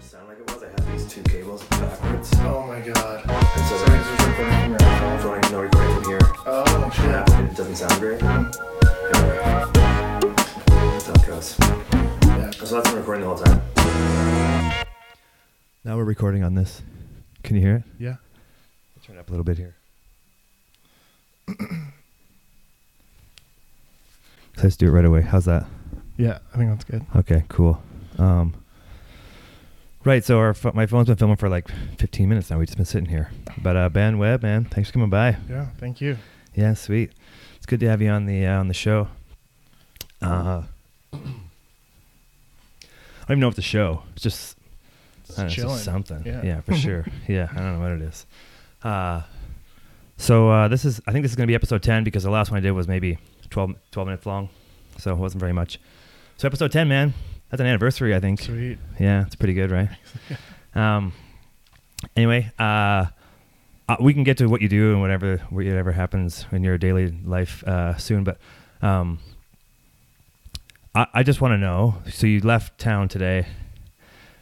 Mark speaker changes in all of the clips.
Speaker 1: sound like it was. I had these two cables backwards. And
Speaker 2: Oh my god.
Speaker 1: so
Speaker 2: So
Speaker 1: there's
Speaker 2: he's just recording from your iPhone.
Speaker 1: no no recording from here.
Speaker 2: Oh
Speaker 1: Yeah,
Speaker 2: shit.
Speaker 1: It doesn't sound great. Anyway, that's how it goes.
Speaker 2: Yeah.
Speaker 1: So that's been recording the whole time. Now we're recording on this. Can you hear it?
Speaker 2: Yeah.
Speaker 1: I'll turn it up a little bit here. Let's do it right away. How's that?
Speaker 2: Yeah. I think that's good.
Speaker 1: Okay, cool. Um, right, so our pho- my phone's been filming for like 15 minutes now. We've just been sitting here. But uh, Ben Webb, man, thanks for coming by.
Speaker 2: Yeah. Thank you.
Speaker 1: Yeah, sweet. It's good to have you on the uh, on the show. Uh, I don't even know if the show. It's just, I don't know, it's
Speaker 2: chilling.
Speaker 1: just something.
Speaker 2: Yeah.
Speaker 1: Yeah. for sure. Yeah, I don't know what it is. Uh, so uh, this is I think this is gonna be episode 10 because the last one I did was maybe 12, 12 minutes long, so it wasn't very much. So episode 10, man, that's an anniversary I think.
Speaker 2: Sweet.
Speaker 1: Yeah, it's pretty good, right? um, anyway, uh, uh, we can get to what you do and whatever whatever happens in your daily life uh, soon, but um, I, I just want to know. So you left town today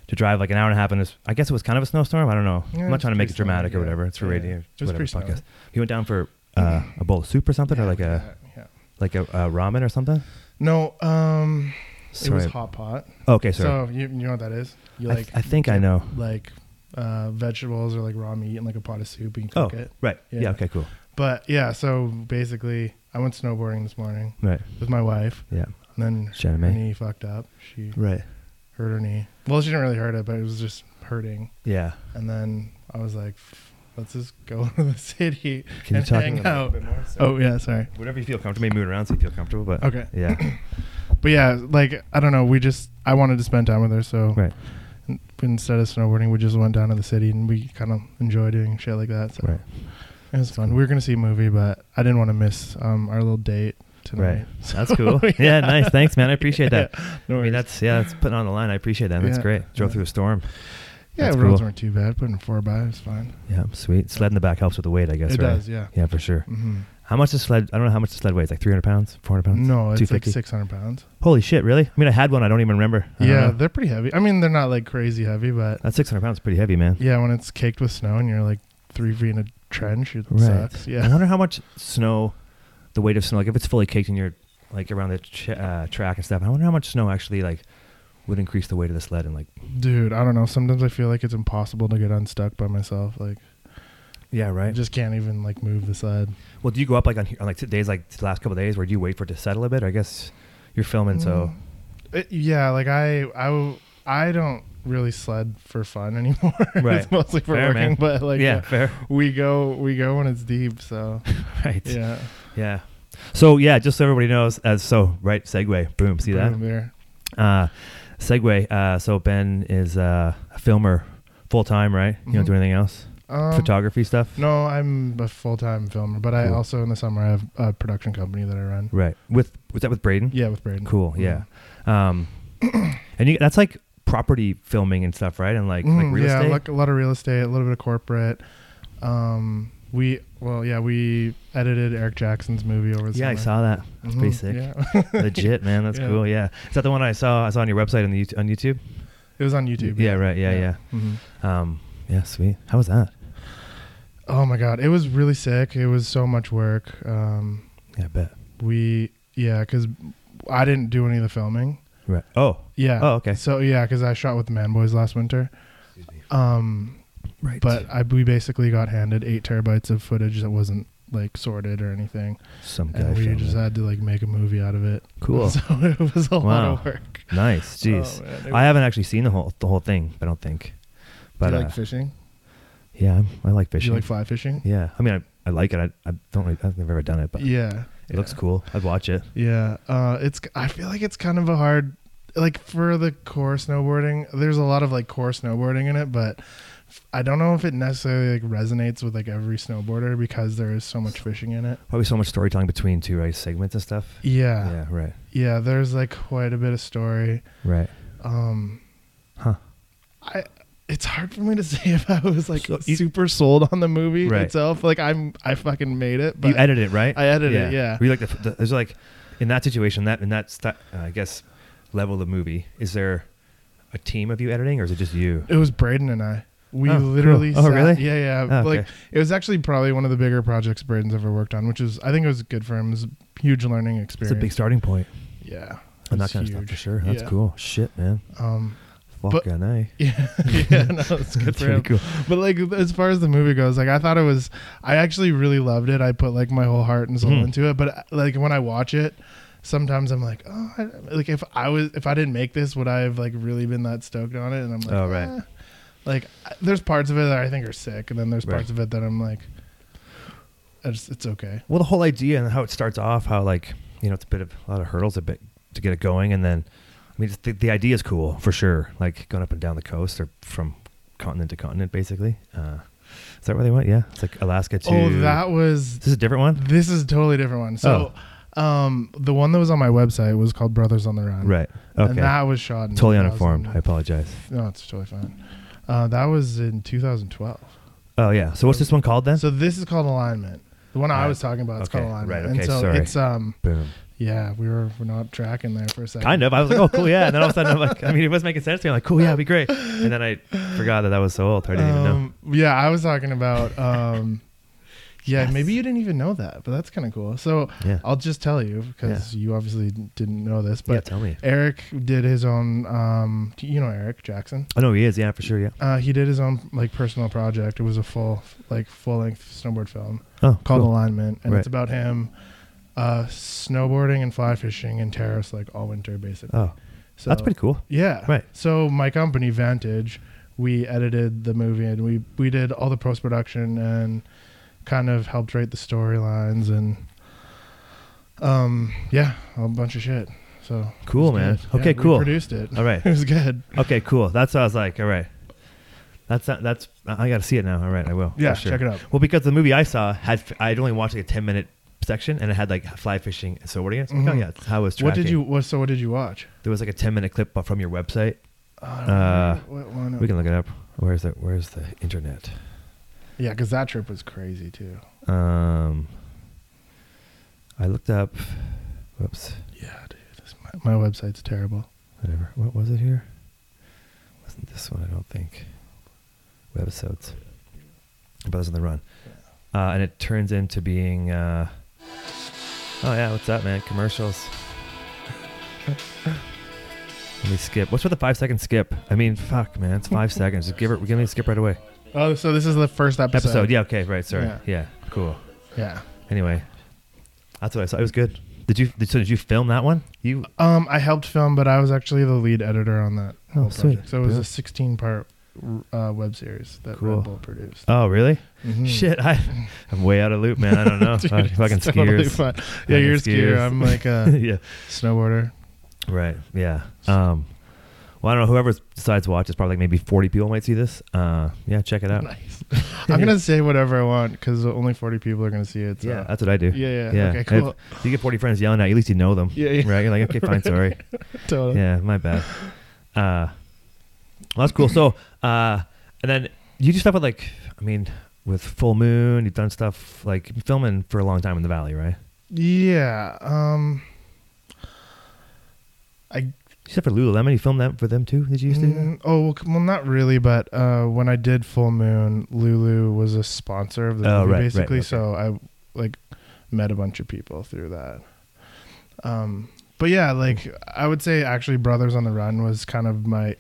Speaker 1: to drive like an hour and a half in this. I guess it was kind of a snowstorm. I don't know.
Speaker 2: Yeah,
Speaker 1: I'm not
Speaker 2: it's
Speaker 1: trying to make
Speaker 2: pretty
Speaker 1: it dramatic
Speaker 2: snowy,
Speaker 1: or
Speaker 2: yeah.
Speaker 1: whatever. It's for
Speaker 2: Yeah,
Speaker 1: radio.
Speaker 2: it was
Speaker 1: whatever
Speaker 2: pretty snowy.
Speaker 1: podcast. You went down for uh, a bowl of soup or something, or
Speaker 2: Yeah,
Speaker 1: like a
Speaker 2: yeah.
Speaker 1: like a, a ramen or something.
Speaker 2: No, um it was
Speaker 1: Sorry.
Speaker 2: hot pot.
Speaker 1: Okay, sorry.
Speaker 2: So you, you know what that is? You
Speaker 1: I,
Speaker 2: like
Speaker 1: I think I know.
Speaker 2: like uh vegetables or like raw meat in like a pot of soup and you
Speaker 1: Oh,
Speaker 2: cook it.
Speaker 1: right. yeah.
Speaker 2: Yeah.
Speaker 1: Okay. Cool.
Speaker 2: But yeah, so basically I went snowboarding this morning
Speaker 1: Right.
Speaker 2: with my wife
Speaker 1: Yeah.
Speaker 2: and then
Speaker 1: Shannon
Speaker 2: her
Speaker 1: May.
Speaker 2: knee fucked up. She
Speaker 1: Right.
Speaker 2: hurt her knee. Well, she didn't really hurt it, but it was just hurting.
Speaker 1: Yeah.
Speaker 2: And then I was like, let's just go to the city
Speaker 1: Can you
Speaker 2: and
Speaker 1: talk
Speaker 2: hang
Speaker 1: about it a
Speaker 2: out.
Speaker 1: bit more? So-
Speaker 2: Oh yeah, sorry.
Speaker 1: Whatever you feel comfortable, maybe move it around so you feel comfortable. But
Speaker 2: Okay.
Speaker 1: Yeah.
Speaker 2: But yeah, like I don't know. We just I wanted to spend time with her, so
Speaker 1: right.
Speaker 2: in- instead of snowboarding, we just went down to the city and we kind of enjoy doing shit like that. So
Speaker 1: Right.
Speaker 2: it was fun. We were gonna see a movie, but I didn't want to miss um, our little date tonight.
Speaker 1: Right. That's cool. yeah. Nice. Thanks, man. I appreciate that.
Speaker 2: No
Speaker 1: I mean,
Speaker 2: worries.
Speaker 1: that's yeah. That's putting on the line. I appreciate that. That's
Speaker 2: Yeah.
Speaker 1: great. Drove
Speaker 2: Yeah.
Speaker 1: through a storm.
Speaker 2: yeah,
Speaker 1: that's
Speaker 2: roads
Speaker 1: cool.
Speaker 2: weren't too bad. Putting four by it was fine.
Speaker 1: Yeah. Sweet. Sled in the back helps with the weight, I guess.
Speaker 2: it
Speaker 1: right?
Speaker 2: does, yeah.
Speaker 1: Yeah, for sure.
Speaker 2: hmm
Speaker 1: How much does sled? I don't know how much the sled weighs. Like 300 pounds, 400 pounds.
Speaker 2: No, it's like
Speaker 1: 250?
Speaker 2: six hundred pounds.
Speaker 1: Holy shit! Really? I mean, I had one. I don't even remember. I don't
Speaker 2: Yeah,
Speaker 1: know.
Speaker 2: they're pretty heavy. I mean, they're not like crazy heavy, but
Speaker 1: That's 600 pounds. is Pretty heavy, man.
Speaker 2: yeah, when it's caked with snow and you're like three feet in a trench, it
Speaker 1: Right. Uh-huh.
Speaker 2: sucks.
Speaker 1: I
Speaker 2: Yeah.
Speaker 1: wonder how much snow, the weight of snow, like if it's fully caked in your, like around the ch- uh, track and stuff. I wonder how much snow actually like would increase the weight of the sled and like.
Speaker 2: Dude, I don't know. Sometimes I feel like it's impossible to get unstuck by myself. Like,
Speaker 1: Yeah.
Speaker 2: I
Speaker 1: Right.
Speaker 2: just can't even like move the sled.
Speaker 1: well, do you go up like on, on like t- days like the last couple of days, where do you wait for it to settle a bit? Or I guess you're filming,
Speaker 2: Mm,
Speaker 1: so
Speaker 2: It- yeah, like I, I, w- I don't really sled for fun anymore.
Speaker 1: Right.
Speaker 2: it's mostly for
Speaker 1: Fair,
Speaker 2: working,
Speaker 1: man.
Speaker 2: but like,
Speaker 1: yeah,
Speaker 2: yeah.
Speaker 1: fair.
Speaker 2: we go, we go when it's deep. So
Speaker 1: right. Yeah.
Speaker 2: yeah.
Speaker 1: So yeah, just so everybody knows, as so right segue, boom, see that.
Speaker 2: Boom, There.
Speaker 1: Uh, segue. Uh, so Ben is uh, a filmer, full time, right? You don't
Speaker 2: Mhm.
Speaker 1: do anything else,
Speaker 2: Um,
Speaker 1: photography stuff.
Speaker 2: No, I'm a full time filmer, but I
Speaker 1: Cool.
Speaker 2: also in the summer I have a production company that I run.
Speaker 1: Right. With was that with Braden?
Speaker 2: Yeah, with Braden.
Speaker 1: Cool. Yeah. Um, and you, that's like property filming and stuff, right? And like like
Speaker 2: Mm,
Speaker 1: real
Speaker 2: yeah,
Speaker 1: estate.
Speaker 2: like a lot of real estate, a little bit of corporate. Um, we well, yeah, we edited Eric Jackson's movie over the
Speaker 1: yeah, I
Speaker 2: summer.
Speaker 1: saw that. It's
Speaker 2: Mhm,
Speaker 1: pretty sick.
Speaker 2: Yeah.
Speaker 1: Legit, man. That's
Speaker 2: Yeah.
Speaker 1: cool. Yeah. Is that the one I saw? I saw on your website on the YouTube, on YouTube.
Speaker 2: it was on YouTube.
Speaker 1: Yeah. Right. Yeah. Yeah.
Speaker 2: Mhm.
Speaker 1: Um. Yeah. Sweet. How was that?
Speaker 2: Oh my god, it was really sick. It was so much work. Um,
Speaker 1: Yeah. I bet.
Speaker 2: we yeah, because I didn't do any of the filming.
Speaker 1: Right. Oh.
Speaker 2: Yeah.
Speaker 1: Oh. Okay.
Speaker 2: So yeah, because I shot with the Man Boys last winter. Um,
Speaker 1: Right.
Speaker 2: but I, we basically got handed eight terabytes of footage that wasn't like sorted or anything,
Speaker 1: some guy.
Speaker 2: and we
Speaker 1: filmed
Speaker 2: just
Speaker 1: it.
Speaker 2: had to like make a movie out of it.
Speaker 1: Cool.
Speaker 2: So it was a lot
Speaker 1: Wow.
Speaker 2: of work.
Speaker 1: nice. Jeez.
Speaker 2: Oh, man. It
Speaker 1: I haven't actually seen the whole the whole thing. I don't think.
Speaker 2: Do
Speaker 1: But
Speaker 2: you
Speaker 1: uh,
Speaker 2: like fishing?
Speaker 1: yeah, I'm- I like
Speaker 2: Do
Speaker 1: fishing.
Speaker 2: you like fly fishing?
Speaker 1: yeah. I mean, I, I like it. I, I don't. Really, I think I've ever done it, but
Speaker 2: yeah.
Speaker 1: It looks cool. I'd watch it.
Speaker 2: Yeah. Uh, it's. I feel like it's kind of a hard, like for the core snowboarding. There's a lot of like core snowboarding in it, but I don't know if it necessarily like resonates with like every snowboarder because there is so much fishing in it.
Speaker 1: Probably so much storytelling between two right segments and stuff.
Speaker 2: Yeah. Yeah.
Speaker 1: yeah, right,
Speaker 2: there's like quite a bit of story.
Speaker 1: right.
Speaker 2: Um,
Speaker 1: Huh.
Speaker 2: I. It's hard for me to say if I was like
Speaker 1: So you-
Speaker 2: super sold on the movie
Speaker 1: Right.
Speaker 2: itself. Like I'm, I fucking made it. But
Speaker 1: you edit it, right?
Speaker 2: I edited it, yeah.
Speaker 1: Were you like the, the, there's like in that situation that in that sti- uh, I guess level of movie is there a team of you editing, or is it just you?
Speaker 2: It was Braden and I. We
Speaker 1: Oh, cool.
Speaker 2: literally.
Speaker 1: Oh,
Speaker 2: sat-
Speaker 1: really?
Speaker 2: Yeah, yeah.
Speaker 1: Oh,
Speaker 2: Like
Speaker 1: okay.
Speaker 2: it was actually probably one of the bigger projects Braden's ever worked on, which is I think it was good for him. It was a huge learning
Speaker 1: It's
Speaker 2: experience.
Speaker 1: a big starting point.
Speaker 2: Yeah.
Speaker 1: And that
Speaker 2: It's
Speaker 1: kind of stuff
Speaker 2: huge.
Speaker 1: for sure. That's
Speaker 2: Yeah.
Speaker 1: cool. Shit, man.
Speaker 2: Um. But-
Speaker 1: Fucking a.
Speaker 2: Yeah. yeah. No, it's good
Speaker 1: That's
Speaker 2: for
Speaker 1: pretty
Speaker 2: him.
Speaker 1: cool.
Speaker 2: But like as far as the movie goes, like I thought it was, I actually really loved it. I put like my whole heart and soul
Speaker 1: Mhm.
Speaker 2: into it. But uh, like when I watch it, sometimes I'm like, oh, I, like if I was, if I didn't make this, would I have like really been that stoked on it? And I'm like,
Speaker 1: Oh, right.
Speaker 2: eh. Like I- there's parts of it that I think are sick, and then there's
Speaker 1: Right.
Speaker 2: parts of it that I'm like, I just, it's okay.
Speaker 1: Well, the whole idea and how it starts off, how like you know, it's a bit of a lot of hurdles, a bit to get it going, and then I mean, just the, the idea is cool for sure. Like going up and down the coast or from continent to continent, basically. Uh, is that where they went? Yeah, it's like Alaska to.
Speaker 2: Oh, that was.
Speaker 1: Is this a different one?
Speaker 2: This is a totally different one. So,
Speaker 1: Oh.
Speaker 2: um, the one that was on my website was called Brothers on the Run.
Speaker 1: Right.
Speaker 2: And
Speaker 1: Okay.
Speaker 2: that was shot. In
Speaker 1: totally uninformed.
Speaker 2: 2000.
Speaker 1: I apologize.
Speaker 2: No, it's totally fine. Uh, that was in 2012.
Speaker 1: Oh yeah. So what's this one called then?
Speaker 2: So this is called alignment. The one I
Speaker 1: Right.
Speaker 2: was talking about is
Speaker 1: Okay,
Speaker 2: called alignment.
Speaker 1: right,
Speaker 2: and
Speaker 1: okay,
Speaker 2: so
Speaker 1: sorry.
Speaker 2: it's um
Speaker 1: Boom.
Speaker 2: yeah, we were we're not tracking there for a second.
Speaker 1: Kind of. I was like, oh, cool, yeah. And then all of a sudden, I'm like, I mean, it was making sense to me. I'm like, cool, yeah, it'd be great. And then I forgot that that was so old. I didn't even know.
Speaker 2: Um, Yeah, I was talking about um yeah, maybe you didn't even know that, but that's kind of cool. So
Speaker 1: Yeah.
Speaker 2: I'll just tell you because you obviously didn't know this,
Speaker 1: yeah.
Speaker 2: but
Speaker 1: Tell me.
Speaker 2: Eric did his own um you know Eric Jackson.
Speaker 1: I know he is. Yeah, for sure. Yeah.
Speaker 2: Uh, he did his own like personal project. It was a full like full length snowboard film.
Speaker 1: Oh,
Speaker 2: called
Speaker 1: cool.
Speaker 2: Alignment, and
Speaker 1: Right.
Speaker 2: it's about him uh, snowboarding and fly fishing in Terrace like all winter, basically.
Speaker 1: Oh,
Speaker 2: so
Speaker 1: that's pretty cool.
Speaker 2: Yeah,
Speaker 1: Right.
Speaker 2: So my company Vantage, we edited the movie and we we did all the post production and kind of helped write the storylines and um yeah, a bunch of shit. So it
Speaker 1: Cool,
Speaker 2: was
Speaker 1: man.
Speaker 2: good.
Speaker 1: Okay,
Speaker 2: we
Speaker 1: cool.
Speaker 2: produced it.
Speaker 1: All right.
Speaker 2: It was good.
Speaker 1: Okay, cool. That's what I was like. All right. That's uh, that's. I got to see it now. All right, I will.
Speaker 2: Yeah,
Speaker 1: for sure.
Speaker 2: check it out.
Speaker 1: Well, because the movie I saw had I'd only watched like a ten minute section, and it had like fly fishing and snowboarding. It's like,
Speaker 2: Mhm.
Speaker 1: Oh yeah, that's how I was
Speaker 2: What
Speaker 1: tracking.
Speaker 2: did you? What so? What did you watch?
Speaker 1: There was like a ten minute clip from your website. Uh,
Speaker 2: I don't remember what one it-
Speaker 1: We can look it up. Where's the Where's the internet?
Speaker 2: yeah, because that trip was crazy too.
Speaker 1: Um, I looked up. Whoops.
Speaker 2: Yeah, dude. This, my, my website's terrible.
Speaker 1: Whatever. What was it here? Wasn't this one? I don't think. Webisodes. Brothers on the Run. Uh, and it turns into being. Uh, oh yeah, what's up, man? Commercials. Let me skip. What's with the five second skip? I mean, fuck, man, it's five seconds. Just give it. Give me a skip right away.
Speaker 2: Oh, so this is the first episode.
Speaker 1: Episode. Yeah. Okay. Right. Sorry.
Speaker 2: Yeah.
Speaker 1: yeah cool.
Speaker 2: Yeah.
Speaker 1: Anyway, that's what I saw. It was good. Did you? Did, so did you film that one? You?
Speaker 2: Um, I helped film, but I was actually the lead editor on that.
Speaker 1: Oh,
Speaker 2: whole
Speaker 1: sweet.
Speaker 2: project. So it was
Speaker 1: Yeah.
Speaker 2: a 16 part uh, web series that
Speaker 1: Cool.
Speaker 2: Red Bull produced.
Speaker 1: Oh, really?
Speaker 2: Mhm.
Speaker 1: Shit, I, I'm way out of loop, man. I don't know.
Speaker 2: Dude,
Speaker 1: I
Speaker 2: it's
Speaker 1: fucking
Speaker 2: totally
Speaker 1: skiers.
Speaker 2: fun. Yeah, you're a skier.
Speaker 1: skiers.
Speaker 2: I'm uh, like a
Speaker 1: yeah.
Speaker 2: snowboarder.
Speaker 1: Right. Yeah. Um. Well, I don't know. Whoever decides to watch, it's probably like maybe 40 people might see this. Uh. Yeah. Check it out.
Speaker 2: Nice. I'm gonna say whatever I want because only 40 people are gonna see it. So.
Speaker 1: Yeah. That's what I do.
Speaker 2: uh, Yeah, yeah. Okay,
Speaker 1: If
Speaker 2: cool.
Speaker 1: you get 40 friends yelling at you. At least you know them.
Speaker 2: Yeah, yeah.
Speaker 1: Right. You're like, okay, fine, sorry.
Speaker 2: Totally.
Speaker 1: Yeah. My bad. Uh. Well, that's cool. So. Uh. And then you do stuff with like, I mean, with full moon. You've done stuff like you've been filming for a long time in the valley, right?
Speaker 2: Yeah. Um. I
Speaker 1: Except for Lululemon, you filmed that for them too. Did you used to? do that?
Speaker 2: Mm, oh well, c- well, not really. But uh, when I did Full Moon, Lulu was a sponsor of the
Speaker 1: Oh,
Speaker 2: movie,
Speaker 1: right, right,
Speaker 2: basically.
Speaker 1: okay.
Speaker 2: So I like met a bunch of people through that. Um, but yeah, like I would say, actually, Brothers on the Run was kind of my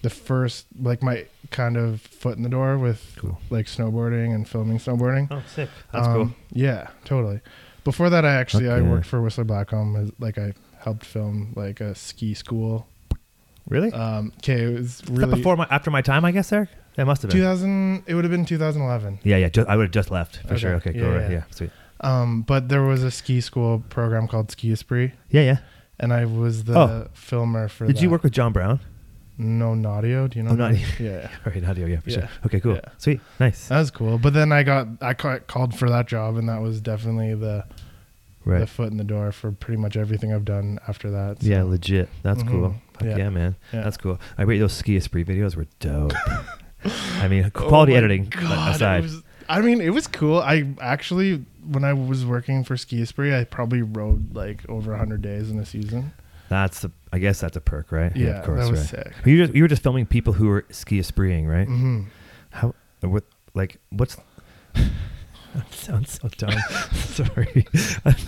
Speaker 2: the first, like my kind of foot in the door with
Speaker 1: Cool.
Speaker 2: like snowboarding and filming snowboarding.
Speaker 1: Oh, sick. That's cool.
Speaker 2: Um, Yeah, totally. Before that, I actually I
Speaker 1: Okay.
Speaker 2: worked for Whistler Blackcomb. as- Like I helped film like a ski school.
Speaker 1: Really?
Speaker 2: Um, okay, it was
Speaker 1: Is that
Speaker 2: really
Speaker 1: before my after my time, I guess. There, that must have been.
Speaker 2: 2000 it would have been 2011
Speaker 1: Yeah, yeah. Just, I would have just left for
Speaker 2: Okay.
Speaker 1: sure. Okay,
Speaker 2: Yeah,
Speaker 1: cool.
Speaker 2: yeah,
Speaker 1: right, Yeah,
Speaker 2: yeah.
Speaker 1: sweet.
Speaker 2: um but there was a ski school program called ski Esprit,
Speaker 1: Yeah, yeah.
Speaker 2: and i was the
Speaker 1: Oh.
Speaker 2: filmer for
Speaker 1: Did you
Speaker 2: that.
Speaker 1: work with John Brown?
Speaker 2: no nadio do you know
Speaker 1: Oh,
Speaker 2: him?
Speaker 1: Nadio.
Speaker 2: yeah
Speaker 1: All right, audio. Yeah, for sure.
Speaker 2: Yeah.
Speaker 1: Okay, cool.
Speaker 2: Yeah. Uh,
Speaker 1: Sweet. Nice.
Speaker 2: that was cool but then i got i ca- called for that job and that was definitely the the
Speaker 1: right.
Speaker 2: foot in the door for pretty much everything i've done after that so,
Speaker 1: Yeah, legit. That's
Speaker 2: Mhm.
Speaker 1: cool. Fuck yeah.
Speaker 2: Yeah.
Speaker 1: man.
Speaker 2: yeah.
Speaker 1: That's cool. I bet those ski spree videos were dope. I mean, quality
Speaker 2: Oh my
Speaker 1: editing
Speaker 2: God, it
Speaker 1: aside.
Speaker 2: was- I mean, it was cool. I actually, when I was working for Ski Esprit, I probably rode like over 100 days in a season.
Speaker 1: That's the. I guess that's a perk, right?
Speaker 2: Yeah,
Speaker 1: of course,
Speaker 2: that was
Speaker 1: right.
Speaker 2: sick.
Speaker 1: But You just, you were just filming people who were ski spreeing, right?
Speaker 2: hmm
Speaker 1: How? What? Like what's? that sounds so dumb. Sorry.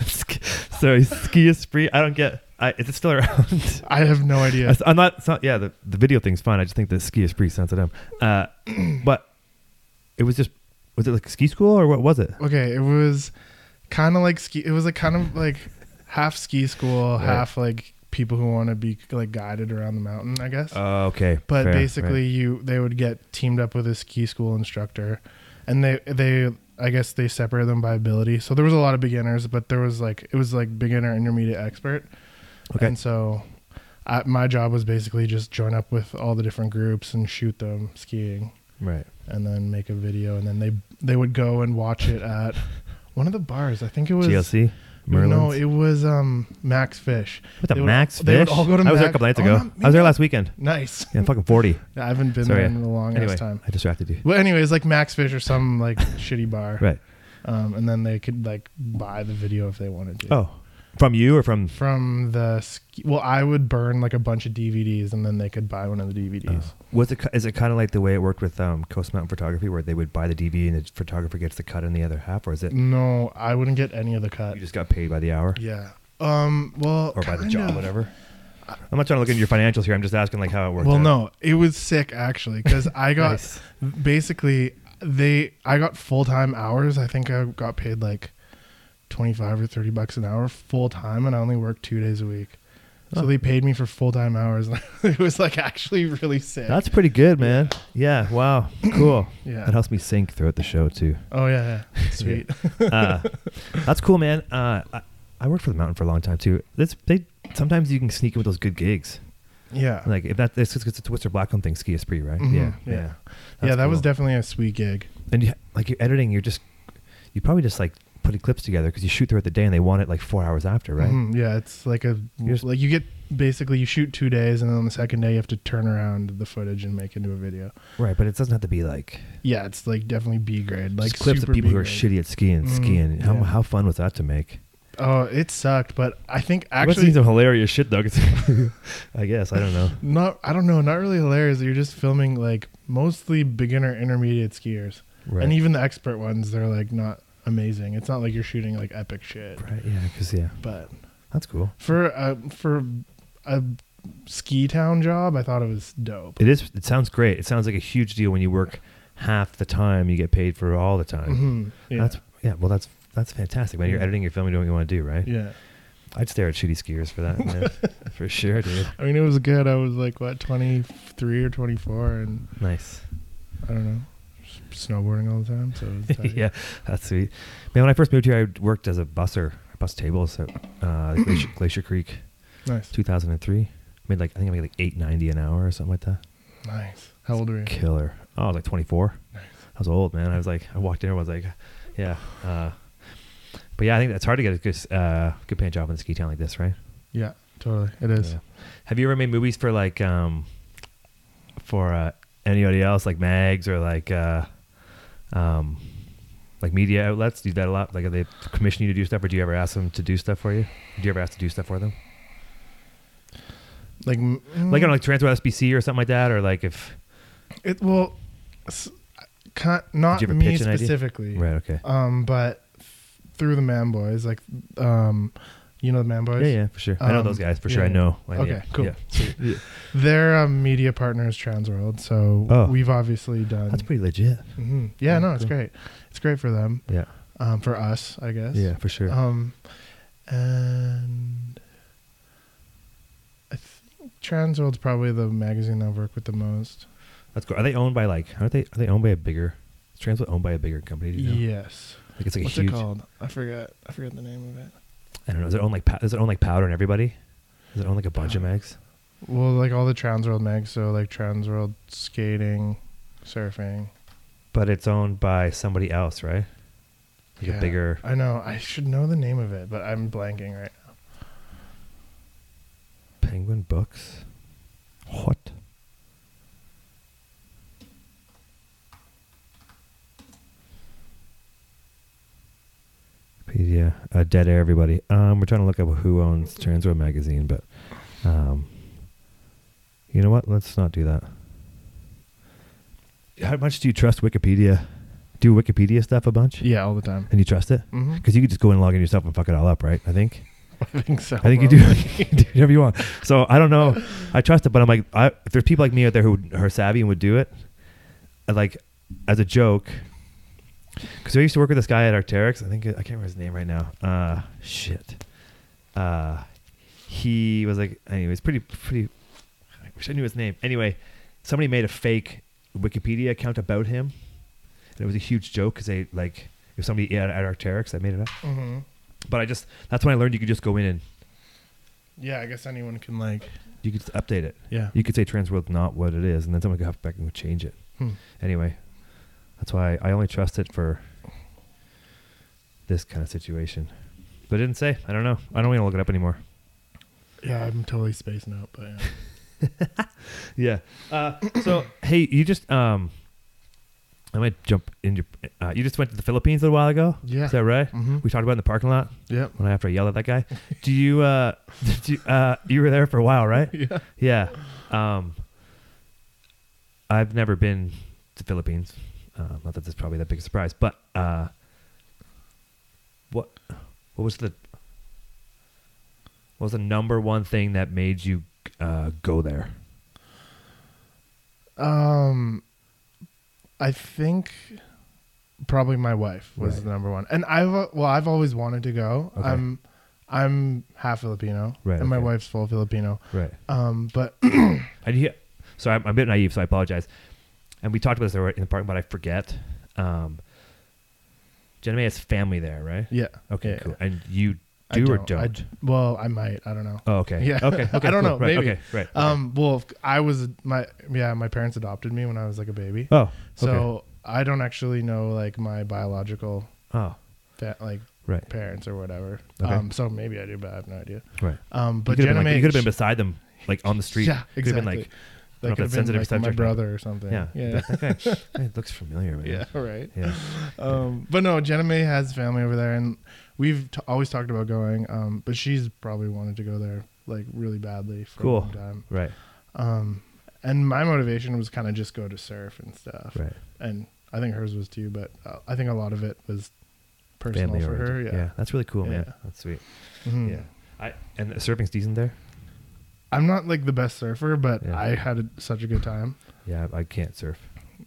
Speaker 1: Sk- Sorry. Ski spree. I don't get. I, is it still around?
Speaker 2: I have no idea.
Speaker 1: I'm not. It's not yeah, the, the video thing's fine. I just think the ski is pretty sensitive. Uh, but it was just. Was it like ski school or what was it?
Speaker 2: Okay, it was kind of like ski. It was like kind of like half ski school,
Speaker 1: Right.
Speaker 2: half like people who want to be like guided around the mountain, I guess.
Speaker 1: Oh, okay.
Speaker 2: but
Speaker 1: Fair,
Speaker 2: basically, you they would get teamed up with a ski school instructor, and they they I guess they separated them by ability. So there was a lot of beginners, but there was like it was like beginner, intermediate, expert.
Speaker 1: right. okay.
Speaker 2: And so. I, my job was basically just join up with all the different groups and shoot them skiing
Speaker 1: Right.
Speaker 2: and then make a video and then they they would go and watch it at one of the bars. I think it was
Speaker 1: GLC. Merlin's.
Speaker 2: No, it was um Max Fish.
Speaker 1: what the
Speaker 2: they would-
Speaker 1: Max
Speaker 2: they would
Speaker 1: Fish?
Speaker 2: all go to
Speaker 1: I was there a
Speaker 2: Max-
Speaker 1: couple nights
Speaker 2: Oh,
Speaker 1: ago.
Speaker 2: no,
Speaker 1: I was there last weekend.
Speaker 2: Nice.
Speaker 1: Yeah, fucking forty.
Speaker 2: I haven't been
Speaker 1: Sorry.
Speaker 2: there in a long
Speaker 1: Anyway,
Speaker 2: ass time.
Speaker 1: I distracted you.
Speaker 2: Well, anyways, like Max Fish or some like shitty bar.
Speaker 1: Right.
Speaker 2: Um, and then they could like buy the video if they wanted to.
Speaker 1: Oh, from you or from?
Speaker 2: From the ski- well, I would burn like a bunch of DVDs, and then they could buy one of the DVDs.
Speaker 1: Oh. Was it? ki- Is it kind of like the way it worked with um, Coast Mountain Photography, where they would buy the DV and the photographer gets the cut in the other half, or is it?
Speaker 2: No, I wouldn't get any of the cut.
Speaker 1: You just got paid by the hour.
Speaker 2: Yeah. Um. Well.
Speaker 1: or by the
Speaker 2: kind
Speaker 1: job,
Speaker 2: of.
Speaker 1: whatever. I'm not trying to look into your financials here. I'm just asking like how it worked.
Speaker 2: Well,
Speaker 1: out.
Speaker 2: no, it was sick actually because I got
Speaker 1: Nice.
Speaker 2: basically they I got full time hours. I think I got paid like twenty five or thirty bucks an hour full time, and I only worked two days a week. So
Speaker 1: Oh.
Speaker 2: they paid me for full time hours, and it was like actually really sick.
Speaker 1: That's pretty good, man. Yeah. Wow. Cool. That
Speaker 2: yeah.
Speaker 1: helps me sync throughout the show too.
Speaker 2: Oh yeah, yeah. sweet.
Speaker 1: Uh, that's cool, man. Uh, I, I worked for the mountain for a long time too. That's they. Sometimes you can sneak in with those good gigs.
Speaker 2: Yeah,
Speaker 1: Like if that this it's a Twister Blackcomb thing, Ski Esprit, right?
Speaker 2: Mhm.
Speaker 1: Yeah.
Speaker 2: Yeah.
Speaker 1: Yeah.
Speaker 2: yeah.
Speaker 1: That's
Speaker 2: That was
Speaker 1: cool.
Speaker 2: definitely a sweet gig.
Speaker 1: and you, like you're editing, you're just you probably just like putting clips together because you shoot throughout the day and they want it like four hours after, right?
Speaker 2: Mhm. Yeah, it's like a
Speaker 1: You're just-
Speaker 2: like you get basically you shoot two days, and then on the second day you have to turn around the footage and make into a video.
Speaker 1: Right. But it doesn't have to be like
Speaker 2: Yeah, it's like definitely B grade. Like
Speaker 1: like clips of
Speaker 2: super
Speaker 1: people
Speaker 2: B
Speaker 1: who are
Speaker 2: grade.
Speaker 1: shitty at skiing,
Speaker 2: Mm,
Speaker 1: skiing. How
Speaker 2: yeah.
Speaker 1: how fun was that to make?
Speaker 2: Oh, it sucked, but I think
Speaker 1: I must have seen
Speaker 2: actually
Speaker 1: some hilarious shit though. 'cause- I guess I don't know.
Speaker 2: not. I don't know. Not really hilarious. You're just filming like mostly beginner, intermediate skiers,
Speaker 1: Right.
Speaker 2: and even the expert ones. They're like not amazing. It's not like you're shooting like epic shit.
Speaker 1: right. Yeah. Because yeah,
Speaker 2: But
Speaker 1: that's cool.
Speaker 2: for a for a ski town job, I thought it was dope.
Speaker 1: It is. It sounds great. It sounds like a huge deal when you work half the time, you get paid for all the time.
Speaker 2: Mhm. Yeah.
Speaker 1: That's yeah. Well, that's that's fantastic. When you're
Speaker 2: Yeah.
Speaker 1: editing, you're filming, doing what you want to do, right?
Speaker 2: yeah.
Speaker 1: I'd stare at shitty skiers for that, man. for sure, dude.
Speaker 2: I mean, it was good. I was like what 23 or 24, and
Speaker 1: Nice.
Speaker 2: I don't know, s- snowboarding all the time. So it was tight.
Speaker 1: yeah, that's sweet. Man, when I first moved here, I worked as a busser. I bust tables at uh, Glacier, Glacier Creek,
Speaker 2: nice,
Speaker 1: 2003. Made like I think I made like 8.90 an hour or something like that.
Speaker 2: nice. How old were you?
Speaker 1: killer. Oh, I was like 24. I was old, man. I was like, I walked in, I was like, yeah. Uh, but yeah, I think that's hard to get a good, uh, good paying job in a ski town like this, right?
Speaker 2: Yeah, totally. It is.
Speaker 1: Yeah. Have you ever made movies for like, um, for uh, anybody else, like mags or like, uh, um, like media outlets? Do you do that a lot? Like, are they commission you to do stuff, or do you ever ask them to do stuff for you? Do you ever ask to do stuff for them?
Speaker 2: Like, mm,
Speaker 1: Like on like transfer SBC or something like that, or like if
Speaker 2: It well, s- con- not
Speaker 1: Did you ever
Speaker 2: me
Speaker 1: pitch an idea?
Speaker 2: specifically,
Speaker 1: right, okay,
Speaker 2: um, but through the Man Boys, like, um, you know the Man Boys.
Speaker 1: yeah, yeah, for sure. I know
Speaker 2: Um,
Speaker 1: those guys for
Speaker 2: yeah,
Speaker 1: sure. I
Speaker 2: yeah.
Speaker 1: know. I-
Speaker 2: Okay,
Speaker 1: yeah,
Speaker 2: cool.
Speaker 1: yeah.
Speaker 2: Their um, media partner is Transworld, so
Speaker 1: Oh.
Speaker 2: we've obviously done.
Speaker 1: That's pretty legit.
Speaker 2: Mhm. Yeah,
Speaker 1: Yeah,
Speaker 2: no, it's
Speaker 1: cool.
Speaker 2: great. It's great for them.
Speaker 1: Yeah.
Speaker 2: Um, for us, I guess.
Speaker 1: Yeah, for sure.
Speaker 2: Um, and I think Transworld's probably the magazine I work with the most.
Speaker 1: That's cool. Are they owned by like? Aren't they? Are they owned by a bigger? Is Translate owned by a bigger company? Do you know?
Speaker 2: Yes.
Speaker 1: Like it's like
Speaker 2: What's
Speaker 1: a huge.
Speaker 2: it called? I forgot. I forgot the name of it.
Speaker 1: I don't know. Is it owned like? Pow- Is it owned like Powder and everybody? Is it owned like a bunch of mags?
Speaker 2: Well, like all the Transworld mags, so like Transworld skating, surfing.
Speaker 1: But it's owned by somebody else, right? Like a
Speaker 2: Yeah.
Speaker 1: bigger.
Speaker 2: I know. I should know the name of it, but I'm blanking right now.
Speaker 1: Penguin Books. What? Wikipedia. Uh, dead air, everybody. Um, we're trying to look up who owns Transworld magazine, but Um, you know what? Let's not do that. How much do you trust Wikipedia? Do Wikipedia stuff a bunch?
Speaker 2: Yeah, all the time.
Speaker 1: And you trust it?
Speaker 2: hmm
Speaker 1: Because you could just go in and log in yourself and fuck it all up, right? I think.
Speaker 2: I think so.
Speaker 1: I think you do, you do whatever you want. So I don't know. I trust it, but I'm like, I, if there's people like me out there who are savvy and would do it, I'd like as a joke, because I used to work with this guy at Arcteryx. I think I can't remember his name right now. Uh, shit. Uh, he was like, anyways, pretty, pretty. I wish I knew his name. Anyway, somebody made a fake Wikipedia account about him, and it was a huge joke because they like if somebody at, at Arcteryx, I made it up.
Speaker 2: hmm
Speaker 1: But I just that's when I learned you could just go in and
Speaker 2: Yeah, I guess anyone can like.
Speaker 1: you could just update it.
Speaker 2: Yeah.
Speaker 1: You could say trans world's not what it is, and then someone could have back and would change it.
Speaker 2: Hmm.
Speaker 1: Anyway, that's why I only trust it for this kind of situation. But it didn't say. I don't know. I don't even look it up anymore.
Speaker 2: Yeah, I'm totally spacing out, but yeah.
Speaker 1: Yeah. Uh, so hey, you just um, I might jump in. Your, uh, you just went to the Philippines a little while ago.
Speaker 2: Yeah.
Speaker 1: Is that right?
Speaker 2: hmm
Speaker 1: We talked about it in the parking lot
Speaker 2: Yep.
Speaker 1: when I after I yelled at that guy. Do you uh, did you uh, you were there for a while, right?
Speaker 2: Yeah.
Speaker 1: Yeah. Um, I've never been to Philippines. Uh, not that that's probably that big a surprise, but uh, what what was the what was the number one thing that made you uh, go there?
Speaker 2: Um, I think probably my wife was
Speaker 1: Right.
Speaker 2: the number one, and I've uh, well, I've always wanted to go.
Speaker 1: Okay.
Speaker 2: I'm I'm half Filipino,
Speaker 1: Right,
Speaker 2: and my
Speaker 1: okay.
Speaker 2: wife's full Filipino.
Speaker 1: Right.
Speaker 2: Um, but
Speaker 1: And you, so I'm, I'm a bit naive, so I apologize. And we talked about this already in the parking, but I forget. Um, Jenna May has family there, right?
Speaker 2: yeah,
Speaker 1: Okay,
Speaker 2: Yeah.
Speaker 1: cool. And you
Speaker 2: I
Speaker 1: do or
Speaker 2: don't. I
Speaker 1: don't?
Speaker 2: well, I might. I don't know.
Speaker 1: Oh, okay.
Speaker 2: Yeah.
Speaker 1: Okay.
Speaker 2: I
Speaker 1: okay,
Speaker 2: don't
Speaker 1: cool.
Speaker 2: know,
Speaker 1: Right,
Speaker 2: maybe.
Speaker 1: Okay. Right. okay.
Speaker 2: Um, well, I was my yeah, my parents adopted me when I was like a baby,
Speaker 1: Oh.
Speaker 2: so
Speaker 1: okay.
Speaker 2: I don't actually know like my biological
Speaker 1: Oh.
Speaker 2: fa- like
Speaker 1: Right.
Speaker 2: parents or whatever.
Speaker 1: Okay.
Speaker 2: Um, so maybe I do, but I have no idea.
Speaker 1: Right.
Speaker 2: Um,
Speaker 1: But you could have
Speaker 2: but Jenna
Speaker 1: been, like,
Speaker 2: May-
Speaker 1: you could have been beside them, like on the street.
Speaker 2: Yeah,
Speaker 1: You could have been,
Speaker 2: exactly.
Speaker 1: like,
Speaker 2: That
Speaker 1: I don't know
Speaker 2: could
Speaker 1: if
Speaker 2: have been
Speaker 1: that's sensitive
Speaker 2: like
Speaker 1: subject
Speaker 2: my
Speaker 1: or not.
Speaker 2: brother or something.
Speaker 1: yeah,
Speaker 2: yeah,
Speaker 1: that, that guy, that looks familiar. Man.
Speaker 2: yeah. Right.
Speaker 1: Yeah.
Speaker 2: Um, but no, Jenna May has family over there, and we've t- always talked about going. Um, but she's probably wanted to go there like really badly for
Speaker 1: Cool.
Speaker 2: a long time.
Speaker 1: Right.
Speaker 2: Um, and my motivation was kind of just go to surf and stuff.
Speaker 1: Right.
Speaker 2: And I think hers was too, but uh, I think a lot of it was personal for her.
Speaker 1: oriented.
Speaker 2: Yeah.
Speaker 1: That's really cool, man.
Speaker 2: Yeah.
Speaker 1: That's sweet.
Speaker 2: Mhm.
Speaker 1: Yeah. I and the surfing's decent there.
Speaker 2: I'm not like the best surfer, but
Speaker 1: Yeah.
Speaker 2: I had a, such a good time.
Speaker 1: Yeah. I, I can't surf.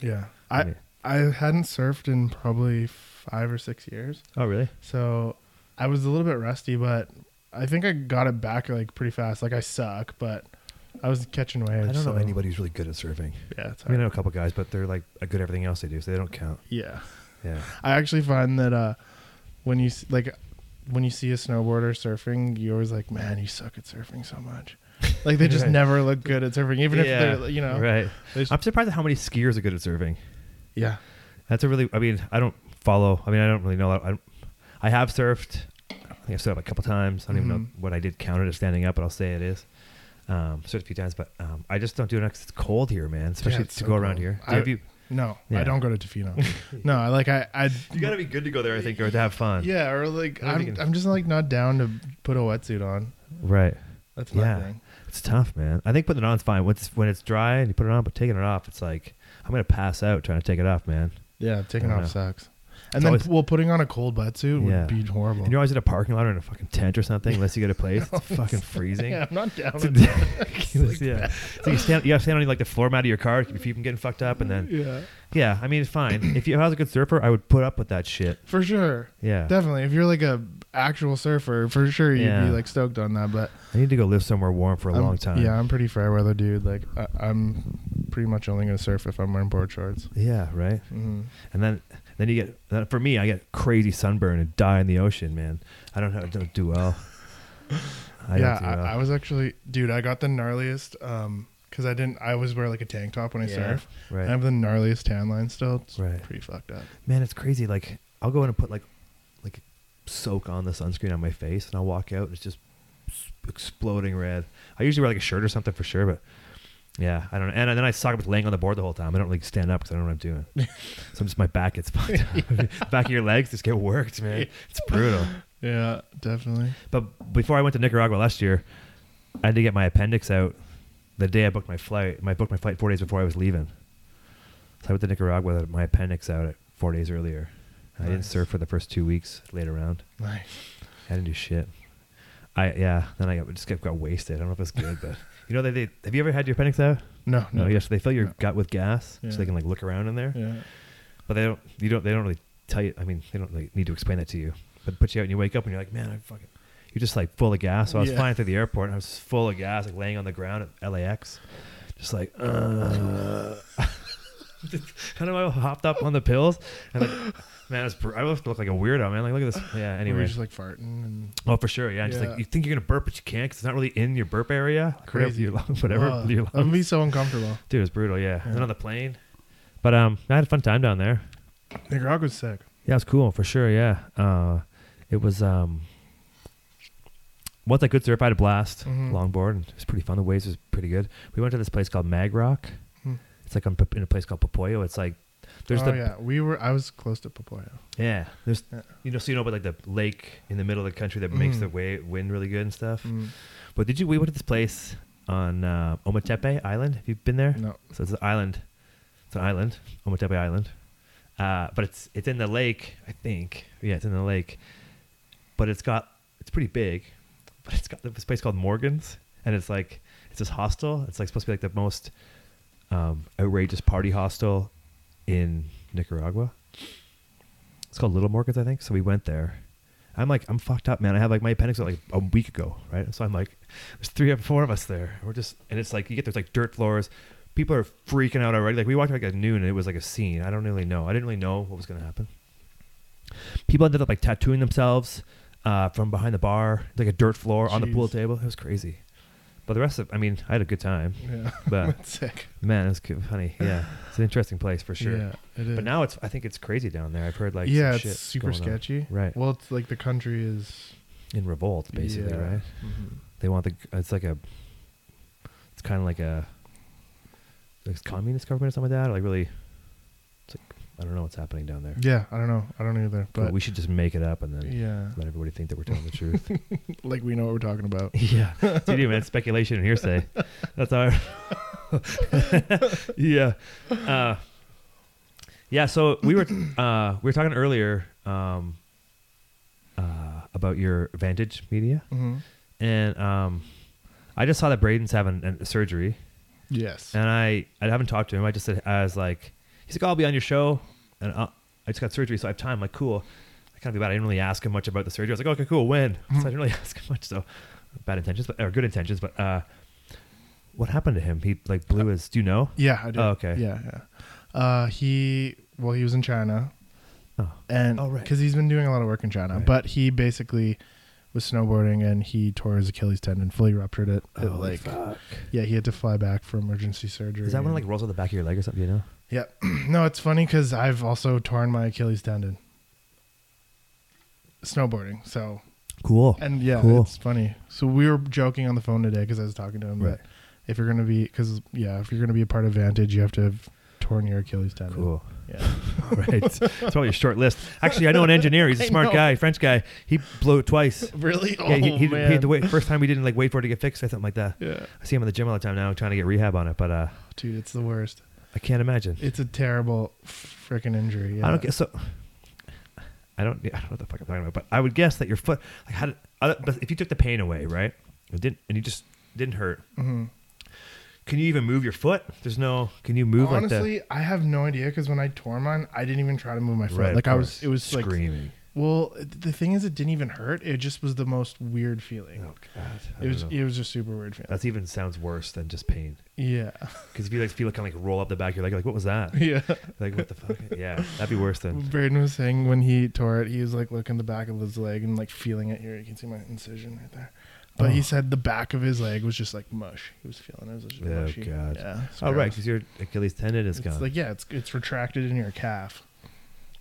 Speaker 2: Yeah. I,
Speaker 1: mean-
Speaker 2: I hadn't surfed in probably five or six years.
Speaker 1: oh really?
Speaker 2: So I was a little bit rusty, but I think I got it back like pretty fast. Like I suck, but I was catching waves.
Speaker 1: I don't
Speaker 2: so-
Speaker 1: know anybody who's really good at surfing.
Speaker 2: Yeah, it's
Speaker 1: I mean, I
Speaker 2: hard.
Speaker 1: know a couple guys, but they're like good at everything else they do, so they don't count.
Speaker 2: yeah.
Speaker 1: Yeah.
Speaker 2: I actually find that uh, when you s- like when you see a snowboarder surfing, you're always like, man, you suck at surfing so much. Like they just
Speaker 1: Right.
Speaker 2: never look good at surfing, even if they're you know.
Speaker 1: Right.
Speaker 2: they just-
Speaker 1: I'm surprised at how many skiers are good at surfing.
Speaker 2: Yeah.
Speaker 1: That's a really. I mean, I don't follow. I mean, I don't really know. I, I have surfed. I think I've surfed a couple times. I don't even know
Speaker 2: Mhm.
Speaker 1: what I did count it as standing up, but I'll say it is. Um, surfed a few times, but um, I just don't do it because it's cold here, man. Especially
Speaker 2: it's
Speaker 1: to
Speaker 2: so
Speaker 1: go around
Speaker 2: cold.
Speaker 1: here.
Speaker 2: I-
Speaker 1: Have you,
Speaker 2: No,
Speaker 1: Yeah.
Speaker 2: I don't go to Tofino. no, I like I I
Speaker 1: you got to be good to go there, I think, or to have fun.
Speaker 2: yeah, or like
Speaker 1: I don't
Speaker 2: I'm
Speaker 1: think it-
Speaker 2: I'm just like not down to put a wetsuit on.
Speaker 1: Right.
Speaker 2: That's my
Speaker 1: Yeah.
Speaker 2: thing.
Speaker 1: It's tough, man. I think putting it on is fine. Once when it's dry and you put it on, but taking it off, it's like I'm gonna pass out trying to take it off, man.
Speaker 2: Yeah, taking
Speaker 1: I
Speaker 2: off
Speaker 1: know.
Speaker 2: sucks. And
Speaker 1: It's
Speaker 2: then
Speaker 1: always-
Speaker 2: well, putting on a cold wetsuit
Speaker 1: Yeah.
Speaker 2: would be horrible.
Speaker 1: And you're always in a parking lot or in a fucking tent or something, unless you get a place. it's fucking freezing.
Speaker 2: yeah, I'm not down.
Speaker 1: It's
Speaker 2: with that.
Speaker 1: ridiculous, yeah. So you stand, you have to stand on like the floor mat of your car, keep your feet from getting fucked up, and then
Speaker 2: yeah,
Speaker 1: yeah, I mean it's fine. If, you, if I was a good surfer, I would put up with that shit.
Speaker 2: for sure.
Speaker 1: Yeah,
Speaker 2: Definitely. If you're like a actual surfer, for sure you'd
Speaker 1: Yeah.
Speaker 2: be like stoked on that. But
Speaker 1: I need to go live somewhere warm for a
Speaker 2: I'm-
Speaker 1: long time.
Speaker 2: Yeah, I'm pretty fair weather dude. Like I, I'm pretty much only gonna surf if I'm wearing board shorts.
Speaker 1: yeah, right.
Speaker 2: Mm-hmm.
Speaker 1: And then then you get then for me, I get crazy sunburn and die in the ocean, man. I don't know, I don't do well. I
Speaker 2: yeah,
Speaker 1: don't do well.
Speaker 2: I, I was actually, dude. I got the gnarliest. Um, because I didn't. I always wear like a tank top when I
Speaker 1: Yeah,
Speaker 2: surf.
Speaker 1: right.
Speaker 2: I have the gnarliest tan line still. It's
Speaker 1: Right.
Speaker 2: pretty fucked up.
Speaker 1: man, it's crazy. Like I'll go in and put like like soak on the sunscreen on my face, and I'll walk out. And it's just s- exploding red. I usually wear like a shirt or something for sure, but yeah, I don't know. And uh, then I suck with laying on the board the whole time. I don't really stand up because I don't know what I'm doing. so I'm just my back gets fucked up. back of your legs just get worked, man. It's brutal.
Speaker 2: Yeah, definitely.
Speaker 1: But before I went to Nicaragua last year, I had to get my appendix out the day I booked my flight. My booked my flight four days before I was leaving. So I went to Nicaragua with my appendix out at four days earlier. And I didn't
Speaker 2: Nice.
Speaker 1: surf for the first two weeks. Laid around.
Speaker 2: Nice.
Speaker 1: I didn't do shit. I yeah. Then I got, just got, got wasted. I don't know if it's good, but you know they, they have you ever had your appendix out?
Speaker 2: No,
Speaker 1: No.
Speaker 2: no.
Speaker 1: Yes, they fill your
Speaker 2: No.
Speaker 1: gut with gas so
Speaker 2: Yeah.
Speaker 1: they can like look around in there.
Speaker 2: Yeah.
Speaker 1: But they don't. You don't. They don't really tell you. I mean, they don't like, need to explain that to you. But put you out and you wake up and you're like, man, I fucking. You're just like full of gas. So I was
Speaker 2: Yeah.
Speaker 1: flying through the airport and I was full of gas, like laying on the ground at LAX, just like, uh. kind of I hopped up on the pills and like, man, it's, I looked look like a weirdo, man. Like, look at this. Yeah.
Speaker 2: Anyway,
Speaker 1: Anyway.
Speaker 2: Were you just like farting and
Speaker 1: oh, for sure. Yeah. Just
Speaker 2: Yeah.
Speaker 1: like you think you're gonna burp, but you can't because it's not really in your burp area. Like, right up
Speaker 2: Crazy.
Speaker 1: your lung- Whatever.
Speaker 2: Ugh,
Speaker 1: your
Speaker 2: That would
Speaker 1: lungs.
Speaker 2: be so uncomfortable.
Speaker 1: Dude, it was brutal. Yeah. And then
Speaker 2: Yeah.
Speaker 1: on the plane, but um, I had a fun time down there.
Speaker 2: Nicaragua's sick.
Speaker 1: Yeah, it's cool for sure. Yeah, uh, it was. Um, once I could surf, I had a blast
Speaker 2: Mhm.
Speaker 1: longboard, and it was pretty fun. The waves was pretty good. We went to this place called Mag Rock.
Speaker 2: Hmm.
Speaker 1: It's like on, Pap- in a place called Papoyo. It's like there's the
Speaker 2: oh
Speaker 1: yeah.
Speaker 2: yeah, we were. I was close to Papoya.
Speaker 1: there's
Speaker 2: Yeah.
Speaker 1: you know so you know about like the lake in the middle of the country that makes
Speaker 2: Mhm.
Speaker 1: the way, wind really good and stuff.
Speaker 2: Mm,
Speaker 1: But did you we went to this place on uh, Ometepe Island? Have you been there?
Speaker 2: no,
Speaker 1: So it's an island. It's an island, Ometepe Island. Uh, but it's it's in the lake, I think. Yeah, it's in the lake. But it's got it's pretty big. But it's got this place called Morgan's, and it's like it's this hostel. It's like supposed to be like the most um, outrageous party hostel in Nicaragua. It's called Little Morgan's, I think. So we went there. I'm like, I'm fucked up, man. I had like my appendix out like a week ago, right? So I'm like, there's three or four of us there. We're just, and it's like, you get there's like dirt floors. People are freaking out already. Like we walked like at noon and it was like a scene. I don't really know. I didn't really know what was going to happen. People ended up like tattooing themselves uh, from behind the bar, like a dirt floor on the pool
Speaker 2: Jeez.
Speaker 1: table. It was crazy. But the rest of, I mean, I had a good time.
Speaker 2: yeah,
Speaker 1: But
Speaker 2: that's sick.
Speaker 1: man, it was good, funny. Yeah, it's an interesting place for sure.
Speaker 2: Yeah, it is.
Speaker 1: But now it's, I think it's crazy down there. I've heard like
Speaker 2: yeah,
Speaker 1: some
Speaker 2: it's
Speaker 1: shit
Speaker 2: super
Speaker 1: going on.
Speaker 2: sketchy.
Speaker 1: Right.
Speaker 2: Well, it's like the country is
Speaker 1: in revolt, basically,
Speaker 2: yeah.
Speaker 1: right?
Speaker 2: Mhm.
Speaker 1: They want the. It's like a. It's kind of like a. Like communist government or something like that, or like really. It's like I don't know what's happening down there.
Speaker 2: Yeah, I don't know. I don't either.
Speaker 1: But
Speaker 2: But
Speaker 1: we should just make it up and then
Speaker 2: yeah,
Speaker 1: let everybody think that we're telling the truth.
Speaker 2: like we know what we're talking about.
Speaker 1: yeah, dude, man, it's speculation and hearsay. That's our. yeah, uh, yeah. So we were uh, we were talking earlier um, uh, about your Vantage Media.
Speaker 2: hmm
Speaker 1: and um, I just saw that Braden's having an- a surgery,
Speaker 2: Yes.
Speaker 1: and I I haven't talked to him. I just said I was like, he's like, "Oh, I'll be on your show, and I'll, I just got surgery, so I have time. I'm like, cool. I kind of be bad. I didn't really ask him much about the surgery. I was like, okay, cool. When? So I didn't really ask him much. So bad intentions, but or good intentions, but uh, what happened to him? He like blew his. Do you know?
Speaker 2: yeah, I do.
Speaker 1: Oh, okay.
Speaker 2: Yeah, yeah. Uh, he well, he was in China,
Speaker 1: Oh.
Speaker 2: and
Speaker 1: Oh, right.
Speaker 2: because he's been doing a lot of work in China,
Speaker 1: Right.
Speaker 2: but he basically was snowboarding and he tore his Achilles tendon, fully ruptured it. It,
Speaker 1: Holy
Speaker 2: like,
Speaker 1: fuck.
Speaker 2: yeah, he had to fly back for emergency surgery.
Speaker 1: Is that when it, like rolls out the back of your leg or something? You know?
Speaker 2: Yeah. no, it's funny because I've also torn my Achilles tendon snowboarding. So,
Speaker 1: Cool.
Speaker 2: and yeah,
Speaker 1: Cool.
Speaker 2: it's funny. So we were joking on the phone today because I was talking to him.
Speaker 1: Right.
Speaker 2: But if you're gonna be, because yeah, if you're gonna be a part of Vantage, you have to have torn your Achilles tendon.
Speaker 1: Cool.
Speaker 2: Yeah.
Speaker 1: right. It's probably a short list. Actually, I know an engineer. He's a
Speaker 2: I
Speaker 1: smart
Speaker 2: know.
Speaker 1: guy, French guy. He blew it twice.
Speaker 2: really? Oh,
Speaker 1: Yeah, he, he, he had to wait. First time we didn't like wait for it to get fixed or something like that.
Speaker 2: Yeah.
Speaker 1: I see him in the gym all the time now, trying to get rehab on it, but uh,
Speaker 2: Oh, Dude, it's the worst.
Speaker 1: I can't imagine.
Speaker 2: It's a terrible freaking injury. Yeah.
Speaker 1: I don't guess so. I don't. I don't know what the fuck I'm talking about, but I would guess that your foot, like, how did, other, but if you took the pain away, right, it didn't, and you just didn't hurt.
Speaker 2: Mhm.
Speaker 1: Can you even move your foot? There's no. Can you move like
Speaker 2: Honestly, I have no idea because when I tore mine, I didn't even try to move my
Speaker 1: that?
Speaker 2: foot. like I was, it was like
Speaker 1: screaming.
Speaker 2: Well, it- the thing is, it didn't even hurt. It just was the most weird feeling.
Speaker 1: oh god. I
Speaker 2: it was, e-,
Speaker 1: don't know.
Speaker 2: it was a super weird feeling.
Speaker 1: That's even sounds worse than just pain.
Speaker 2: yeah,
Speaker 1: Because if you like feel it kind of like roll up the back, you're like, like what was that?
Speaker 2: yeah.
Speaker 1: Like what the fuck? Yeah, that'd be worse than.
Speaker 2: Braden was saying when he tore it, he was like looking the back of his leg and like feeling it here. You can see my incision right there. But
Speaker 1: Oh.
Speaker 2: he said the back of his leg was just like mush. He was feeling it, it was just
Speaker 1: Oh,
Speaker 2: mushy.
Speaker 1: God.
Speaker 2: Yeah. it's
Speaker 1: Oh right,
Speaker 2: gross.
Speaker 1: because your Achilles tendon is
Speaker 2: It's
Speaker 1: gone.
Speaker 2: like yeah, it's it's retracted in your calf.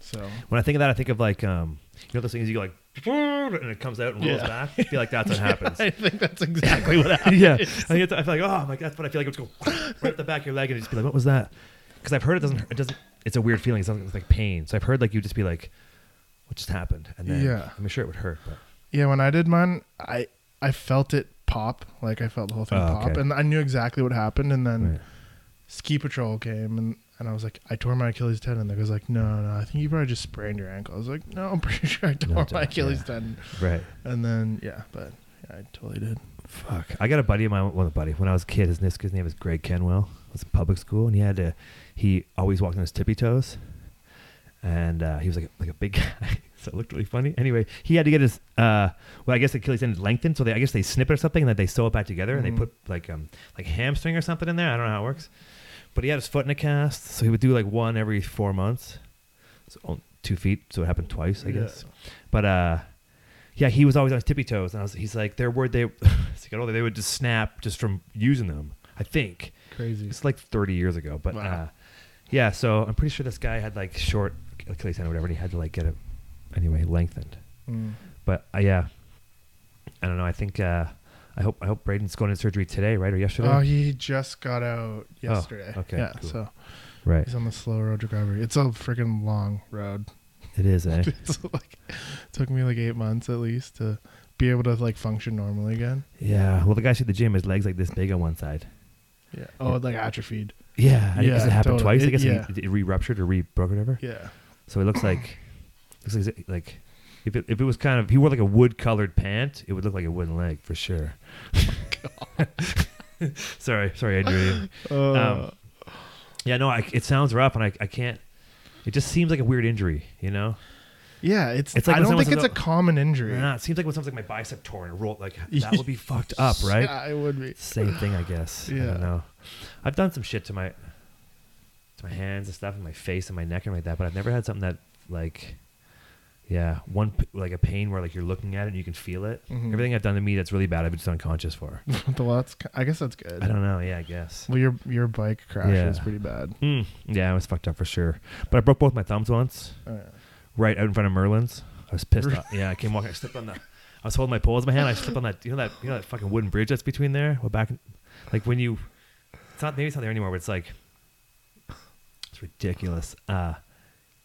Speaker 2: So
Speaker 1: when I think of that, I think of like um, you know those things you go like, and it comes out and rolls
Speaker 2: Yeah.
Speaker 1: back. I feel like that's what happens.
Speaker 2: I think that's exactly what happened.
Speaker 1: yeah, I, get to, I feel like oh, I'm like that's what I feel like. It's go right up the back of your leg and just be like, what was that? Because I've heard it doesn't. It doesn't. It's a weird feeling. It's something it's like pain. So I've heard like you just be like, what just happened? And then
Speaker 2: Yeah.
Speaker 1: I'm sure it would hurt. But
Speaker 2: Yeah, when I did mine, I I felt it pop. Like I felt the whole thing
Speaker 1: Oh,
Speaker 2: pop,
Speaker 1: okay.
Speaker 2: and I knew exactly what happened. And then
Speaker 1: Right.
Speaker 2: ski patrol came, and and I was like, I tore my Achilles tendon. They was like, no, no, I think you probably just sprained your ankle. I was like, no, I'm pretty sure I tore
Speaker 1: don't-
Speaker 2: my Achilles
Speaker 1: yeah.
Speaker 2: tendon.
Speaker 1: Right.
Speaker 2: And then yeah, but yeah, I totally did.
Speaker 1: Fuck. I got a buddy of mine. Well, a buddy. When I was a kid, his, his name was Greg Kenwell. It was in public school, and he had to. He always walked on his tippy toes, and uh, he was like a, like a big guy, so it looked really funny. Anyway, he had to get his. Uh, well, I guess the Achilles tendon lengthened, so they, I guess they snip it or something, and then they sew it back together, and
Speaker 2: Mhm.
Speaker 1: they put like um like hamstring or something in there. I don't know how it works, but he had his foot in a cast, so he would do like one every four months, so on two feet. So it happened twice, I
Speaker 2: Yeah.
Speaker 1: guess. But uh, yeah, he was always on his tippy toes, and I was, he's like, their word they, as he got older, they would just snap just from using them. I think
Speaker 2: Crazy.
Speaker 1: it's like 30 years ago, but
Speaker 2: Wow.
Speaker 1: uh, yeah. So I'm pretty sure this guy had like short Achilles tendon or whatever, and he had to like get it anyway lengthened.
Speaker 2: Mm.
Speaker 1: But uh, yeah, I don't know. I think uh, I hope I hope Braden's going to surgery today, right, or yesterday,
Speaker 2: Oh, he just got out yesterday.
Speaker 1: Oh, okay,
Speaker 2: Yeah,
Speaker 1: cool.
Speaker 2: so
Speaker 1: right?
Speaker 2: he's on the slow road to recovery. It's a freaking long road.
Speaker 1: It is, eh?
Speaker 2: it's like took me like eight months at least to be able to like function normally again.
Speaker 1: yeah. Well, the guy at the gym, his legs like this big on one side.
Speaker 2: Yeah. Oh, like atrophied.
Speaker 1: Yeah, I
Speaker 2: Yeah,
Speaker 1: guess it happened
Speaker 2: totally.
Speaker 1: twice. I
Speaker 2: It-
Speaker 1: guess
Speaker 2: yeah.
Speaker 1: it, it re-ruptured or re-broke or whatever.
Speaker 2: Yeah.
Speaker 1: So it looks like looks like like if it, if it was kind of if he wore like a wood colored pant, it would look like a wooden leg for sure. sorry, sorry, Adrian. Um,
Speaker 2: Uh,
Speaker 1: Yeah, no, I, it sounds rough, and I I can't. It just seems like a weird injury, you know.
Speaker 2: yeah. It's.
Speaker 1: it's like
Speaker 2: I
Speaker 1: when
Speaker 2: don't think it's
Speaker 1: someone's
Speaker 2: a common injury.
Speaker 1: Nah, it seems like when something's like my bicep torn, roll like that would be fucked up, right?
Speaker 2: Yeah, it would be.
Speaker 1: Same thing, I guess. I
Speaker 2: Yeah.
Speaker 1: don't know. I've done some shit to my to my hands and stuff, and my face and my neck and like that, but I've never had something that like, yeah, one p- like a pain where like you're looking at it and you can feel it.
Speaker 2: Mhm.
Speaker 1: Everything I've done to me that's really bad, I've been just unconscious for.
Speaker 2: the lots. I guess that's good.
Speaker 1: I don't know. Yeah, I guess.
Speaker 2: Well, your your bike crash
Speaker 1: Yeah.
Speaker 2: was pretty bad.
Speaker 1: Mm, yeah, I was fucked up for sure. But I broke both my thumbs once,
Speaker 2: Uh,
Speaker 1: right out in front of Merlin's. I was pissed off. Yeah, I came walking. I slipped on the. I was holding my pole in my hand. I slipped on that. You know that. You know that fucking wooden bridge that's between there. Well, back, in- like when you, it's not maybe it's not there anymore, but it's like, it's ridiculous. Uh,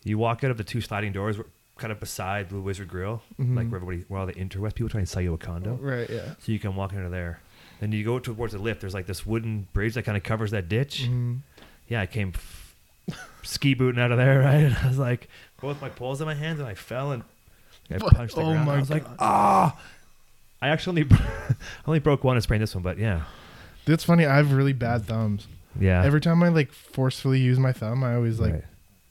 Speaker 1: you walk out of the two sliding doors, where- kind of beside Blue Wizard Grill, like
Speaker 2: Mhm.
Speaker 1: where everybody, where all the Interwest people try and sell you a condo,
Speaker 2: Right. Yeah.
Speaker 1: so you can walk into there. Then you go towards the lift. There's like this wooden bridge that kind of covers that ditch
Speaker 2: Mhm.
Speaker 1: yeah, I came f- ski booting out of there, right? And I was like, both my poles in my hands, and I fell and I
Speaker 2: What?
Speaker 1: punched the
Speaker 2: Oh
Speaker 1: ground.
Speaker 2: my
Speaker 1: I was like,
Speaker 2: God.
Speaker 1: ah! I actually only, I only broke one and sprained this one, but yeah,
Speaker 2: That's funny. I have really bad thumbs.
Speaker 1: yeah.
Speaker 2: Every time I like forcefully use my thumb, I always like.
Speaker 1: right.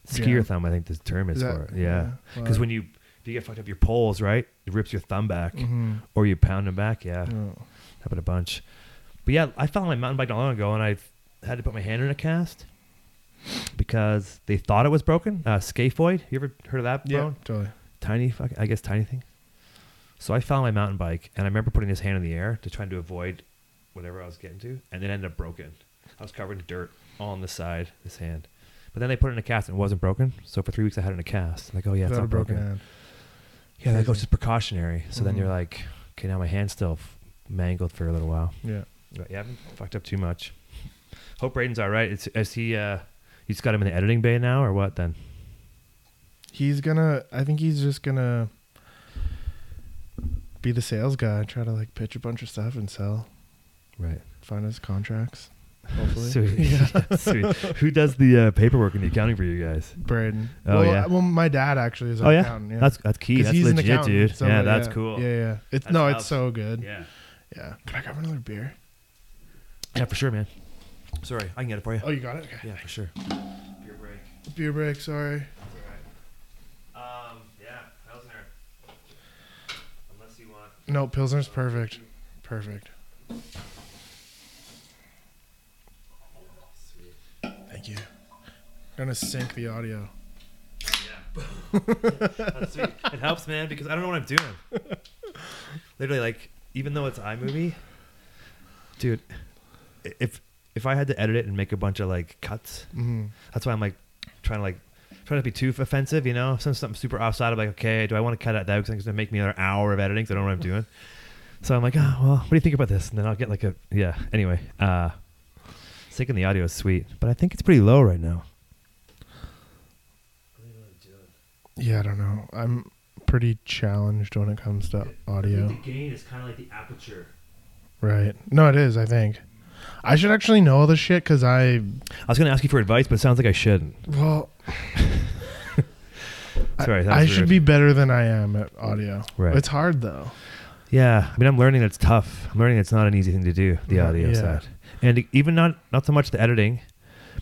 Speaker 1: skier
Speaker 2: yeah.
Speaker 1: thumb, I think the term is,
Speaker 2: Is that-
Speaker 1: for it. Yeah,
Speaker 2: yeah,
Speaker 1: because
Speaker 2: wow.
Speaker 1: when you if you get fucked up your poles, right, it rips your thumb back,
Speaker 2: Mhm.
Speaker 1: or you pound them back. Yeah,
Speaker 2: Oh.
Speaker 1: happened a bunch. But yeah, I fell on my mountain bike not long ago, and I had to put my hand in a cast because they thought it was broken. Uh, scaphoid, you ever heard of that?
Speaker 2: Yeah.
Speaker 1: bone?
Speaker 2: Totally.
Speaker 1: tiny fuck I guess tiny thing. So I found my mountain bike and I remember putting his hand in the air to try to avoid whatever I was getting to and then ended up broken. I was covered in dirt on the side, this hand. But then they put it in a cast and it wasn't broken. So for three weeks I had it in a cast. Like, oh yeah, it's
Speaker 2: Without
Speaker 1: not
Speaker 2: a broken
Speaker 1: broken.
Speaker 2: hand.
Speaker 1: Yeah, that goes
Speaker 2: Crazy.
Speaker 1: just precautionary. So then
Speaker 2: Mhm.
Speaker 1: you're like, okay, now my hand's still f- mangled for a little while.
Speaker 2: Yeah.
Speaker 1: But yeah, I haven't fucked up too much. Hope Braden's all right. It's, is he? Uh, you just got him in the editing bay now, or what? Then
Speaker 2: He's gonna. I think he's just gonna be the sales guy. Try to like pitch a bunch of stuff and sell.
Speaker 1: right.
Speaker 2: Find his contracts. Hopefully.
Speaker 1: Sweet.
Speaker 2: Yeah.
Speaker 1: Yeah, sweet. Who does the uh, paperwork and the accounting for you guys?
Speaker 2: Braden.
Speaker 1: Oh,
Speaker 2: well,
Speaker 1: yeah.
Speaker 2: I- well, my dad actually is. An
Speaker 1: Oh, yeah?
Speaker 2: Accountant, yeah.
Speaker 1: That's that's key.
Speaker 2: 'Cause
Speaker 1: That's
Speaker 2: he's an
Speaker 1: legit,
Speaker 2: accountant,
Speaker 1: dude.
Speaker 2: so,
Speaker 1: yeah, that's
Speaker 2: yeah.
Speaker 1: cool.
Speaker 2: Yeah, yeah. It's
Speaker 1: That's
Speaker 2: no,
Speaker 1: tough.
Speaker 2: it's so good. Yeah.
Speaker 1: yeah,
Speaker 2: Can I grab another beer?
Speaker 1: Yeah, for sure, man. Sorry, I can get it for you.
Speaker 2: Oh, you got it. Okay.
Speaker 1: Yeah, for sure. Beer break.
Speaker 2: Beer break. Sorry.
Speaker 1: That's all right. Um, yeah, Pilsner. Unless you want.
Speaker 2: No, Pilsner's perfect. Perfect.
Speaker 1: oh, Sweet.
Speaker 2: Thank you. gonna sync the audio.
Speaker 1: Yeah. That's sweet. It helps, man, because I don't know what I'm doing. Literally, like, even though it's iMovie, dude, i- if if I had to edit it and make a bunch of like cuts,
Speaker 2: Mm-hmm.
Speaker 1: that's why I'm like trying to like trying to be too offensive, you know. Since something super offside, I'm like, okay, do I want to cut out that because it's gonna make me another hour of editing? 'cause I don't know what I'm doing. So I'm like, oh well, what do you think about this? And then I'll get like a yeah. Anyway, uh, syncing the audio is sweet, but I think it's pretty low right now.
Speaker 2: Yeah, I don't know. I'm pretty challenged when it comes to audio.
Speaker 1: gain is kind of like the aperture.
Speaker 2: Right. No, it is. I think I should actually know all this shit because I
Speaker 1: I was going to ask you for advice, but it sounds like I shouldn't.
Speaker 2: well. I-
Speaker 1: Sorry, that
Speaker 2: I,
Speaker 1: was
Speaker 2: should
Speaker 1: rude.
Speaker 2: be better than I am at audio.
Speaker 1: Right.
Speaker 2: It's hard though.
Speaker 1: Yeah, I mean, I'm learning that's tough. I'm learning it's not an easy thing to do the
Speaker 2: Right,
Speaker 1: audio
Speaker 2: yeah.
Speaker 1: side, and even not not so much the editing,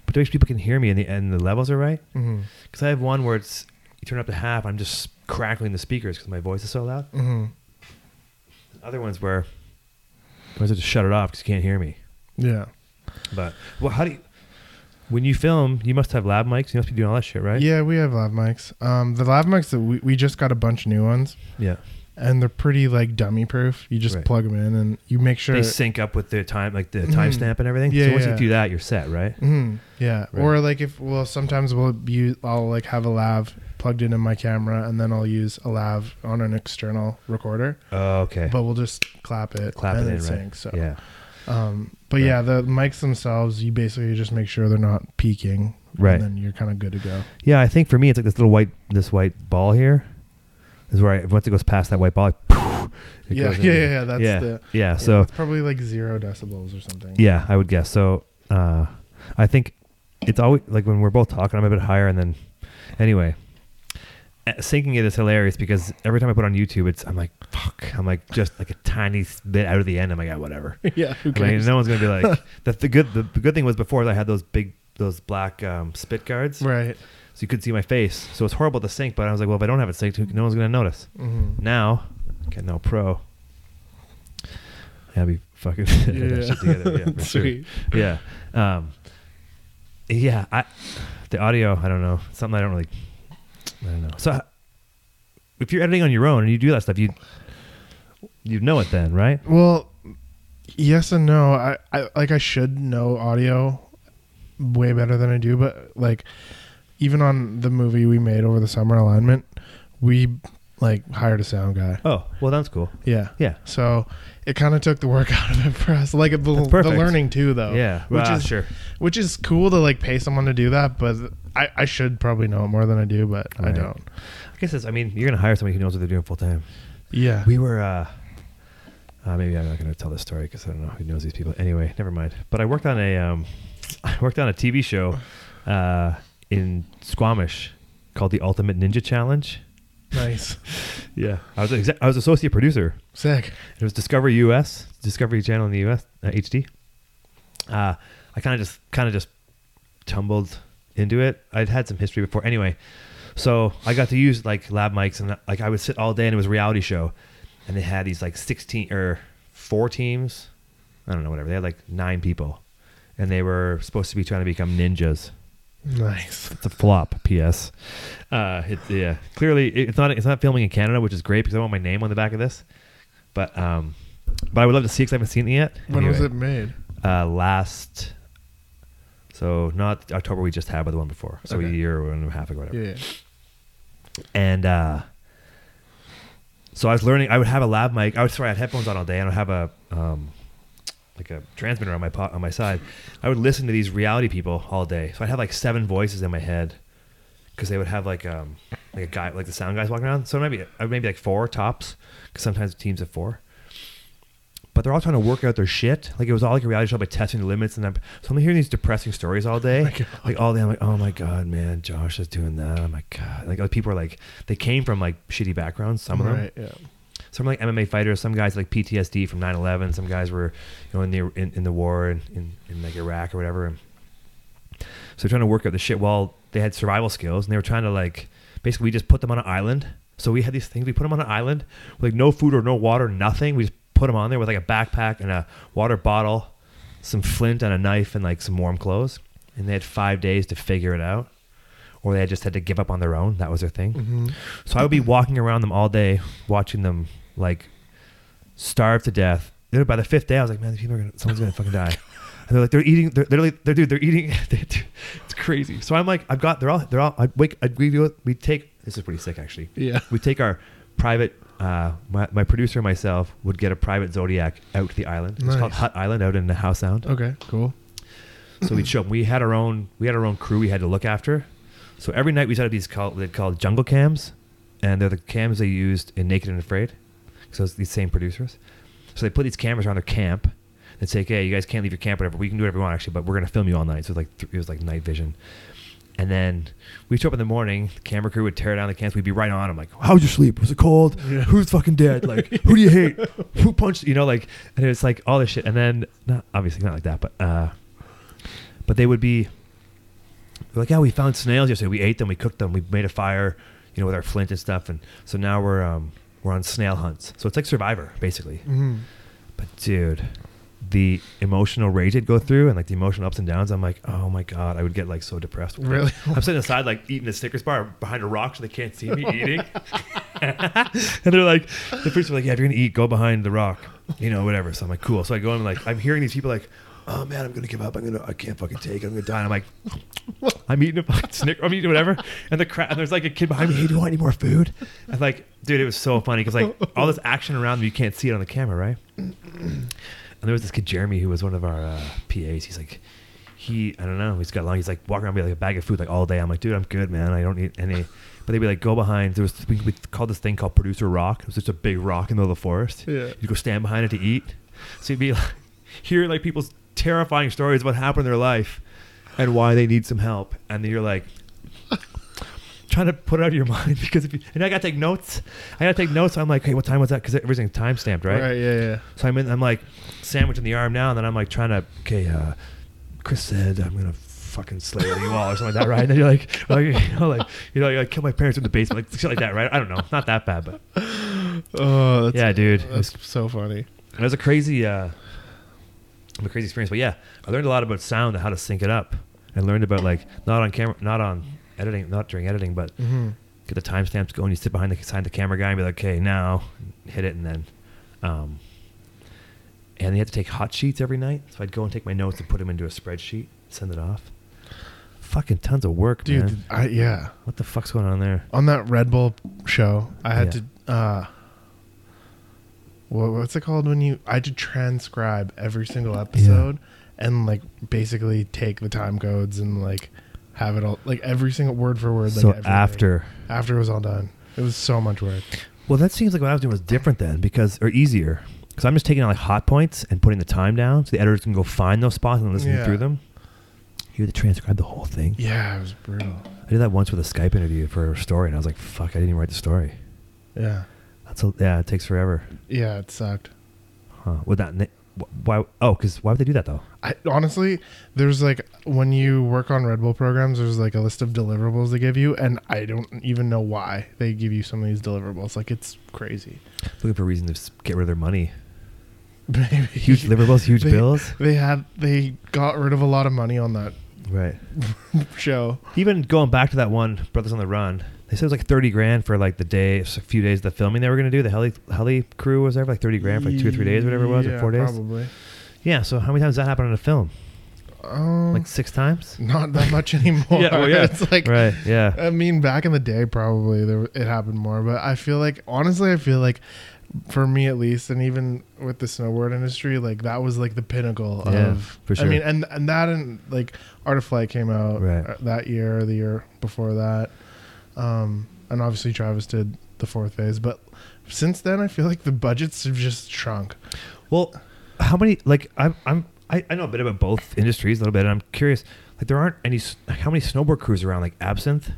Speaker 1: but to make sure people can hear me and the and the levels are right.
Speaker 2: Mm-hmm.
Speaker 1: Because I have one where it's you turn it up to half, I'm just crackling the speakers because my voice is so loud.
Speaker 2: Mm-hmm.
Speaker 1: Other ones where I might as well just shut it off because you can't hear me.
Speaker 2: Yeah.
Speaker 1: But well, how do you? When you film, you must have lab mics. You must be doing all that shit, right?
Speaker 2: Yeah, we have lav mics. Um, the lav mics that we, we just got a bunch of new ones,
Speaker 1: Yeah.
Speaker 2: and they're pretty like dummy proof. You just
Speaker 1: Right.
Speaker 2: plug 'em plug them in, and you make sure.
Speaker 1: They sync up with the time, like the
Speaker 2: Mhm.
Speaker 1: timestamp and everything.
Speaker 2: Yeah,
Speaker 1: so once
Speaker 2: yeah.
Speaker 1: you do that, you're set, right?
Speaker 2: Mhm, yeah,
Speaker 1: Right.
Speaker 2: or like if well, sometimes we'll use I'll like have a lav plugged into my camera, and then I'll use a lav on an external recorder,
Speaker 1: Oh, okay.
Speaker 2: but we'll just clap it,
Speaker 1: Clap
Speaker 2: and
Speaker 1: it in, right.
Speaker 2: syncs, So,
Speaker 1: yeah.
Speaker 2: um, but
Speaker 1: Right.
Speaker 2: yeah, the mics themselves, you basically just make sure they're not peaking,
Speaker 1: Right.
Speaker 2: And then you're kind of good to go.
Speaker 1: Yeah, I think for me, it's like this little white, this white ball here. Is where I once it goes past that white ball, like, it
Speaker 2: yeah,
Speaker 1: goes in
Speaker 2: yeah,
Speaker 1: there.
Speaker 2: yeah, yeah. That's
Speaker 1: yeah,
Speaker 2: the
Speaker 1: yeah.
Speaker 2: yeah,
Speaker 1: So
Speaker 2: it's probably like zero decibels or something.
Speaker 1: yeah, I would guess. So uh, I think it's always like when we're both talking, I'm a bit higher, and then anyway, uh, syncing it is hilarious because every time I put it on YouTube, it's I'm like fuck, I'm like just like a tiny s- bit out of the end. I'm like ah, whatever.
Speaker 2: yeah. Who
Speaker 1: I mean,
Speaker 2: cares?
Speaker 1: no one's gonna be like the, the good. The, good thing was before I had those big those black um, spit guards,
Speaker 2: Right.
Speaker 1: so you could see my face. So it's horrible to sync, but I was like, well, if I don't have it synced, who- no one's gonna notice.
Speaker 2: Mm-hmm.
Speaker 1: Now, okay, no pro. Yeah, I'd be fucking yeah. that shit together. Yeah, for sure.
Speaker 2: Sweet.
Speaker 1: Yeah, um, yeah. I the audio. I don't know. Something I don't really. I don't know. So uh, if you're editing on your own and you do that stuff, you you know it then, right?
Speaker 2: Well, yes and no. I, I like I should know audio way better than I do, but like even on the movie we made over the summer alignment, we like hired a sound guy.
Speaker 1: Oh, well, that's cool.
Speaker 2: Yeah.
Speaker 1: Yeah.
Speaker 2: So it kind of took the work out of it for us. Like the,
Speaker 1: That's
Speaker 2: the
Speaker 1: perfect.
Speaker 2: learning too, though.
Speaker 1: yeah,
Speaker 2: Oh. Which
Speaker 1: ah,
Speaker 2: is
Speaker 1: sure.
Speaker 2: which is cool to like pay someone to do that, but I, I should probably know it more than I do, but I
Speaker 1: Right.
Speaker 2: don't.
Speaker 1: I guess it's, I mean, you're gonna hire somebody who knows what they're doing full time.
Speaker 2: Yeah.
Speaker 1: We were, uh, uh, maybe I'm not going to tell this story because I don't know who knows these people. Anyway, never mind. But I worked on a, um, I worked on a TV show uh, in Squamish called the Ultimate Ninja Challenge.
Speaker 2: nice.
Speaker 1: Yeah, I was exa- I was associate producer.
Speaker 2: Sick.
Speaker 1: It was Discovery US, Discovery Channel in the US uh, HD. Uh, I kind of just kind of just tumbled into it. I'd had some history before, anyway. So I got to use like lab mics, and like I would sit all day, and it was a reality show, and they had these like sixteen or four teams. I don't know, whatever. They had like nine people, and they were supposed to be trying to become ninjas.
Speaker 2: Nice.
Speaker 1: It's a flop. P.S. Uh, it, yeah, clearly it- it's not it's not filming in Canada, which is great because I want my name on the back of this. But um, but I would love to see because I haven't seen it yet.
Speaker 2: When was it
Speaker 1: Anyway,
Speaker 2: made?
Speaker 1: Uh, last. So not October we just had, but the one before. So a
Speaker 2: Okay.
Speaker 1: year or and a half ago, whatever.
Speaker 2: Yeah.
Speaker 1: And uh, so I was learning. I would have a lab mic. I would sorry, I had headphones on all day, and I'd have a um, like a transmitter on my po- on my side. I would listen to these reality people all day. So I'd have like seven voices in my head because they would have like um like a guy like the sound guys walking around. So maybe uh, maybe like four tops because sometimes teams have four. But they're all trying to work out their shit. Like it was all like a reality show by testing the limits, and I'm so I'm hearing these depressing stories all day, like all day. I'm like, oh my god, man, Josh is doing that. Oh my god, like other people are like they came from like shitty backgrounds. Some of them,
Speaker 2: Right. Yeah.
Speaker 1: some like MMA fighters, some guys like PTSD from 9/11, some guys were you know in the in, in the war in, in in like Iraq or whatever. And so they're trying to work out the shit while they had survival skills and they were trying to like basically we just put them on an island. So we had these things, we put them on an island with like no food or no water, nothing. We just put them on there with like a backpack and a water bottle, some flint and a knife and like some warm clothes. And they had 5 days to figure it out. Or they just had to give up on their own. That was their thing.
Speaker 2: Mm-hmm.
Speaker 1: So I would be walking around them all day, watching them like starve to death. Then by the fifth day, I was like, man, these people are gonna, someone's gonna fucking die. And they're like, they're eating, they're, they're like, they're dude, they're eating, they it's crazy. So I'm like, I've got, they're all, they're all, I wake, I we do it, we take, this is pretty sick actually.
Speaker 2: Yeah.
Speaker 1: We take our private, uh, my, my producer and myself would get a private Zodiac out to the island. It's called
Speaker 2: Nice.
Speaker 1: Hut Island out in the Howe Sound
Speaker 2: Okay. Cool.
Speaker 1: so we'd show up. We had our own we had our own crew we had to look after. So every night we set up these called they called jungle cams, and they're the cams they used in Naked and Afraid. So it's these same producers. So they put these cameras around their camp and say, "Hey, you guys can't leave your camp, whatever. We can do whatever we want, actually, but we're gonna film you all night." So it was like th- it was like night vision. And then we show up in the morning. The camera crew would tear down the camps. We'd be right on. I'm like, "How'd you sleep? Was it cold?
Speaker 2: Yeah.
Speaker 1: Who's fucking dead? Like, who do you hate? Who punched? You know, like." And it's like all this shit. And then not obviously not like that, but uh, but they would be like, "Yeah, we found snails yesterday. We ate them. We cooked them. We made a fire, you know, with our flint and stuff." And so now we're um, we're on snail hunts. So it's like Survivor, basically.
Speaker 2: Mhm.
Speaker 1: But dude, the emotional rage I'd go through and like the emotional ups and downs, I'm like, oh my god, I would get like so depressed.
Speaker 2: Really?
Speaker 1: I'm sitting aside like eating a Snickers bar behind a rock so they can't see me eating. and they're like, the priests were like, yeah, if you're gonna eat, go behind the rock, you know, whatever. So I'm like, cool. So I go and like, I'm hearing these people like. Oh man, I'm gonna give up. I'm gonna. I can't fucking take. it. I'm gonna die. And I'm like, I'm eating a fucking Snicker. I'm eating whatever. And the crowd. And there's like a kid behind me. Hey, do you want any more food? And like, dude, it was so funny because like all this action around me, you can't see it on the camera, right? And there was this kid Jeremy who was one of our uh, PAs. He's like, he I don't know. He's got long. He's like walking around with like a bag of food like all day. I'm like, dude, I'm good, man. I don't need any. But they'd be like, go behind. There was we, we called this thing called producer rock. It was just a big rock in the middle of the forest.
Speaker 2: Yeah.
Speaker 1: You'd go stand behind it to eat. So you'd be like, hear like people's terrifying stories about what happened in their life and why they need some help. And then you're like, trying to put it out of your mind because if you, and I gotta take notes. I gotta take notes. I'm like, hey, what time was that? Because everything's time stamped,
Speaker 2: Right. Yeah. Yeah.
Speaker 1: so I'm in, I'm like sandwiching the arm now, and then I'm like trying to okay. Uh, Chris said I'm gonna fucking slay you all or something like that, right? And then you're like, like you know, like you know, you're like kill my parents in the basement, like shit like that, right? I don't know, not that bad, but
Speaker 2: Oh, that's,
Speaker 1: yeah, dude, it was,
Speaker 2: That's so funny.
Speaker 1: it was a crazy, uh, a crazy experience. But yeah, I learned a lot about sound and how to sync it up, and learned about like not on camera, not on editing, not during editing, but
Speaker 2: Mm-hmm.
Speaker 1: get the timestamps going. You sit behind the behind the camera guy and be like, "Okay, now hit it," and then, um, and they had to take hot sheets every night. So I'd go and take my notes and put them into a spreadsheet, send it off. Fucking tons of work,
Speaker 2: Dude,
Speaker 1: man.
Speaker 2: I, yeah.
Speaker 1: What the fuck's going on there?
Speaker 2: On that Red Bull show, I had
Speaker 1: Yeah.
Speaker 2: to. uh what, What's it called when you? I had to transcribe every single episode and like basically take the time codes and like have it all like every single word for word. Like
Speaker 1: so
Speaker 2: everything.
Speaker 1: after,
Speaker 2: after it was all done, it was so much work.
Speaker 1: well, that seems like what I was doing was different then because or easier because I'm just taking out like hot points and putting the time down so the editors can go find those spots and listen
Speaker 2: Yeah.
Speaker 1: through them. You had to transcribe the whole thing.
Speaker 2: Yeah, it was brutal.
Speaker 1: I did that once with a Skype interview for a story, and I was like, "Fuck, I didn't even write the story."
Speaker 2: Yeah,
Speaker 1: That's a, yeah, it takes forever.
Speaker 2: yeah, it sucked.
Speaker 1: Huh. Would that ni- wh- why? Oh, because why would they do that though?
Speaker 2: I, honestly, there's like when you work on Red Bull programs, there's like a list of deliverables they give you, and I don't even know why they give you some of these deliverables. Like it's crazy.
Speaker 1: Looking for a reason to s- get rid of their money.
Speaker 2: Maybe
Speaker 1: Huge deliverables, huge
Speaker 2: They-
Speaker 1: bills.
Speaker 2: They had they got rid of a lot of money on that
Speaker 1: Right.
Speaker 2: show.
Speaker 1: Even going back to that one, Brothers on the Run. They said it was like thirty grand for like the day, a few days of the filming they were gonna do. The heli heli crew was there for like thirty grand for like two or three days, whatever it was,
Speaker 2: Yeah,
Speaker 1: or four days.
Speaker 2: Probably.
Speaker 1: Yeah. So how many times does that happen in a film?
Speaker 2: Um,
Speaker 1: Like six times.
Speaker 2: not that much anymore.
Speaker 1: Yeah, well, yeah.
Speaker 2: It's like uh,
Speaker 1: Right. Yeah.
Speaker 2: I mean, back in the day, probably there it happened more, but I feel like honestly, I feel like for me at least, and even with the snowboard industry, like that was like the pinnacle
Speaker 1: Yeah,
Speaker 2: of.
Speaker 1: for sure.
Speaker 2: I mean, and and that and like Art of Flight came out
Speaker 1: Right.
Speaker 2: uh, that year, or the year before that, um, and obviously Travis did the fourth phase, but since then, I feel like the budgets have just shrunk.
Speaker 1: Well, how many? Like I'm I'm I, I know a bit about both industries a little bit, and I'm curious. Like there aren't any. s- How many snowboard crews around? Like Absinthe.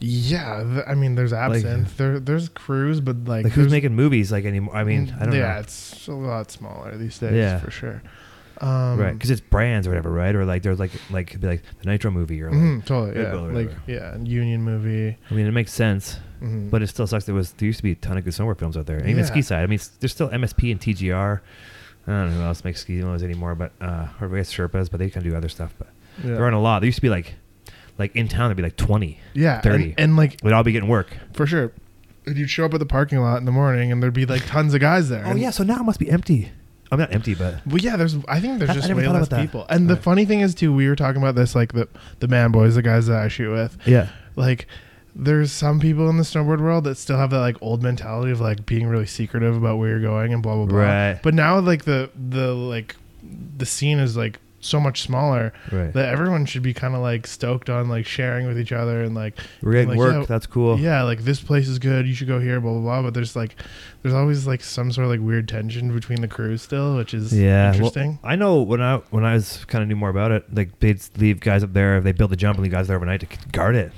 Speaker 2: Yeah, th- I mean, there's
Speaker 1: Like-
Speaker 2: absinthe, there there's crews, but
Speaker 1: like
Speaker 2: like,
Speaker 1: who's
Speaker 2: there's-
Speaker 1: making movies like anymore? I mean, I don't
Speaker 2: Mm, yeah,
Speaker 1: know,
Speaker 2: it's a lot smaller these days
Speaker 1: Yeah.
Speaker 2: for sure. Um,
Speaker 1: right? Because it's brands or whatever, right? Or like there's like like could be like the Nitro movie or like,
Speaker 2: mhm, totally.
Speaker 1: Red
Speaker 2: Yeah.
Speaker 1: Bull or
Speaker 2: Like
Speaker 1: whatever.
Speaker 2: yeah, Union movie.
Speaker 1: I mean, it makes sense,
Speaker 2: mhm.
Speaker 1: but it still sucks. There was there used to be a ton of good snowboard films out there, and even
Speaker 2: Yeah.
Speaker 1: ski side. I mean, s- there's still MSP and TGR. I don't know who else makes ski movies anymore, but uh, or I guess Sherpas, but they kind of do other stuff. But
Speaker 2: yeah.
Speaker 1: there aren't a lot. There used to be like like in town there'd be like 20
Speaker 2: yeah, and-
Speaker 1: 30.
Speaker 2: and, like
Speaker 1: we'd all be getting work
Speaker 2: for sure. and You'd show up at the parking lot in the morning, and there'd be like tons of guys there.
Speaker 1: oh
Speaker 2: and-
Speaker 1: yeah so now it must be empty i'm not empty but
Speaker 2: Well, yeah, there's. I think
Speaker 1: I-
Speaker 2: there's
Speaker 1: I
Speaker 2: just
Speaker 1: never
Speaker 2: way
Speaker 1: thought
Speaker 2: less
Speaker 1: about that.
Speaker 2: people. And the
Speaker 1: Right.
Speaker 2: funny thing is too, we were talking about this, like the the man boys, the guys that I shoot with.
Speaker 1: yeah
Speaker 2: Like, there's some people in the snowboard world that still have that like old mentality of like being really secretive about where you're going and blah blah blah.
Speaker 1: right
Speaker 2: But now like the the like the scene is like so much smaller
Speaker 1: Right.
Speaker 2: that everyone should be kind of like stoked on like sharing with each other and like
Speaker 1: We're getting
Speaker 2: like,
Speaker 1: work.
Speaker 2: yeah,
Speaker 1: That's cool.
Speaker 2: yeah like this place is good you should go here blah blah blah but there's like there's always like some sort of like weird tension between the crews still which is
Speaker 1: Yeah, well,
Speaker 2: interesting
Speaker 1: I know when I when I was kind of knew more about it, like they'd leave guys up there. They build a jump and leave guys there overnight to guard it,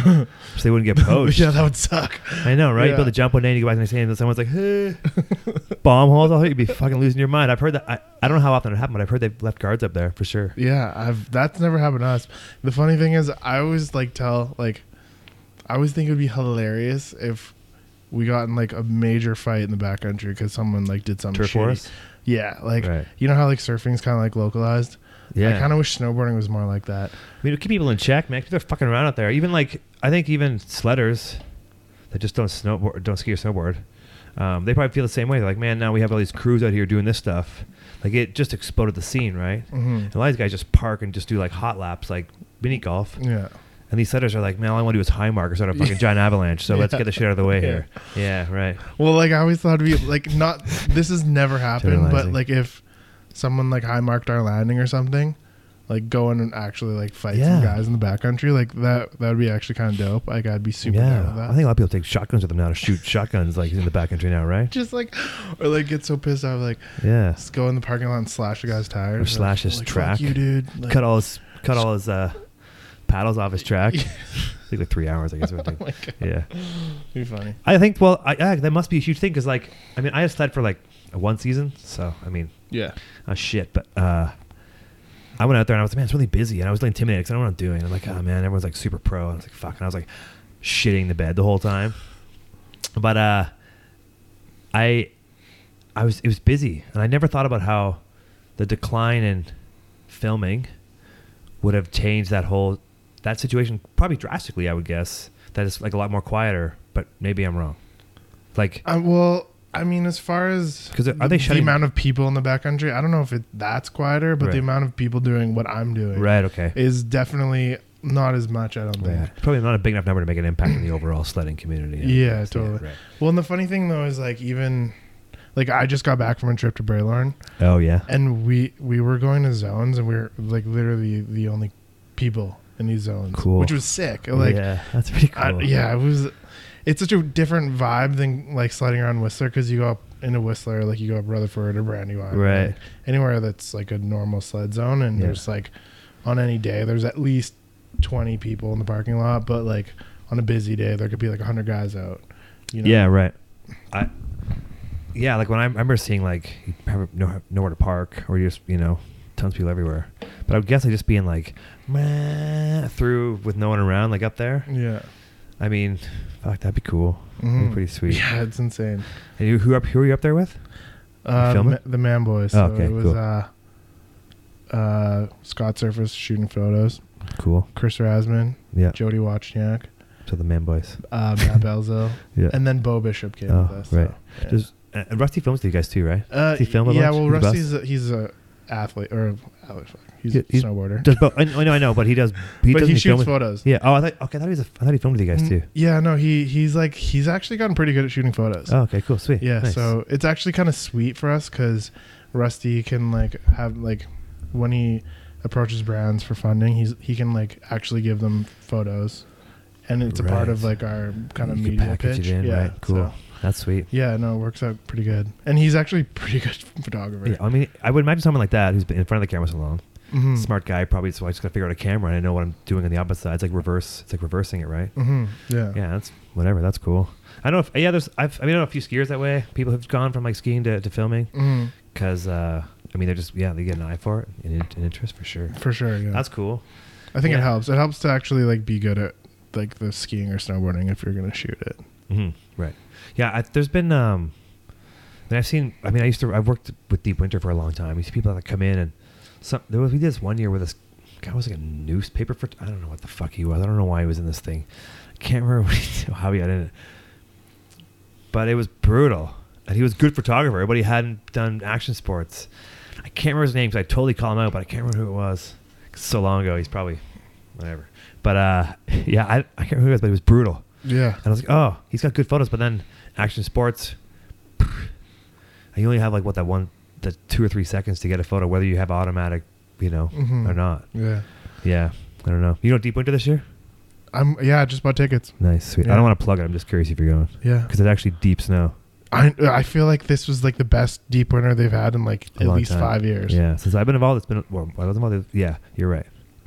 Speaker 1: so they wouldn't get poached.
Speaker 2: yeah that would suck
Speaker 1: I know, right? You
Speaker 2: Yeah.
Speaker 1: build a jump one day and you go back the next day and someone's like, hey, bomb holes out here. You'd be fucking losing your mind. I've heard that. I, I don't know how often it happened, but I've heard they've left guards up there for sure.
Speaker 2: Yeah, I've that's never happened to us. The funny thing is, I always like tell like, I always think it would be hilarious if we got in like a major fight in the backcountry because someone like did something.
Speaker 1: Turf
Speaker 2: shitty.
Speaker 1: wars?
Speaker 2: Yeah, like
Speaker 1: Right.
Speaker 2: you know how like surfing's kind of like localized.
Speaker 1: Yeah.
Speaker 2: I kind of wish snowboarding was more like that.
Speaker 1: I mean, keep people in check, man. 'cause They're fucking around out there. Even like, I think even sledders that just don't snowboard, don't ski or snowboard, um, they probably feel the same way. They're like, man, now we have all these crews out here doing this stuff. Like, it just exploded the scene, right?
Speaker 2: hmm
Speaker 1: And a lot of these guys just park and just do like hot laps, like mini golf.
Speaker 2: Yeah,
Speaker 1: And these setters are like, man, all I want to do is high mark or start a fucking giant avalanche. So let's
Speaker 2: Yeah.
Speaker 1: get the shit out of the way here. Yeah, right.
Speaker 2: well, like I always thought we like not this has never happened, but
Speaker 1: Generalizing.
Speaker 2: like if someone like high marked our landing or something. Like go in and actually like fight
Speaker 1: Yeah.
Speaker 2: some guys in the backcountry, like that. That would be actually kind of dope. Like I'd be super down with that.
Speaker 1: I think a lot of people take shotguns with them now to shoot shotguns like in the backcountry now, right?
Speaker 2: just like or like get so pissed off like
Speaker 1: Yeah.
Speaker 2: just go in the parking lot and slash the guy's tires
Speaker 1: Or slash his
Speaker 2: like, fuck
Speaker 1: track.
Speaker 2: you dude like,
Speaker 1: cut all his cut all his uh, paddles off his track. I think like three hours, I guess. It would take.
Speaker 2: my God,
Speaker 1: yeah,
Speaker 2: be funny
Speaker 1: I think. Well, I, I, that must be a huge thing because, like, I mean, I had sled for like one season, so I mean,
Speaker 2: yeah
Speaker 1: oh shit. But uh, I went out there and I was like, man, it's really busy, and I was really intimidated because I don't know what I'm doing. And I'm like, oh man, everyone's like super pro, and I was like, fuck, and I was like shitting the bed the whole time. But uh, I, I was it was busy, and I never thought about how the decline in filming would have changed that whole that situation probably drastically. I would guess that it's like a lot more quieter, but maybe I'm wrong. Like,
Speaker 2: I, Uh, well i mean as far as
Speaker 1: 'Cause are
Speaker 2: the-
Speaker 1: they
Speaker 2: the
Speaker 1: shutting-
Speaker 2: amount of people in the backcountry i don't know if it that's quieter but
Speaker 1: Right.
Speaker 2: the amount of people doing what i'm doing
Speaker 1: right? Okay.
Speaker 2: is definitely not as much i don't think
Speaker 1: Yeah. Probably not a big enough number to make an impact in the overall sledding community.
Speaker 2: Yeah,
Speaker 1: Yes,
Speaker 2: totally.
Speaker 1: right.
Speaker 2: well and the funny thing though is like even like i just got back from a trip to braylorn
Speaker 1: Oh yeah.
Speaker 2: and we we were going to zones and we were like literally the only people in these zones
Speaker 1: Cool.
Speaker 2: which was sick like
Speaker 1: yeah, that's pretty cool.
Speaker 2: I- yeah, it was. It's such a different vibe than like sliding around Whistler because you go up into Whistler, like you go up Rutherford or Brandywine,
Speaker 1: Right.
Speaker 2: like, anywhere that's like a normal sled zone, and
Speaker 1: Yeah.
Speaker 2: there's like on any day there's at least twenty people in the parking lot, but like on a busy day there could be like hundred guys out. You know?
Speaker 1: Yeah, right. I yeah, like when I, I remember seeing like you have no, nowhere to park or you just you know tons of people everywhere, but I would guess I just being like meh, through with no one around like up there.
Speaker 2: yeah,
Speaker 1: I mean, fuck, that'd be cool. That'd
Speaker 2: Mhm.
Speaker 1: be pretty sweet.
Speaker 2: Yeah, it's insane.
Speaker 1: And you, who up who are you up there with?
Speaker 2: Uh,
Speaker 1: film
Speaker 2: the,
Speaker 1: it?
Speaker 2: the Man Boys.
Speaker 1: Oh,
Speaker 2: So
Speaker 1: okay,
Speaker 2: it was
Speaker 1: cool.
Speaker 2: uh, uh, Scott Surface shooting photos,
Speaker 1: Cool.
Speaker 2: Chris Rasman,
Speaker 1: Yeah.
Speaker 2: Jody Wachniak,
Speaker 1: So the man boys.
Speaker 2: uh, Matt Belzel,
Speaker 1: Yeah.
Speaker 2: and then Bo Bishop came
Speaker 1: Oh,
Speaker 2: with us.
Speaker 1: right.
Speaker 2: So, yeah.
Speaker 1: Does- uh, Rusty films with you guys too, right?
Speaker 2: uh,
Speaker 1: does he film a
Speaker 2: Yeah,
Speaker 1: bunch?
Speaker 2: well,
Speaker 1: He's a bus?
Speaker 2: Rusty's a, he's a athlete or athlete, fuck, he's
Speaker 1: Yeah,
Speaker 2: a
Speaker 1: he's-
Speaker 2: snowboarder,
Speaker 1: Does Bo, I, I know, I know, but he does. He
Speaker 2: but
Speaker 1: doesn't
Speaker 2: he
Speaker 1: film
Speaker 2: shoots
Speaker 1: with-
Speaker 2: photos.
Speaker 1: Yeah. Oh, I thought. Okay, I thought he was. A, I thought he filmed with you guys
Speaker 2: Mm,
Speaker 1: too.
Speaker 2: Yeah, no, he he's like he's actually gotten pretty good at shooting photos.
Speaker 1: Oh, okay, cool, sweet.
Speaker 2: Yeah,
Speaker 1: nice.
Speaker 2: so it's actually kind of sweet for us because Rusty can like have like when he approaches brands for funding, he's he can like actually give them photos, and it's a part of
Speaker 1: Right.
Speaker 2: like our kind of
Speaker 1: You could
Speaker 2: media
Speaker 1: package
Speaker 2: pitch.
Speaker 1: it in,
Speaker 2: yeah,
Speaker 1: right, cool.
Speaker 2: so,
Speaker 1: that's sweet.
Speaker 2: yeah, no, it works out pretty good, and he's actually a pretty good photographer.
Speaker 1: Yeah, I mean, I would imagine someone like that who's been in front of the camera so long,
Speaker 2: Mhm.
Speaker 1: smart guy, probably. So I just gotta figure out a camera and I know what I'm doing on the opposite side. It's like reverse. It's like reversing it, right?
Speaker 2: Mhm. Yeah.
Speaker 1: Yeah, that's whatever. That's cool. I know. If, yeah, there's. I've, I mean, I know a few skiers that way. People have gone from like skiing to, to filming
Speaker 2: Mhm.
Speaker 1: because, uh, I mean, they're just yeah, they get an eye for it and in- an interest for sure.
Speaker 2: For sure. Yeah.
Speaker 1: That's cool.
Speaker 2: I think
Speaker 1: yeah.
Speaker 2: it helps. It helps to actually like be good at like the skiing or snowboarding if you're gonna shoot it.
Speaker 1: hmm Right. Yeah. I, there's been. Um, I mean, I've seen. I mean, I used to. I've worked with Deep Winter for a long time. You see people that come in and some. There was we did this one year where this guy was like a newspaper for. I don't know what the fuck he was. I don't know why he was in this thing. I can't remember what he, how he got in it. But it was brutal, and he was a good photographer, but he hadn't done action sports. I can't remember his name because I totally call him out, but I can't remember who it was. 'Cause So long ago, he's probably whatever. But uh, yeah, I, I can't remember who it was, but he was brutal.
Speaker 2: Yeah.
Speaker 1: And I was like, oh, he's got good photos, but then action sports, and you only have like what that one, the two or three seconds to get a photo, whether you have automatic, you know,
Speaker 2: Mhm.
Speaker 1: or not.
Speaker 2: Yeah.
Speaker 1: Yeah, I don't know. You know, Deep Winter this year?
Speaker 2: I'm yeah, I just bought tickets.
Speaker 1: Nice, sweet. I
Speaker 2: Yeah.
Speaker 1: don't want to plug it. I'm just curious if you're going
Speaker 2: Yeah.
Speaker 1: because it's actually deep snow.
Speaker 2: I I feel like this was like the best deep winter they've had in like
Speaker 1: A
Speaker 2: at
Speaker 1: long
Speaker 2: least
Speaker 1: time.
Speaker 2: 5 years.
Speaker 1: Yeah, since I've been involved, it's been well. I was involved. Yeah, you're right.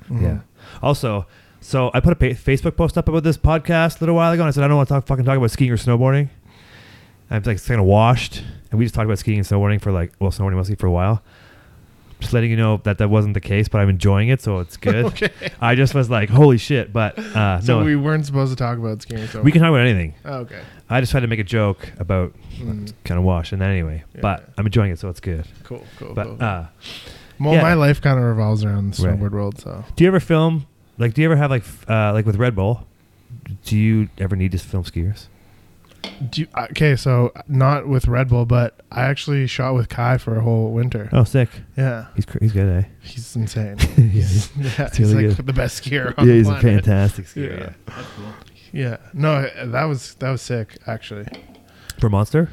Speaker 2: Mhm.
Speaker 1: Yeah. Mm-hmm. Also, so I put a pa- Facebook post up about this podcast a little while ago, and I said I don't want to talk, fucking talk about skiing or snowboarding. I'm like kind of washed, and we just talked about skiing and snowboarding for like well, snowboarding mostly for a while. Just letting you know that that wasn't the case, but I'm enjoying it, so it's good.
Speaker 2: okay.
Speaker 1: I just was like, holy shit! But uh,
Speaker 2: So
Speaker 1: no, we,
Speaker 2: we weren't supposed to talk about skiing so
Speaker 1: can talk about anything.
Speaker 2: Oh, okay.
Speaker 1: I just tried to make a joke about
Speaker 2: Mm.
Speaker 1: kind of wash, and anyway,
Speaker 2: Yeah.
Speaker 1: but I'm enjoying it, so it's good.
Speaker 2: Cool, cool. cool.
Speaker 1: But uh,
Speaker 2: well,
Speaker 1: yeah.
Speaker 2: my life kind of revolves around the
Speaker 1: Right.
Speaker 2: snowboard world, so
Speaker 1: do you ever film? Like, do you ever have like f- uh, like with Red Bull? Do you ever need to film skiers?
Speaker 2: Do you, uh, okay, so not with Red Bull, but I actually shot with Kai for a whole winter.
Speaker 1: Oh, sick.
Speaker 2: Yeah,
Speaker 1: He's cr- he's good, eh?
Speaker 2: he's insane.
Speaker 1: yeah, he's,
Speaker 2: yeah,
Speaker 1: it's
Speaker 2: he's
Speaker 1: really
Speaker 2: like
Speaker 1: good.
Speaker 2: the best skier.
Speaker 1: yeah,
Speaker 2: On
Speaker 1: he's
Speaker 2: the
Speaker 1: a
Speaker 2: planet.
Speaker 1: fantastic skier.
Speaker 2: Yeah.
Speaker 1: yeah.
Speaker 3: That's cool.
Speaker 2: Yeah, no, uh, that was that was sick actually.
Speaker 1: For Monster?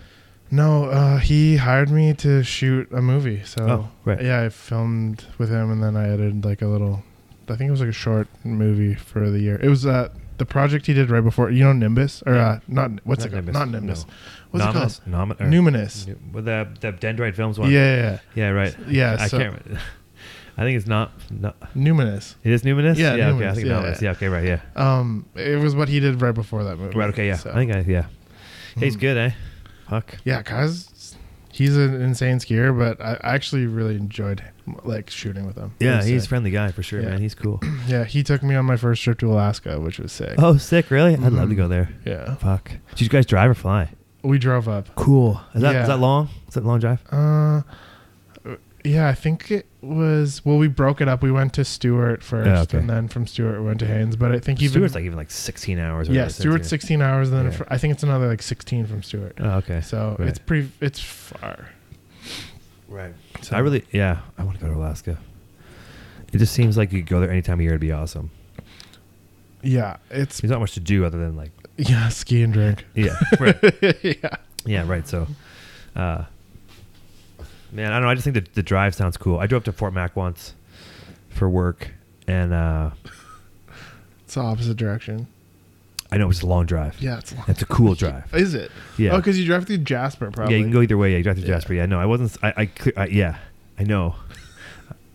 Speaker 2: No, uh, he hired me to shoot a movie, so
Speaker 1: Oh, right.
Speaker 2: yeah, I filmed with him, and then I edited like a little. I think it was like a short movie for the year. It was uh, the project he did right before. You know, Nimbus or uh, not what's
Speaker 1: Not
Speaker 2: it called?
Speaker 1: Nimbus,
Speaker 2: Not Nimbus.
Speaker 1: no.
Speaker 2: What's
Speaker 1: Nominus?
Speaker 2: it
Speaker 1: Nomin- or-
Speaker 2: called? Numinous.
Speaker 1: Nu- with the, the Dendrite Films
Speaker 2: Yeah,
Speaker 1: one.
Speaker 2: yeah,
Speaker 1: Yeah, right.
Speaker 2: yeah.
Speaker 1: I
Speaker 2: so-
Speaker 1: can't remember. I think it's not. No,
Speaker 2: Numinous.
Speaker 1: it is Numinous?
Speaker 2: Yeah,
Speaker 1: okay. I
Speaker 2: Numinous,
Speaker 1: think
Speaker 2: yeah,
Speaker 1: Nominus. Yeah. okay, right, yeah.
Speaker 2: Um, it was what he did right before that movie.
Speaker 1: Right, okay, yeah.
Speaker 2: So-
Speaker 1: I think I, yeah. Hey, he's
Speaker 2: Mhm.
Speaker 1: good, eh? Huck.
Speaker 2: Yeah, cause he's an insane skier, but I I actually really enjoyed like shooting with him. It
Speaker 1: Yeah,
Speaker 2: was
Speaker 1: he's a
Speaker 2: sick.
Speaker 1: friendly guy for sure,
Speaker 2: Yeah.
Speaker 1: man. He's cool.
Speaker 2: yeah. He took me on my first trip to Alaska, which was sick.
Speaker 1: Oh, sick, really? I'd love to
Speaker 2: Mhm.
Speaker 1: go there.
Speaker 2: Yeah,
Speaker 1: Fuck. Did you guys drive or fly?
Speaker 2: we drove up.
Speaker 1: Cool. Is that,
Speaker 2: Yeah.
Speaker 1: is that long? Is that a long drive?
Speaker 2: Uh, yeah, I think it was. Well, we broke it up. We went to Stewart first,
Speaker 1: Yeah, okay.
Speaker 2: and then from Stewart we went to Haynes. But I think even
Speaker 1: Stewart's like even like 16 hours. or
Speaker 2: yeah,
Speaker 1: whatever,
Speaker 2: Stewart's
Speaker 1: 17.
Speaker 2: sixteen hours, and then
Speaker 1: Yeah.
Speaker 2: fr- I think it's another like sixteen from Stewart.
Speaker 1: Oh, okay.
Speaker 2: So
Speaker 1: right.
Speaker 2: it's pretty. It's far.
Speaker 1: Right. So
Speaker 2: So-
Speaker 1: I really, yeah, I want to go to Alaska. It just seems like you could go there any time of year. It'd be awesome.
Speaker 2: Yeah, it's
Speaker 1: There's not much to do other than like,
Speaker 2: yeah, ski and drink.
Speaker 1: yeah, right.
Speaker 2: yeah.
Speaker 1: yeah, right. So, uh, man, I don't know. I just think the the drive sounds cool. I drove up to Fort Mac once for work, and uh,
Speaker 2: It's the opposite direction.
Speaker 1: I know it was a long drive.
Speaker 2: Yeah, it's long.
Speaker 1: it's a cool drive.
Speaker 2: Is it?
Speaker 1: Yeah,
Speaker 2: Oh, because you drive through Jasper, probably.
Speaker 1: yeah, you can go either way. Yeah, you drive through
Speaker 2: Yeah.
Speaker 1: Jasper. Yeah, no, I wasn't. I, I, cle- I yeah, I know.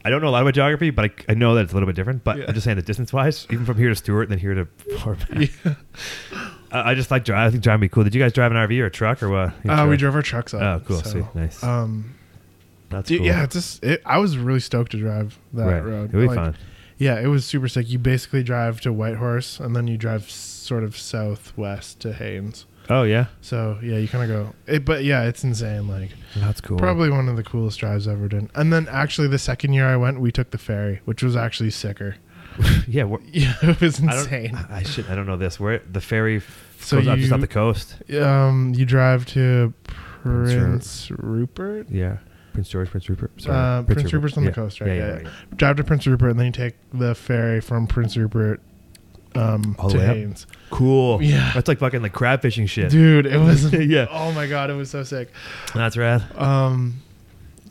Speaker 1: I don't know a lot about geography, but I, I know that it's a little bit different. But
Speaker 2: Yeah.
Speaker 1: I'm just saying the distance wise, even from here to Stewart, and then here to Fort Mac.
Speaker 2: Yeah.
Speaker 1: I I just like drive. I think driving would be cool. Did you guys drive an RV or a truck or what? You
Speaker 2: Uh, we
Speaker 1: drove-
Speaker 2: drove our trucks up.
Speaker 1: Oh, cool. See, nice.
Speaker 2: Um,
Speaker 1: That's
Speaker 2: dude,
Speaker 1: cool.
Speaker 2: yeah, it's just. It, I was really stoked to drive that
Speaker 1: right.
Speaker 2: road.
Speaker 1: It'll be
Speaker 2: Like,
Speaker 1: fun.
Speaker 2: Yeah, it was super sick. You basically drive to Whitehorse, and then you drive s- sort of southwest to Haynes.
Speaker 1: Oh yeah,
Speaker 2: So yeah, you kind of go. It, but yeah, it's insane. Like
Speaker 1: that's cool.
Speaker 2: probably one of the coolest drives I've ever done. And then actually, the second year I went, we took the ferry, which was actually sicker.
Speaker 1: yeah. We're,
Speaker 2: Yeah, it was
Speaker 1: I don't.
Speaker 2: insane.
Speaker 1: I I should. I don't know this. Where the ferry f-
Speaker 2: So
Speaker 1: goes up just
Speaker 2: you-
Speaker 1: off the coast.
Speaker 2: Um, you drive to
Speaker 1: Prince Ru-
Speaker 2: Prince Rupert.
Speaker 1: Yeah. Prince George, Prince Rupert. Sorry.
Speaker 2: Uh, Prince, Rupert's on
Speaker 1: yeah.
Speaker 2: the coast,
Speaker 1: Yeah,
Speaker 2: right?
Speaker 1: yeah, right, yeah.
Speaker 2: Drive to Prince Rupert, and then you take the ferry from Prince Rupert um,
Speaker 1: All the
Speaker 2: to
Speaker 1: way up?
Speaker 2: Haynes.
Speaker 1: Cool.
Speaker 2: Yeah.
Speaker 1: That's like fucking like crab fishing shit.
Speaker 2: Dude, it was
Speaker 1: Yeah.
Speaker 2: Oh my god, it was so sick.
Speaker 1: That's rad.
Speaker 2: Um,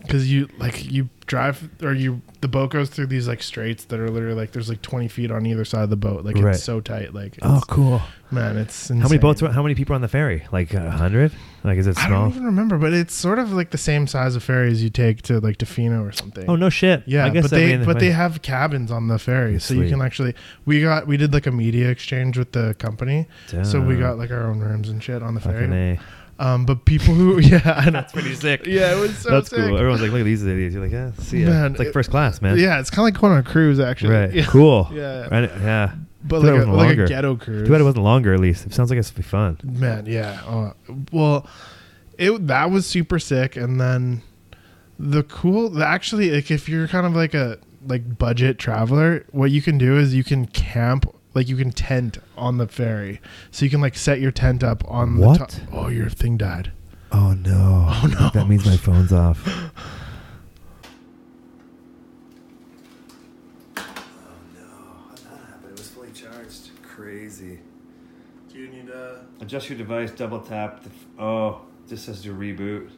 Speaker 2: because you like you drive or you the boat goes through these like straits that are literally like there's like 20 feet on either side of the boat. Like
Speaker 1: Right.
Speaker 2: it's so tight. Like it's,
Speaker 1: Oh, cool.
Speaker 2: man, it's
Speaker 1: How many
Speaker 2: insane.
Speaker 1: boats? are- How many people are on the ferry? Like a hundred? Like is it
Speaker 2: I
Speaker 1: small?
Speaker 2: don't even remember, but it's sort of like the same size of ferry as you take to like Tofino or something.
Speaker 1: Oh no shit.
Speaker 2: Yeah,
Speaker 1: I guess
Speaker 2: but
Speaker 1: I
Speaker 2: they
Speaker 1: mean,
Speaker 2: but
Speaker 1: my-
Speaker 2: they have cabins on the ferry, so you
Speaker 1: Sweet.
Speaker 2: can actually. We got we did like a media exchange with the company, so we
Speaker 1: Damn.
Speaker 2: got like our own rooms and shit on the
Speaker 1: Fucking
Speaker 2: ferry.
Speaker 1: A.
Speaker 2: Um, but people who yeah, I know.
Speaker 1: That's pretty sick.
Speaker 2: yeah, it was so
Speaker 1: That's
Speaker 2: sick.
Speaker 1: cool. Everyone's like, look at these idiots. You're like, yeah, see ya.
Speaker 2: Man,
Speaker 1: it's like
Speaker 2: it-
Speaker 1: first class, man.
Speaker 2: Yeah, it's kind of like going on a cruise actually.
Speaker 1: Right.
Speaker 2: Yeah.
Speaker 1: Cool.
Speaker 2: Yeah.
Speaker 1: Right, yeah.
Speaker 2: But
Speaker 1: Too bad it
Speaker 2: like a,
Speaker 1: wasn't
Speaker 2: like
Speaker 1: longer.
Speaker 2: a ghetto cruise.
Speaker 1: Too bad it wasn't longer. At least it sounds like it's be fun.
Speaker 2: Man, yeah. Oh, well, it that was super sick, and then the cool the, actually like if you're kind of like a like budget traveler, what you can do is you can camp. Like you can tent on the ferry, so you can like set your tent up on
Speaker 1: What?
Speaker 2: the top. Oh, your thing died.
Speaker 1: Oh no.
Speaker 2: Oh, no.
Speaker 1: That means my phone's off. oh no. It was fully charged. Crazy.
Speaker 2: Do you need uh, a?
Speaker 1: Adjust your device, double tap. The f- oh, this says to reboot.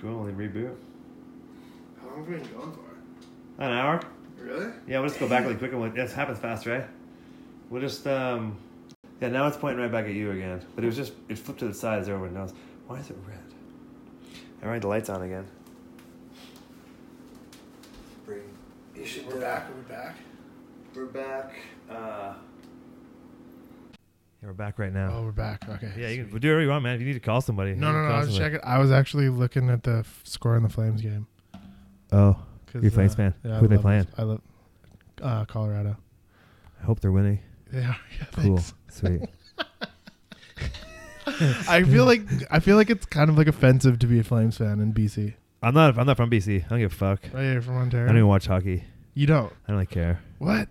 Speaker 1: Cool, they reboot.
Speaker 2: How long have we been going for?
Speaker 1: An hour?
Speaker 3: Really?
Speaker 1: Yeah, we'll just go back really quick and we'll, this happens fast, right? We'll just um yeah, now it's pointing right back at you again. But it was just it flipped to the side as everyone knows. Why is it red? All right, the light's on again.
Speaker 3: Bring. You should.
Speaker 2: We're
Speaker 3: uh,
Speaker 2: back. We're back.
Speaker 3: We're back. Uh,
Speaker 1: Yeah, we're back right now.
Speaker 2: Oh, we're back. Okay.
Speaker 1: yeah, you can we'll do whatever you want, man. If you need to call somebody.
Speaker 2: no,
Speaker 1: you
Speaker 2: no,
Speaker 1: can
Speaker 2: no.
Speaker 1: call
Speaker 2: I was
Speaker 1: somebody.
Speaker 2: checking. I was actually looking at the f- score in the Flames game.
Speaker 1: Oh,
Speaker 2: 'cause,
Speaker 1: You're a Flames
Speaker 2: uh,
Speaker 1: fan.
Speaker 2: Yeah, I
Speaker 1: Who they
Speaker 2: love-
Speaker 1: playing?
Speaker 2: I love uh, Colorado.
Speaker 1: I hope they're winning.
Speaker 2: They are. Yeah,
Speaker 1: Cool.
Speaker 2: thanks.
Speaker 1: Sweet.
Speaker 2: I feel like I feel like it's kind of like offensive to be a Flames fan in BC.
Speaker 1: I'm not I'm not from BC. I don't give a fuck.
Speaker 2: Right here from
Speaker 1: I
Speaker 2: Ontario.
Speaker 1: don't even watch hockey.
Speaker 2: you don't.
Speaker 1: I don't really care.
Speaker 2: What?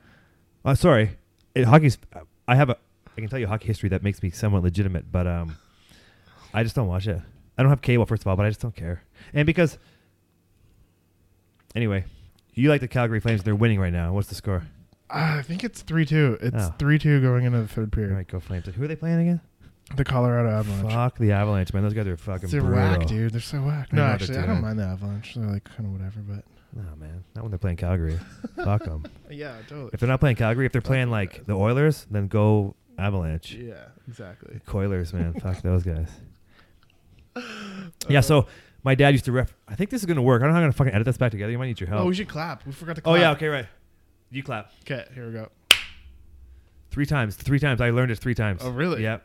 Speaker 1: Uh, sorry, it, hockey's. uh, I have a. I can tell you hockey history that makes me somewhat legitimate, but um, I just don't watch it. I don't have cable, first of all, but I just don't care. And because, anyway, you like the Calgary Flames. They're winning right now. What's the score?
Speaker 2: Uh, I think it's three two. It's
Speaker 1: Oh.
Speaker 2: three two going into the third
Speaker 1: All
Speaker 2: period.
Speaker 1: right, go Flames. Who are they playing again?
Speaker 2: The Colorado Avalanche.
Speaker 1: Fuck the Avalanche, man. Those guys are fucking.
Speaker 2: They're
Speaker 1: brutal.
Speaker 2: whack, dude. They're so whack.
Speaker 1: I
Speaker 2: No,
Speaker 1: know they're
Speaker 2: actually, I
Speaker 1: too
Speaker 2: don't
Speaker 1: bad.
Speaker 2: mind the Avalanche. They're like kind of whatever, but
Speaker 1: No, man. Not when they're playing Calgary. Fuck them.
Speaker 2: yeah, totally.
Speaker 1: If they're not playing Calgary, if they're playing like the Oilers, then go Avalanche.
Speaker 2: Yeah, Uh-huh. exactly.
Speaker 1: Coilers, man. Fuck those guys. Yeah, so my dad used to ref. I think this is gonna work. I don't know how I'm gonna fucking edit this back together. You might need your
Speaker 2: Oh,
Speaker 1: help.
Speaker 2: we should clap. We forgot to
Speaker 1: Oh,
Speaker 2: clap.
Speaker 1: yeah. Okay, right. You clap
Speaker 2: Okay, here we go.
Speaker 1: three times. Three times. I learned it three times.
Speaker 2: Oh, really?
Speaker 1: Yep.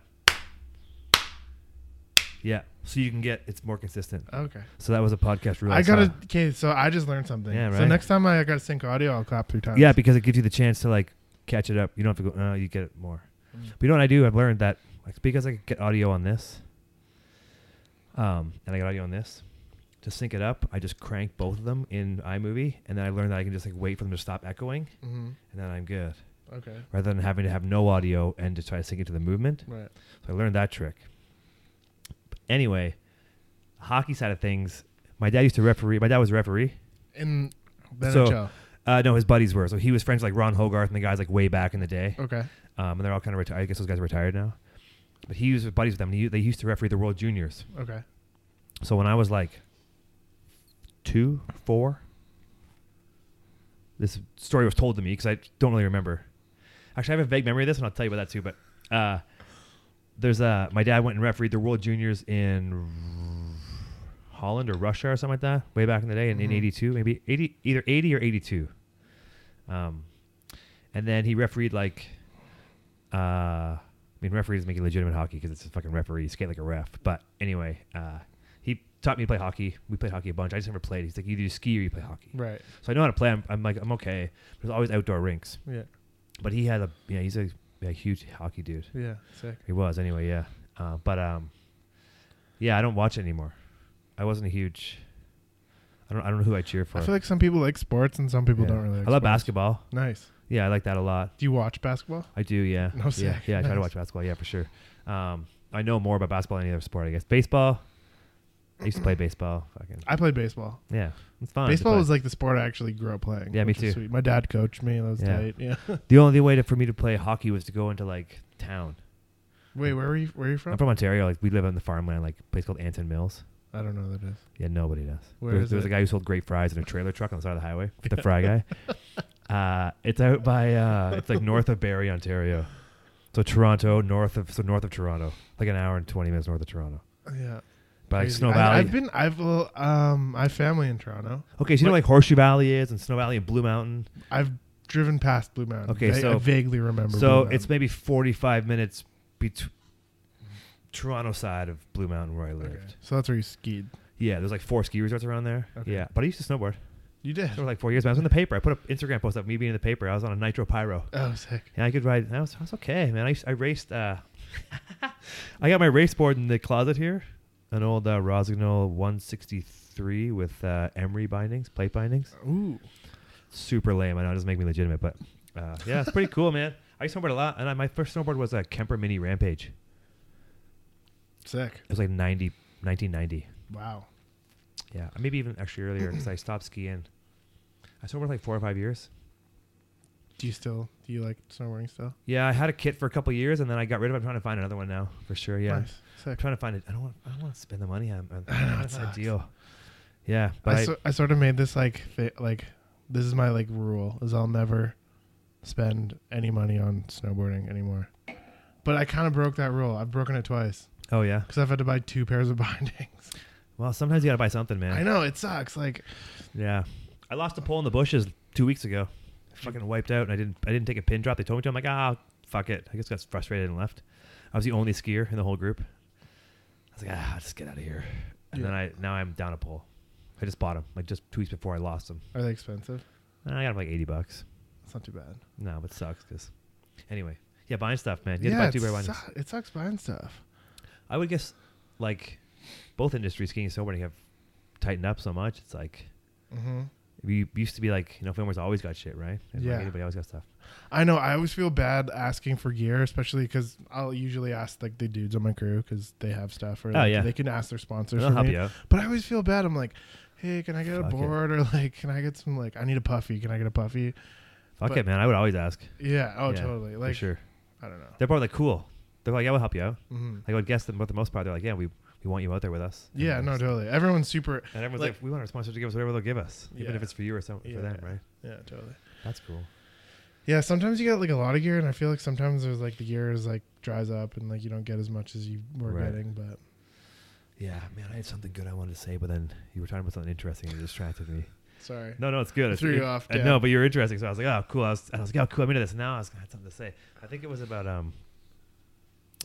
Speaker 1: Yeah. So you can get it's more consistent.
Speaker 2: Okay.
Speaker 1: So that was a podcast rule.
Speaker 2: I gotta.
Speaker 1: saw.
Speaker 2: Okay, so I just learned something.
Speaker 1: Yeah,
Speaker 2: So
Speaker 1: right.
Speaker 2: next time I gotta sync audio, I'll clap three times.
Speaker 1: Yeah, because it gives you the chance to like catch it up. You don't have to go. No, you get it more.
Speaker 2: Mm.
Speaker 1: But you know what I do? I've learned that like because I could get audio on this, um, and I got audio on this. To sync it up, I just crank both of them in iMovie, and then I learned that I can just like wait for them to stop echoing,
Speaker 2: hmm
Speaker 1: and then I'm good.
Speaker 2: Okay.
Speaker 1: Rather than having to have no audio and to try to sync it to the movement,
Speaker 2: Right.
Speaker 1: so I learned that trick. But anyway, hockey side of things, my dad used to referee. My dad was a referee.
Speaker 2: In the
Speaker 1: So-
Speaker 2: NHL.
Speaker 1: Uh, no, his buddies were. So he was friends with, like Ron Hogarth and the guys like way back in the day.
Speaker 2: Okay.
Speaker 1: Um, and they're all kind of retired. I guess those guys are retired now. But he was buddies with them. And he, they used to referee the World Juniors.
Speaker 2: Okay.
Speaker 1: So when I was like two, four, this story was told to me because I don't really remember. Actually, I have a vague memory of this, and I'll tell you about that too. But uh, there's uh, my dad went and refereed the World Juniors in Holland or Russia or something like that way back in the day, in, in
Speaker 2: Mhm.
Speaker 1: '82, maybe '80, either '80 or '82. Um, and then he refereed like, uh, I mean, referee doesn't make it legitimate hockey because it's a fucking referee. You skate like a ref. But anyway, uh, he taught me to play hockey. We played hockey a bunch. I just never played. He's like, either you ski or you play hockey.
Speaker 2: Right.
Speaker 1: So I know how to play. I'm, I'm like, I'm okay. There's always outdoor rinks.
Speaker 2: Yeah.
Speaker 1: But he had a, yeah, he's a, a huge hockey dude.
Speaker 2: Yeah. Sick.
Speaker 1: He was anyway, yeah. Uh, but um, yeah, I don't watch it anymore. I wasn't a huge. I don't. I don't know who I cheer for.
Speaker 2: I feel like some people like sports and some people
Speaker 1: Yeah.
Speaker 2: don't really. Like
Speaker 1: I love
Speaker 2: sports.
Speaker 1: basketball.
Speaker 2: Nice.
Speaker 1: Yeah, I like that a lot.
Speaker 2: Do you watch basketball?
Speaker 1: I do. Yeah.
Speaker 2: No
Speaker 1: yeah.
Speaker 2: sick.
Speaker 1: Yeah. I try to
Speaker 2: Nice.
Speaker 1: watch basketball. Yeah, for sure. Um, I know more about basketball than any other sport. I guess baseball. I used to play baseball. Fucking
Speaker 2: I played baseball.
Speaker 1: yeah, it's fun. to
Speaker 2: baseball
Speaker 1: play.
Speaker 2: was like the sport I actually grew up playing.
Speaker 1: Yeah, me
Speaker 2: which was
Speaker 1: too.
Speaker 2: Sweet. My dad coached me. That was
Speaker 1: Yeah.
Speaker 2: tight. Yeah.
Speaker 1: the only way to, for me to play hockey was to go into like town.
Speaker 2: Wait, where were you? Where are you from?
Speaker 1: I'm from Ontario. Like we live on the farmland, like a place called Anton Mills.
Speaker 2: I don't know what that is.
Speaker 1: Yeah, nobody does.
Speaker 2: Where
Speaker 1: there,
Speaker 2: is
Speaker 1: there was
Speaker 2: it?
Speaker 1: a guy who sold great fries in a trailer truck on the side of the highway. The fry guy. Uh, it's out by uh, it's like north of Barrie, Ontario. So Toronto, north of so north of Toronto, like an hour and twenty minutes north of Toronto.
Speaker 2: Yeah.
Speaker 1: By like
Speaker 2: Crazy.
Speaker 1: Snow
Speaker 2: I-
Speaker 1: Valley.
Speaker 2: I've been. I've well, um. I have family in Toronto.
Speaker 1: okay, so you know like Horseshoe Valley is and Snow Valley and Blue Mountain.
Speaker 2: I've driven past Blue Mountain.
Speaker 1: Okay,
Speaker 2: Va-
Speaker 1: so-
Speaker 2: I vaguely remember.
Speaker 1: so
Speaker 2: Blue
Speaker 1: it's maybe forty five minutes between Toronto side of Blue Mountain where I
Speaker 2: Mountain.
Speaker 1: lived.
Speaker 2: Okay. So that's where you skied.
Speaker 1: Yeah, there's like four ski resorts around there.
Speaker 2: Okay.
Speaker 1: Yeah, but I used to snowboard
Speaker 2: You did.
Speaker 1: for like four years. Man. I was in the paper. I put an Instagram post up me being in the paper. I was on a nitro pyro.
Speaker 2: Oh, sick.
Speaker 1: Yeah, I could ride. That was, that was okay, man. I, used- I raced. Uh, I got my race board in the closet here, an old uh, Rosignol 163 with uh, emery bindings, plate bindings.
Speaker 2: Ooh.
Speaker 1: Super lame. I know it doesn't make me legitimate, but uh, yeah, it's pretty cool, man. I used to snowboard a lot, and I, my first snowboard was a Kemper Mini Rampage.
Speaker 2: Sick.
Speaker 1: It was like 90, 1990.
Speaker 2: Wow.
Speaker 1: Yeah, maybe even actually earlier because I stopped skiing. I snowboarded like four or five years.
Speaker 2: Do you still? Do you like snowboarding still?
Speaker 1: Yeah, I had a kit for a couple years, and then I got rid of it. I'm trying to find another one now for sure. Yeah.
Speaker 2: Nice.
Speaker 1: I'm
Speaker 2: Sick.
Speaker 1: trying to find it. I don't want. I don't want to spend the money on. on
Speaker 2: I know,
Speaker 1: I
Speaker 2: it
Speaker 1: don't
Speaker 2: sucks.
Speaker 1: deal. Yeah, but
Speaker 2: I,
Speaker 1: I,
Speaker 2: so, I sort of made this like thi- like This is my like rule: is I'll never spend any money on snowboarding anymore. But I kind of broke that rule. I've broken it twice
Speaker 1: Oh yeah.
Speaker 2: because I've had to buy two pairs of bindings.
Speaker 1: Well, sometimes you gotta buy something, man.
Speaker 2: I know it sucks. Like
Speaker 1: Yeah. I lost a pole in the bushes two weeks ago. I fucking wiped out, and I didn't. I didn't take a pin drop. They told me to. I'm like, ah, fuck it. I just got frustrated and left. I was the only skier in the whole group. I was like, ah, just get out of here. And then I now I'm down a pole. I just bought them like just two weeks before I lost them.
Speaker 2: are they expensive?
Speaker 1: And I got them like eighty bucks.
Speaker 2: It's not too bad.
Speaker 1: No, but it sucks because. Anyway, yeah, buying stuff, man. You yeah, to buy
Speaker 2: it,
Speaker 1: two pair of bindings.
Speaker 2: su- it sucks buying stuff.
Speaker 1: I would guess, like, both industries, skiing and snowboarding, have tightened up so much. It's like
Speaker 2: Mm-hmm.
Speaker 1: we used to be like, you know, filmers always got shit, right? And
Speaker 2: Yeah.
Speaker 1: Like, anybody always got stuff.
Speaker 2: I know. I always feel bad asking for gear, especially because I'll usually ask like the dudes on my crew because they have stuff, or
Speaker 1: Oh,
Speaker 2: like,
Speaker 1: yeah.
Speaker 2: they can ask their sponsors.
Speaker 1: They'll
Speaker 2: for
Speaker 1: help
Speaker 2: me.
Speaker 1: you out.
Speaker 2: But I always feel bad. I'm like, hey, can I get
Speaker 1: Fuck
Speaker 2: a
Speaker 1: it.
Speaker 2: board, or like, can I get some like, I need a puffy. Can I get a puffy?
Speaker 1: Fuck
Speaker 2: But-
Speaker 1: it, man. I would always ask.
Speaker 2: Yeah. Oh,
Speaker 1: Yeah,
Speaker 2: totally.
Speaker 1: for
Speaker 2: Like,
Speaker 1: sure.
Speaker 2: I don't know.
Speaker 1: They're probably like, cool. They're like, yeah, we'll help you out.
Speaker 2: Mhm.
Speaker 1: Like, I would guess that for the most part, they're like, yeah, we, we want you out there with us. And
Speaker 2: Yeah.
Speaker 1: then
Speaker 2: No,
Speaker 1: it's-
Speaker 2: totally. Everyone's super.
Speaker 1: And everyone's like,
Speaker 2: like-
Speaker 1: we want our sponsors to give us whatever they'll give us, even if
Speaker 2: Yeah.
Speaker 1: it's for you or something for
Speaker 2: Yeah.
Speaker 1: them, right?
Speaker 2: Yeah, totally.
Speaker 1: That's cool.
Speaker 2: Yeah. Sometimes you get like a lot of gear, and I feel like sometimes there's like the gear is like dries up, and like you don't get as much as you were
Speaker 1: Right.
Speaker 2: getting. But
Speaker 1: Yeah, man, I had something good I wanted to say, but then you were talking about something interesting and it distracted me.
Speaker 2: sorry.
Speaker 1: No, no, it's good. It's
Speaker 2: Threw
Speaker 1: it-
Speaker 2: you off,
Speaker 1: I
Speaker 2: yeah.
Speaker 1: know, but you were interesting, so I was like, oh, cool. I was, I was like, oh, cool. I'm into this. Now I was I had something to say. I think it was about um,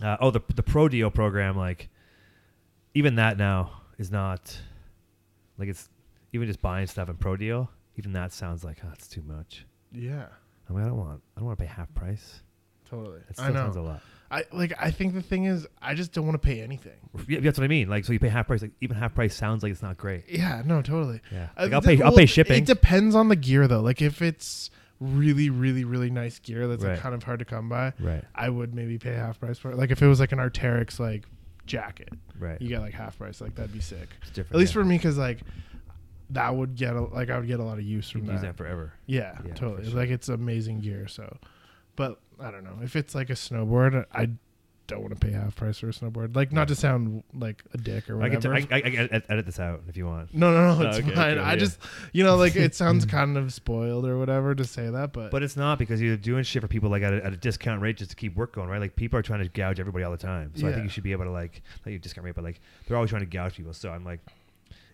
Speaker 1: uh, oh, the the pro deal program. Like, even that now is not like it's even just buying stuff in pro deal. Even that sounds like oh, it's too much.
Speaker 2: Yeah.
Speaker 1: I mean, I don't want I don't want to pay half price.
Speaker 2: Totally.
Speaker 1: It still
Speaker 2: I
Speaker 1: sounds a
Speaker 2: know.
Speaker 1: lot.
Speaker 2: I like. I think the thing is, I just don't want to pay anything.
Speaker 1: Yeah, that's what I mean. Like, so you pay half price. Like, even half price sounds like it's not great.
Speaker 2: Yeah, no, totally.
Speaker 1: Yeah,
Speaker 2: Uh,
Speaker 1: like I'll
Speaker 2: the-
Speaker 1: pay I'll
Speaker 2: well,
Speaker 1: pay shipping.
Speaker 2: It depends on the gear though. Like if it's really, really, really nice gear that's
Speaker 1: Right.
Speaker 2: like kind of hard to come by,
Speaker 1: Right,
Speaker 2: I would maybe pay half price for it. Like if it was like an Arterix like jacket,
Speaker 1: right.
Speaker 2: you get like half price. Like that'd be sick.
Speaker 1: It's different.
Speaker 2: At least
Speaker 1: yeah.
Speaker 2: for me, because like that would get a, like I would get a lot of use
Speaker 1: you
Speaker 2: from
Speaker 1: can
Speaker 2: that.
Speaker 1: use that forever.
Speaker 2: Yeah,
Speaker 1: Yeah, for
Speaker 2: totally.
Speaker 1: sure.
Speaker 2: Like it's amazing gear. So, but I don't know if it's like a snowboard. I don't want to pay half price for a snowboard. Like not to sound like a dick or
Speaker 1: I can, t-
Speaker 2: whatever.
Speaker 1: I, I, I can ed- edit this out if you want.
Speaker 2: No, no,
Speaker 1: Oh,
Speaker 2: no. It's
Speaker 1: okay,
Speaker 2: fine.
Speaker 1: okay,
Speaker 2: I
Speaker 1: yeah.
Speaker 2: just, you know, like it sounds kind of spoiled or whatever to say that, but,
Speaker 1: But it's not because you're doing shit for people like at a, at a discount rate just to keep work going, right? Like people are trying to gouge everybody all the time, so I think
Speaker 2: Yeah.
Speaker 1: you should be able to like not your discount rate, but like they're always trying to gouge people. So I'm like,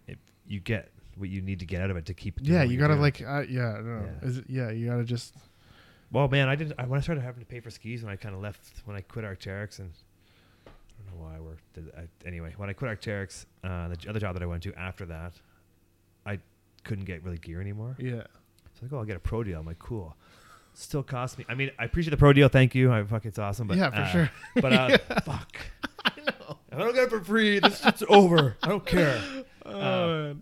Speaker 1: if you get what you need to get out of it to keep. doing
Speaker 2: yeah,
Speaker 1: what
Speaker 2: you
Speaker 1: you're
Speaker 2: gotta
Speaker 1: doing.
Speaker 2: like, uh, yeah, I don't know.
Speaker 1: Yeah.
Speaker 2: Yeah. Is it, yeah, you gotta just,
Speaker 1: Well, man, I did. I, when I started having to pay for skis, when I kind of left, when I quit Arcteryx, and I don't know why I worked. did- I, anyway, when I quit Arcteryx, uh, the j- other job that I went to after that, I couldn't get really gear anymore.
Speaker 2: yeah,
Speaker 1: So I go, I'll get a pro deal. I'm like, cool. Still cost me. I mean, I appreciate the pro deal. Thank you. I fuck, it's awesome. But
Speaker 2: yeah, for
Speaker 1: uh,
Speaker 2: sure.
Speaker 1: But uh, fuck. I know. I don't get it for free. This shit's over. I don't care.
Speaker 2: Oh, man.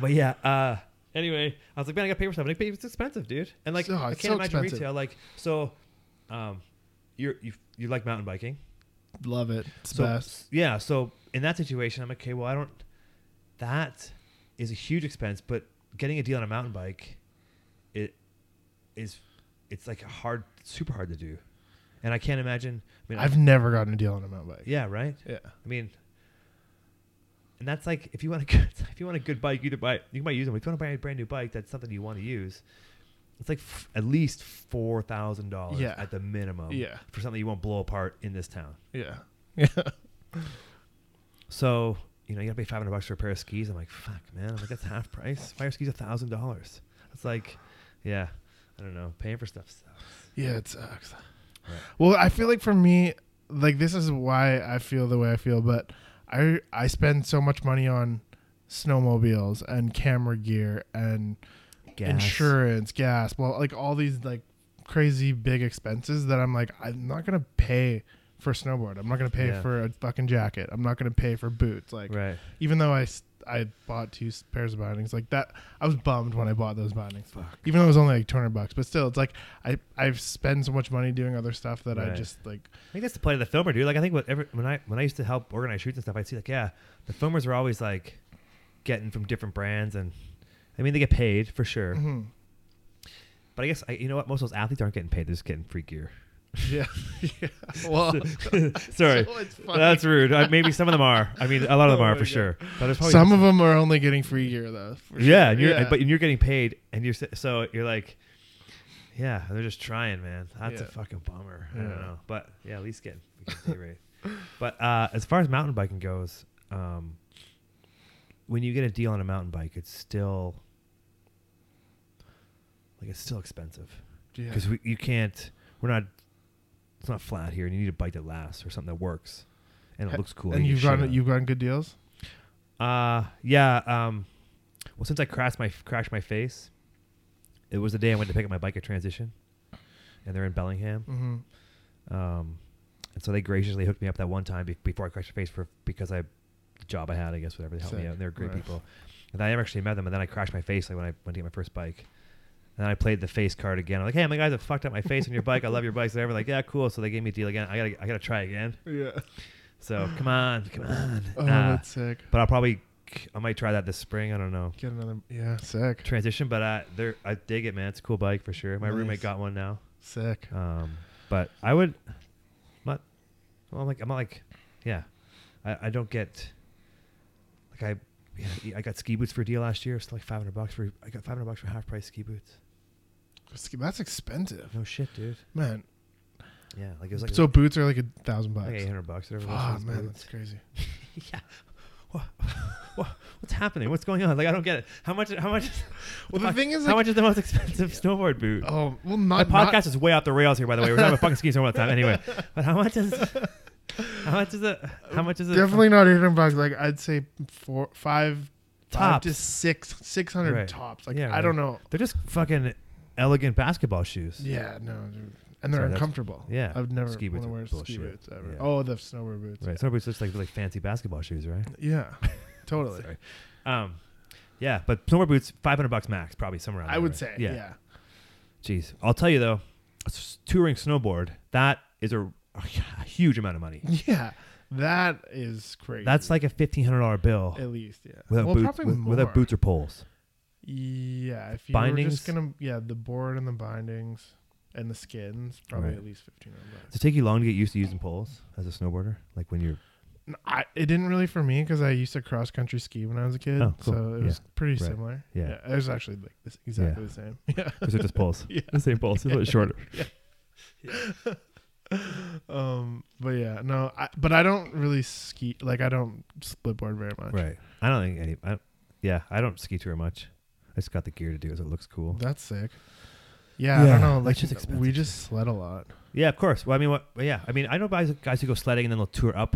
Speaker 1: But yeah. Uh, anyway, I was like, man, I got to pay for stuff. And I pay. It's expensive, dude. And like,
Speaker 2: Oh,
Speaker 1: I
Speaker 2: it's
Speaker 1: can't
Speaker 2: so
Speaker 1: imagine
Speaker 2: expensive.
Speaker 1: retail. Like, so, um, you're you you like mountain biking.
Speaker 2: love it. It's
Speaker 1: so
Speaker 2: best.
Speaker 1: yeah. So in that situation, I'm like, okay. Well, I don't. That is a huge expense, but getting a deal on a mountain bike, it is, it's like hard, super hard to do, and I can't imagine. I mean,
Speaker 2: I've never gotten a deal on a mountain bike.
Speaker 1: yeah, right.
Speaker 2: Yeah.
Speaker 1: I mean, and that's like if you want a good, if you want a good bike, you can buy you might use them. If you want to buy a brand new bike, that's something you want to use. It's like f- at least four thousand dollars
Speaker 2: Yeah.
Speaker 1: at the minimum
Speaker 2: Yeah.
Speaker 1: for something you won't blow apart in this town.
Speaker 2: Yeah. Yeah.
Speaker 1: So you know you gotta pay five hundred bucks for a pair of skis. I'm like, fuck, man. I'm like, that's half price. Why are skis a thousand dollars? It's like, yeah, I don't know. Paying for stuff sucks.
Speaker 2: Yeah, it sucks.
Speaker 1: Right.
Speaker 2: Well, I feel like for me, like this is why I feel the way I feel, but I I spend so much money on snowmobiles and camera gear and
Speaker 1: Gas.
Speaker 2: insurance, gas, well, like all these like crazy big expenses that I'm like I'm not gonna pay for a snowboard. I'm not gonna pay
Speaker 1: Yeah.
Speaker 2: for a fucking jacket. I'm not gonna pay for boots. Like
Speaker 1: Right.
Speaker 2: even though I s- I bought two s- pairs of bindings like that, I was bummed when I bought those bindings.
Speaker 1: Fuck.
Speaker 2: Even though it was only like two hundred bucks, but still, it's like I I've spent so much money doing other stuff that I
Speaker 1: Right.
Speaker 2: just like
Speaker 1: I think that's the plight of the filmer, dude. Like I think whatever when I when I used to help organize shoots and stuff, I'd see like yeah, the filmers are always like getting from different brands, and I mean they get paid for sure.
Speaker 2: mhm.
Speaker 1: But I guess I, you know what, most of those athletes aren't getting paid; they're just getting free gear.
Speaker 2: Yeah. yeah. Well,
Speaker 1: Sorry.
Speaker 2: so it's funny.
Speaker 1: That's rude. Uh, maybe some of them are. I mean, a lot of them
Speaker 2: Oh
Speaker 1: are
Speaker 2: my
Speaker 1: for
Speaker 2: God.
Speaker 1: sure. But there's probably
Speaker 2: some of them are only getting free year though. for
Speaker 1: yeah,
Speaker 2: sure.
Speaker 1: and you're, but you're getting paid, and you're s- so you're like, yeah, they're just trying, man. That's a
Speaker 2: Yeah.
Speaker 1: fucking bummer. I
Speaker 2: Yeah.
Speaker 1: don't know, but yeah, at least get we get a day rate. But uh, as far as mountain biking goes, um, when you get a deal on a mountain bike, it's still like it's still expensive
Speaker 2: yeah.
Speaker 1: because we you can't. We're not. It's not flat here, and you need a bike that lasts or something that works, and it
Speaker 2: Ha-
Speaker 1: looks cool.
Speaker 2: and
Speaker 1: you
Speaker 2: you've
Speaker 1: can shit
Speaker 2: gotten
Speaker 1: on it.
Speaker 2: you've gotten good deals.
Speaker 1: Uh yeah. Um, well, since I crashed my crashed my face, it was the day I went to pick up my bike at Transition, and they're in Bellingham.
Speaker 2: Mm-hmm.
Speaker 1: Um, and so they graciously hooked me up that one time be- before I crashed my face for because I the job I had, I guess, whatever. They helped me
Speaker 2: Sick.
Speaker 1: out, and they were great
Speaker 2: Right.
Speaker 1: people. And I never actually met them, and then I crashed my face like when I went to get my first bike. And then I played the face card again. I'm like, hey, I'm the guy that fucked up my face on your bike. I love your bikes. They were like, yeah, cool. So they gave me a deal again. I gotta, I gotta try again.
Speaker 2: Yeah.
Speaker 1: So come on, come on.
Speaker 2: Oh,
Speaker 1: Uh,
Speaker 2: that's sick.
Speaker 1: but I'll probably, I might try that this spring. I don't know
Speaker 2: Get another. Yeah. Sick.
Speaker 1: transition, but I there I dig it, man. It's a cool bike for sure. My roommate
Speaker 2: Nice.
Speaker 1: got one now.
Speaker 2: Sick.
Speaker 1: Um, but I would I'm not. Well, I'm like I'm not like, yeah. I, I don't get like I yeah, e, I got ski boots for a deal last year. It's like 500 bucks for I got 500 bucks for half price ski boots.
Speaker 2: That's expensive,
Speaker 1: No shit, dude.
Speaker 2: man.
Speaker 1: Yeah, like it was like
Speaker 2: so boots are like a thousand bucks.
Speaker 1: like 800 bucks. Whatever. those
Speaker 2: Fuck,
Speaker 1: things
Speaker 2: man,
Speaker 1: boots.
Speaker 2: that's crazy.
Speaker 1: yeah. What, what, what's happening? What's going on? Like I don't get it. How much? How much?
Speaker 2: Well, the
Speaker 1: fuck,
Speaker 2: thing is,
Speaker 1: how
Speaker 2: like-
Speaker 1: much is the most expensive snowboard boot?
Speaker 2: Oh well,
Speaker 1: My
Speaker 2: not
Speaker 1: podcast
Speaker 2: Not,
Speaker 1: is way off the rails here, by the way. We're talking about fucking skis all the time, anyway. But how much is how much is it? How much is it?
Speaker 2: definitely not eight hundred bucks. Like I'd say four, five, five
Speaker 1: Tops.
Speaker 2: to six, six hundred
Speaker 1: Right.
Speaker 2: tops. Like
Speaker 1: Yeah,
Speaker 2: I don't know.
Speaker 1: They're just fucking elegant basketball shoes.
Speaker 2: Yeah, no, dude. and they're
Speaker 1: Sorry, that's-
Speaker 2: uncomfortable.
Speaker 1: yeah,
Speaker 2: I've never
Speaker 1: ski
Speaker 2: ski
Speaker 1: boots
Speaker 2: boots
Speaker 1: are
Speaker 2: wear ski
Speaker 1: bullshit.
Speaker 2: boots ever.
Speaker 1: Yeah.
Speaker 2: Oh, the snowboard boots.
Speaker 1: Right. Snowboards just like like fancy basketball shoes, right?
Speaker 2: Yeah, totally.
Speaker 1: Sorry. Um, yeah, but snowboard boots, five hundred bucks max, probably somewhere. Around
Speaker 2: I
Speaker 1: there,
Speaker 2: would
Speaker 1: right?
Speaker 2: say, yeah.
Speaker 1: Jeez, I'll tell you though, a s- touring snowboard that is a, a huge amount of money.
Speaker 2: yeah, That is crazy.
Speaker 1: That's like a fifteen hundred dollar bill
Speaker 2: at least, yeah.
Speaker 1: without
Speaker 2: well,
Speaker 1: boots,
Speaker 2: probably
Speaker 1: with-
Speaker 2: more.
Speaker 1: without boots or poles.
Speaker 2: Yeah, if you were
Speaker 1: Bindings?
Speaker 2: just gonna, yeah, the board and the bindings and the skins, probably
Speaker 1: Right.
Speaker 2: at least fifteen hundred bucks.
Speaker 1: Does it take you long to get used to using poles as a snowboarder? Like when you're
Speaker 2: No, I, it didn't really for me because I used to cross country ski when I was a kid,
Speaker 1: Oh, cool.
Speaker 2: so it
Speaker 1: Yeah.
Speaker 2: was pretty
Speaker 1: Right.
Speaker 2: similar.
Speaker 1: Yeah.
Speaker 2: it was actually like this, exactly the same. Yeah.
Speaker 1: Those are just poles.
Speaker 2: Yeah.
Speaker 1: The same poles. It's a little shorter.
Speaker 2: Um, but yeah, no, I, but I don't really ski. Like I don't split board very much.
Speaker 1: Right. I don't think any. I, don't- yeah, I don't ski tour much. I just got the gear to do it. So it looks cool.
Speaker 2: That's sick. Yeah, I
Speaker 1: Yeah,
Speaker 2: don't know.
Speaker 1: that's
Speaker 2: Like
Speaker 1: just expensive
Speaker 2: we
Speaker 1: shit.
Speaker 2: just sled a lot.
Speaker 1: yeah, of course. Well, I mean, what? well, Yeah, I mean, I know guys guys who go sledding and then they'll tour up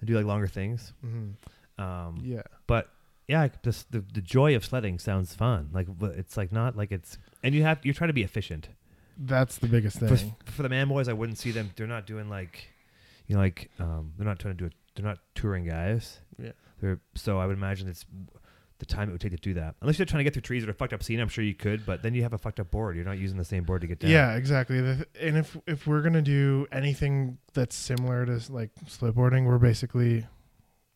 Speaker 1: and do like longer things.
Speaker 2: hmm
Speaker 1: Um,
Speaker 2: Yeah,
Speaker 1: But yeah, I- this, the the joy of sledding sounds fun. Like but it's like not like it's and you have you're trying to be efficient.
Speaker 2: that's the biggest
Speaker 1: For,
Speaker 2: thing.
Speaker 1: for the man boys, I wouldn't see them. They're not doing like, you know, like um, they're not trying to do it. They're not touring guys.
Speaker 2: Yeah.
Speaker 1: They're, so I would imagine it's the time it would take to do that. Unless you're trying to get through trees that are fucked up scene, I'm sure you could, but then you have a fucked up board. You're not using the same board to get down.
Speaker 2: Yeah, exactly. The th- And if if we're gonna do anything that's similar to like slipboarding, we're basically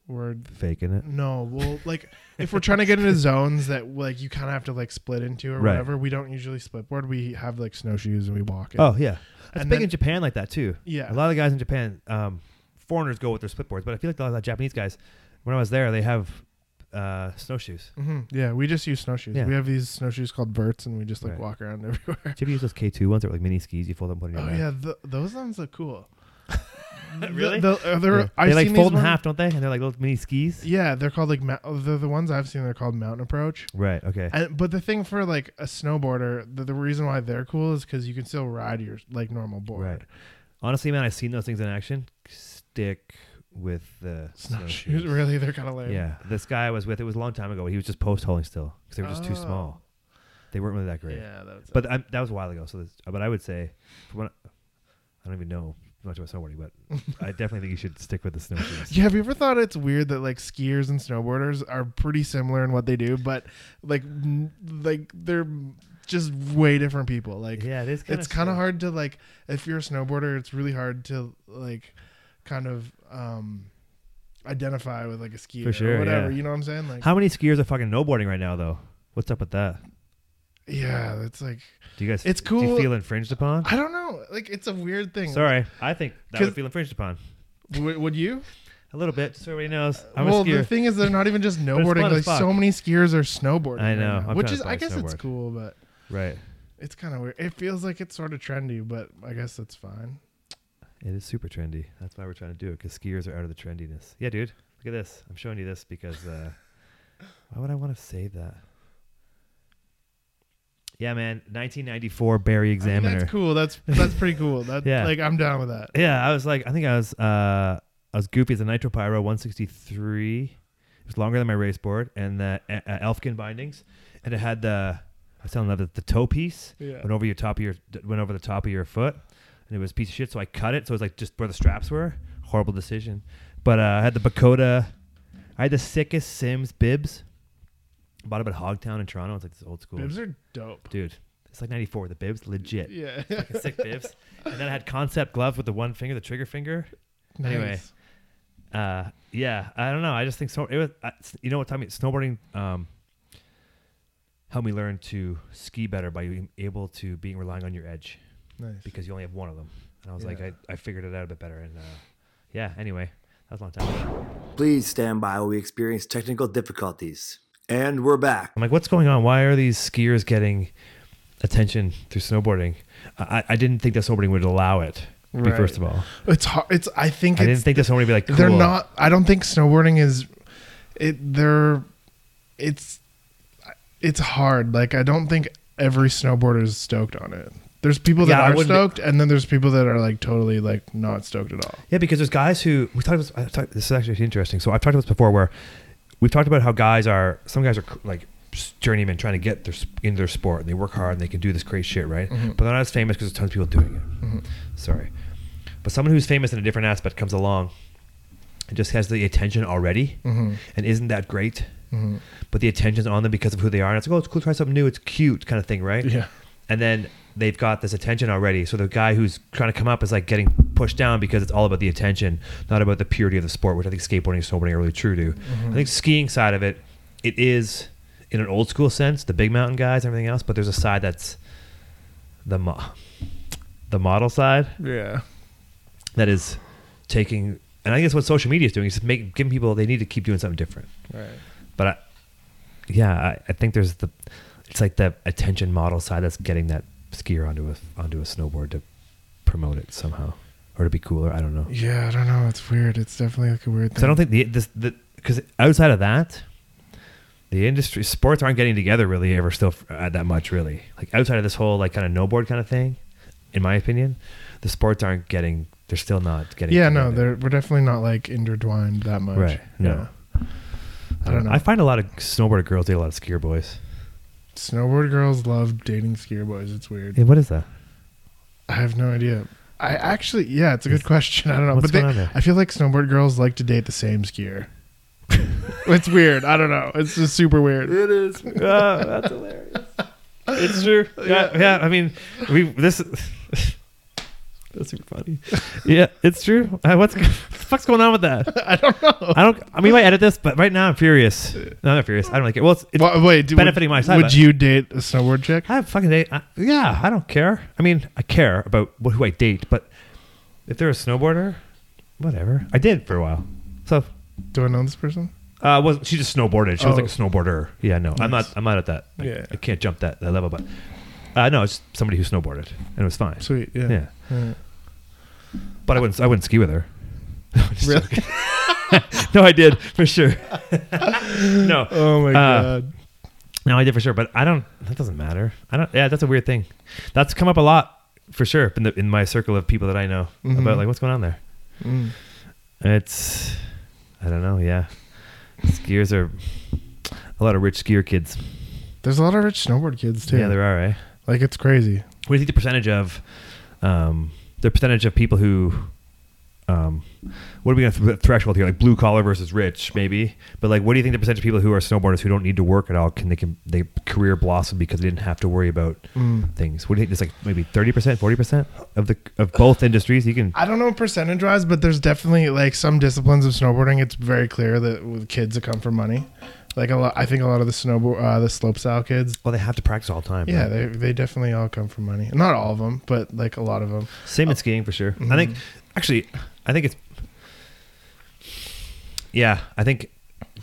Speaker 2: we're
Speaker 1: Faking it.
Speaker 2: no, well, like if we're trying to get into zones that like you kind of have to like split into or
Speaker 1: Right.
Speaker 2: whatever, we don't usually splitboard. We have like snowshoes and we walk. It.
Speaker 1: Oh, yeah. That's
Speaker 2: And
Speaker 1: big
Speaker 2: then-
Speaker 1: in Japan like that, too.
Speaker 2: yeah,
Speaker 1: A lot of the guys in Japan, um, foreigners go with their split boards, but I feel like a lot of the Japanese guys, when I was there, they have uh, snowshoes.
Speaker 2: hmm Yeah, we just use snowshoes.
Speaker 1: Yeah.
Speaker 2: We have these snowshoes called verts, and we just like
Speaker 1: Right.
Speaker 2: walk around everywhere.
Speaker 1: Did you ever use those K2 ones that were like mini skis you fold them, put in your
Speaker 2: Oh
Speaker 1: back?
Speaker 2: yeah, th those ones are cool. The-
Speaker 1: Really?
Speaker 2: The, uh, they're-
Speaker 1: Yeah.
Speaker 2: I've
Speaker 1: They like
Speaker 2: seen
Speaker 1: fold
Speaker 2: these
Speaker 1: in
Speaker 2: ones-
Speaker 1: half, don't they? And they're like little mini skis.
Speaker 2: Yeah, they're called like mou- the the ones I've seen. They're called mountain approach.
Speaker 1: Right. Okay.
Speaker 2: And, but the thing for like a snowboarder, the, the reason why they're cool is because you can still ride your like normal board.
Speaker 1: Right. Honestly, man, I've seen those things in action. Stick with the
Speaker 2: Snowshoes, really, they're kind of lame.
Speaker 1: Yeah, this guy I was with. It was a long time ago. He was just post holing still because they were just too
Speaker 2: Oh.
Speaker 1: small. They weren't really that great.
Speaker 2: yeah, that's.
Speaker 1: But i that was a while ago. So, this, but I would say, from what I, I don't even know much about snowboarding, but I definitely think you should stick with the snowshoes.
Speaker 2: yeah, have you ever thought it's weird that like skiers and snowboarders are pretty similar in what they do, but like n- like they're just way different people. Like
Speaker 1: yeah, it is. Kinda
Speaker 2: it's kind
Speaker 1: sick.
Speaker 2: of hard to like if you're a snowboarder it's really hard to like kind of um identify with like a skier
Speaker 1: For sure,
Speaker 2: or whatever
Speaker 1: yeah.
Speaker 2: you know what i'm saying like
Speaker 1: How many skiers are fucking snowboarding right now, though? What's up with that?
Speaker 2: yeah, that's like
Speaker 1: Do you guys?
Speaker 2: It's
Speaker 1: Do you
Speaker 2: cool.
Speaker 1: feel infringed upon?
Speaker 2: I don't know. Like it's a weird thing.
Speaker 1: Sorry, I think that
Speaker 2: 'Cause-
Speaker 1: would feel infringed upon
Speaker 2: W- would you?
Speaker 1: a little bit, just so everybody knows. I'm
Speaker 2: Uh, well,
Speaker 1: a skier.
Speaker 2: the thing is, they're not even just
Speaker 1: it's fun
Speaker 2: snowboarding.
Speaker 1: as
Speaker 2: Like
Speaker 1: fuck.
Speaker 2: so many skiers are snowboarding.
Speaker 1: I
Speaker 2: right
Speaker 1: know.
Speaker 2: now,
Speaker 1: I'm
Speaker 2: which
Speaker 1: trying
Speaker 2: is,
Speaker 1: to buy
Speaker 2: I
Speaker 1: a
Speaker 2: guess, it's
Speaker 1: snowboard.
Speaker 2: cool, but
Speaker 1: right,
Speaker 2: it's kind of weird. It feels like it's sort of trendy, but I guess that's fine.
Speaker 1: it is super trendy. That's why we're trying to do it because skiers are out of the trendiness. Yeah, dude, look at this. I'm showing you this because uh, why would I want to save that? Yeah, man, 1994 Barry
Speaker 2: I mean,
Speaker 1: Examiner.
Speaker 2: that's cool. That's that's pretty cool. That
Speaker 1: Yeah.
Speaker 2: like I'm down with that.
Speaker 1: Yeah, I was like, I think I was, uh, I was goopy as a Nitro Pyro 163. It was longer than my race board, and the uh, uh, Elfkin bindings, and it had the, I was telling that the, the toe piece
Speaker 2: Yeah.
Speaker 1: went over your top of your d- went over the top of your foot, and it was a piece of shit. So I cut it, so it was like just where the straps were. Horrible decision, but uh, I had the Bakota. I had the sickest Sims bibs. Bought them at Hogtown in Toronto. It's like this old school
Speaker 2: Bibs are dope.
Speaker 1: dude. It's like '94. The bibs, legit
Speaker 2: Yeah.
Speaker 1: fucking sick bibs. And then I had concept glove with the one finger, the trigger finger. Anyway.
Speaker 2: Nice.
Speaker 1: Uh, yeah, I don't know. I just think so. It was, I, you know what time snowboarding um, helped me learn to ski better by being able to being relying on your edge
Speaker 2: Nice.
Speaker 1: because you only have one of them. And I was like,
Speaker 2: Yeah.
Speaker 1: I, I figured it out a bit better. And uh, yeah, anyway, that was a long time. ago.
Speaker 4: Please stand by while we experience technical difficulties. And we're back.
Speaker 1: I'm like, what's going on? Why are these skiers getting attention through snowboarding? I, I- I didn't think that snowboarding would allow it. be-
Speaker 2: Right.
Speaker 1: First of all,
Speaker 2: It's hard. It's. I think
Speaker 1: I
Speaker 2: it's.
Speaker 1: didn't think that snowboarding would be like. Cool.
Speaker 2: They're not. I don't think snowboarding is. It. They're. It's. It's hard. Like I don't think every snowboarder is stoked on it. There's people that
Speaker 1: Yeah, I
Speaker 2: are
Speaker 1: wouldn't-
Speaker 2: stoked, and then there's people that are like totally like not stoked at all.
Speaker 1: Yeah, because there's guys who we talked. About, I talked this is actually interesting. So I've talked about this before, where we've talked about how guys are. Some guys are like journeymen trying to get their sp- into their sport, and they work hard and they can do this crazy shit, right?
Speaker 2: Mhm.
Speaker 1: But they're not as famous because there's tons of people doing it.
Speaker 2: Mm-hmm.
Speaker 1: Sorry, but someone who's famous in a different aspect comes along and just has the attention already,
Speaker 2: Mhm.
Speaker 1: and isn't that great?
Speaker 2: Mhm.
Speaker 1: But the attention's on them because of who they are, and it's like, oh, it's cool to try something new. It's cute, kind of thing, right?
Speaker 2: Yeah.
Speaker 1: and then they've got this attention already. So the guy who's trying to come up is like getting pushed down because it's all about the attention, not about the purity of the sport, which I think skateboarding and snowboarding are really true to. I think skiing side of it, it is in an old school sense, the big mountain guys, everything else, but there's a side that's the mo- the model side
Speaker 2: Yeah.
Speaker 1: that is taking and I think that's what social media is doing, is just make giving people they need to keep doing something different.
Speaker 2: Right.
Speaker 1: But I, yeah, I, I think there's the it's like the attention model side that's getting that skier onto a onto a snowboard to promote it somehow or to be cooler. I don't know.
Speaker 2: Yeah. I don't know. It's weird. It's definitely like a weird thing.
Speaker 1: So I don't think the this the because outside of that, the industry sports aren't getting together really ever still f- uh, that much really. Like outside of this whole like kind of no board kind of thing, in my opinion, the sports aren't getting. They're still not getting.
Speaker 2: Yeah. No.
Speaker 1: together.
Speaker 2: They're, we're definitely not like intertwined that much.
Speaker 1: Right, no.
Speaker 2: I don't know.
Speaker 1: I find a lot of snowboarder girls date a lot of skier boys.
Speaker 2: Snowboard girls love dating skier boys. It's weird.
Speaker 1: Hey, what is that?
Speaker 2: I have no idea. I actually, yeah, it's a good question. I don't know,
Speaker 1: What's
Speaker 2: but they,
Speaker 1: going on there?
Speaker 2: I feel like snowboard girls like to date the same skier. it's weird. I don't know. It's just super weird.
Speaker 4: It is.
Speaker 1: oh, that's hilarious. It's true. Yeah, yeah. I mean, we this. that's super funny. Yeah, it's true. Uh, what's what the fuck's going on with that?
Speaker 2: I don't know.
Speaker 1: I don't. I mean, we might edit this, but right now I'm furious. No, I'm not furious. I don't like it. Well, it's, it's
Speaker 2: Wha- wait, do-
Speaker 1: benefiting
Speaker 2: would,
Speaker 1: my side,
Speaker 2: Would
Speaker 1: but-
Speaker 2: you date a snowboard chick?
Speaker 1: I have fucking date. I, yeah, I don't care. I mean, I care about what, who I date, but if they're a snowboarder, whatever. I did for a while. So
Speaker 2: Do I know this person?
Speaker 1: Uh, was she just snowboarded? She was
Speaker 2: Oh.
Speaker 1: like a snowboarder. Yeah, no, I'm
Speaker 2: Nice.
Speaker 1: not. I'm not at that. I,
Speaker 2: Yeah.
Speaker 1: I can't jump that, that level. But uh, no, it's somebody who snowboarded, and it was fine.
Speaker 2: Sweet. Yeah.
Speaker 1: yeah.
Speaker 2: Yeah.
Speaker 1: but I wouldn't. I wouldn't ski with her. Just
Speaker 2: Really?
Speaker 1: joking. no, I did for sure. no,
Speaker 2: Oh my
Speaker 1: Uh,
Speaker 2: god.
Speaker 1: no, I did for sure. But I don't. That doesn't matter. I don't. Yeah, that's a weird thing. That's come up a lot for sure in the in my circle of people that I know
Speaker 2: Mhm.
Speaker 1: about like what's going on there.
Speaker 2: Mm.
Speaker 1: It's. I don't know. Yeah, skiers are a lot of rich skier kids.
Speaker 2: There's a lot of rich snowboard kids too.
Speaker 1: Yeah, there are. Eh?
Speaker 2: like it's crazy.
Speaker 1: What do you think the percentage of um, the percentage of people who um, what are we going to th- threshold here? Like blue collar versus rich, maybe. But like, what do you think the percentage of people who are snowboarders who don't need to work at all can they can they career blossom because they didn't have to worry about
Speaker 2: Mm.
Speaker 1: things? What do you think? It's like maybe thirty percent, forty percent of the of both industries. You can
Speaker 2: I don't know percentage wise, but there's definitely like some disciplines of snowboarding. It's very clear that with kids that come from money, Like a lot, I think a lot of the snowboard, uh, the slopestyle kids.
Speaker 1: Well, they have to practice all the time.
Speaker 2: Yeah,
Speaker 1: right?
Speaker 2: they they definitely all come from money. Not all of them, but like a lot of them.
Speaker 1: Same in skiing for sure. I think actually, I think it's yeah. I think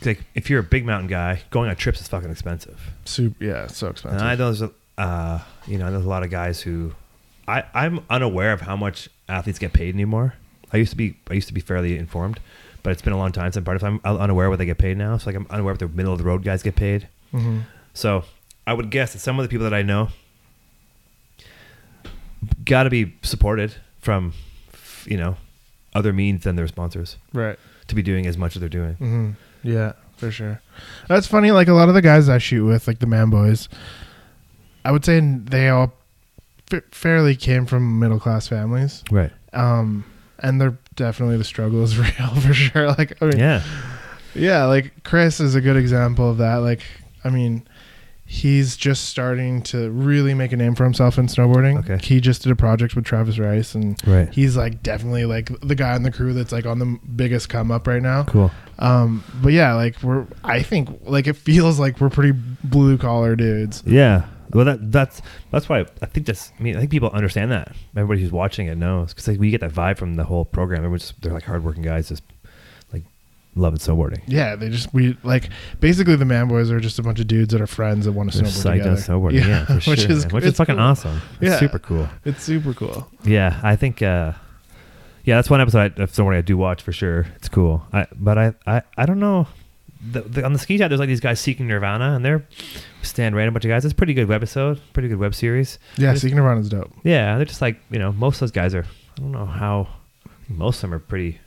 Speaker 1: like if you're a big mountain guy, going on trips is fucking expensive.
Speaker 2: Super, yeah, it's so
Speaker 1: And
Speaker 2: expensive.
Speaker 1: I know there's a, uh, you know there's a lot of guys who I I'm unaware of how much athletes get paid anymore. I used to be I used to be fairly informed, but it's been a long time since I'm part of. I'm unaware what they get paid now. So like I'm unaware what the middle of the road guys get paid.
Speaker 2: Mhm.
Speaker 1: So I would guess that some of the people that I know got to be supported from, you know, other means than their sponsors
Speaker 2: Right.
Speaker 1: to be doing as much as they're doing.
Speaker 2: hmm Yeah, for sure. That's funny. Like a lot of the guys I shoot with, like the man boys, I would say they all f- fairly came from middle class families.
Speaker 1: Right.
Speaker 2: Um, and they're definitely the struggle is real for sure. Like, I mean,
Speaker 1: Yeah.
Speaker 2: yeah, like Chris is a good example of that. Like, I mean, he's just starting to really make a name for himself in snowboarding.
Speaker 1: Okay.
Speaker 2: He just did a project with Travis Rice, and
Speaker 1: Right.
Speaker 2: he's like definitely like the guy on the crew that's like on the m- biggest come up right now.
Speaker 1: Cool.
Speaker 2: Um, but yeah, like we're, I think like it feels like we're pretty blue collar dudes.
Speaker 1: Yeah. Well, that that's that's why I think that's. I mean, I think people understand that. Everybody who's watching it knows because like, we get that vibe from the whole program. Everyone's just, they're like hardworking guys, just like loving snowboarding.
Speaker 2: Yeah, they just we like basically the man boys are just a bunch of dudes that are friends that want to
Speaker 1: They're psyched
Speaker 2: snowboard together.
Speaker 1: on snowboarding. Yeah, for sure,
Speaker 2: which is
Speaker 1: man, which is
Speaker 2: it's
Speaker 1: fucking
Speaker 2: cool.
Speaker 1: awesome. It's
Speaker 2: Yeah.
Speaker 1: super cool.
Speaker 2: It's super cool.
Speaker 1: Yeah, I think. Uh, yeah, that's one episode of Snowboarding I do watch for sure. It's cool. I but I I, I don't know. The, the, on the ski side, there's like these guys seeking Nirvana, and they're stand random bunch of guys. It's a pretty good webisode, pretty good web series.
Speaker 2: Yeah,
Speaker 1: There's-
Speaker 2: Seeking Nirvana is dope.
Speaker 1: Yeah, they're just like you know most of those guys are. I don't know how. Most of them are pretty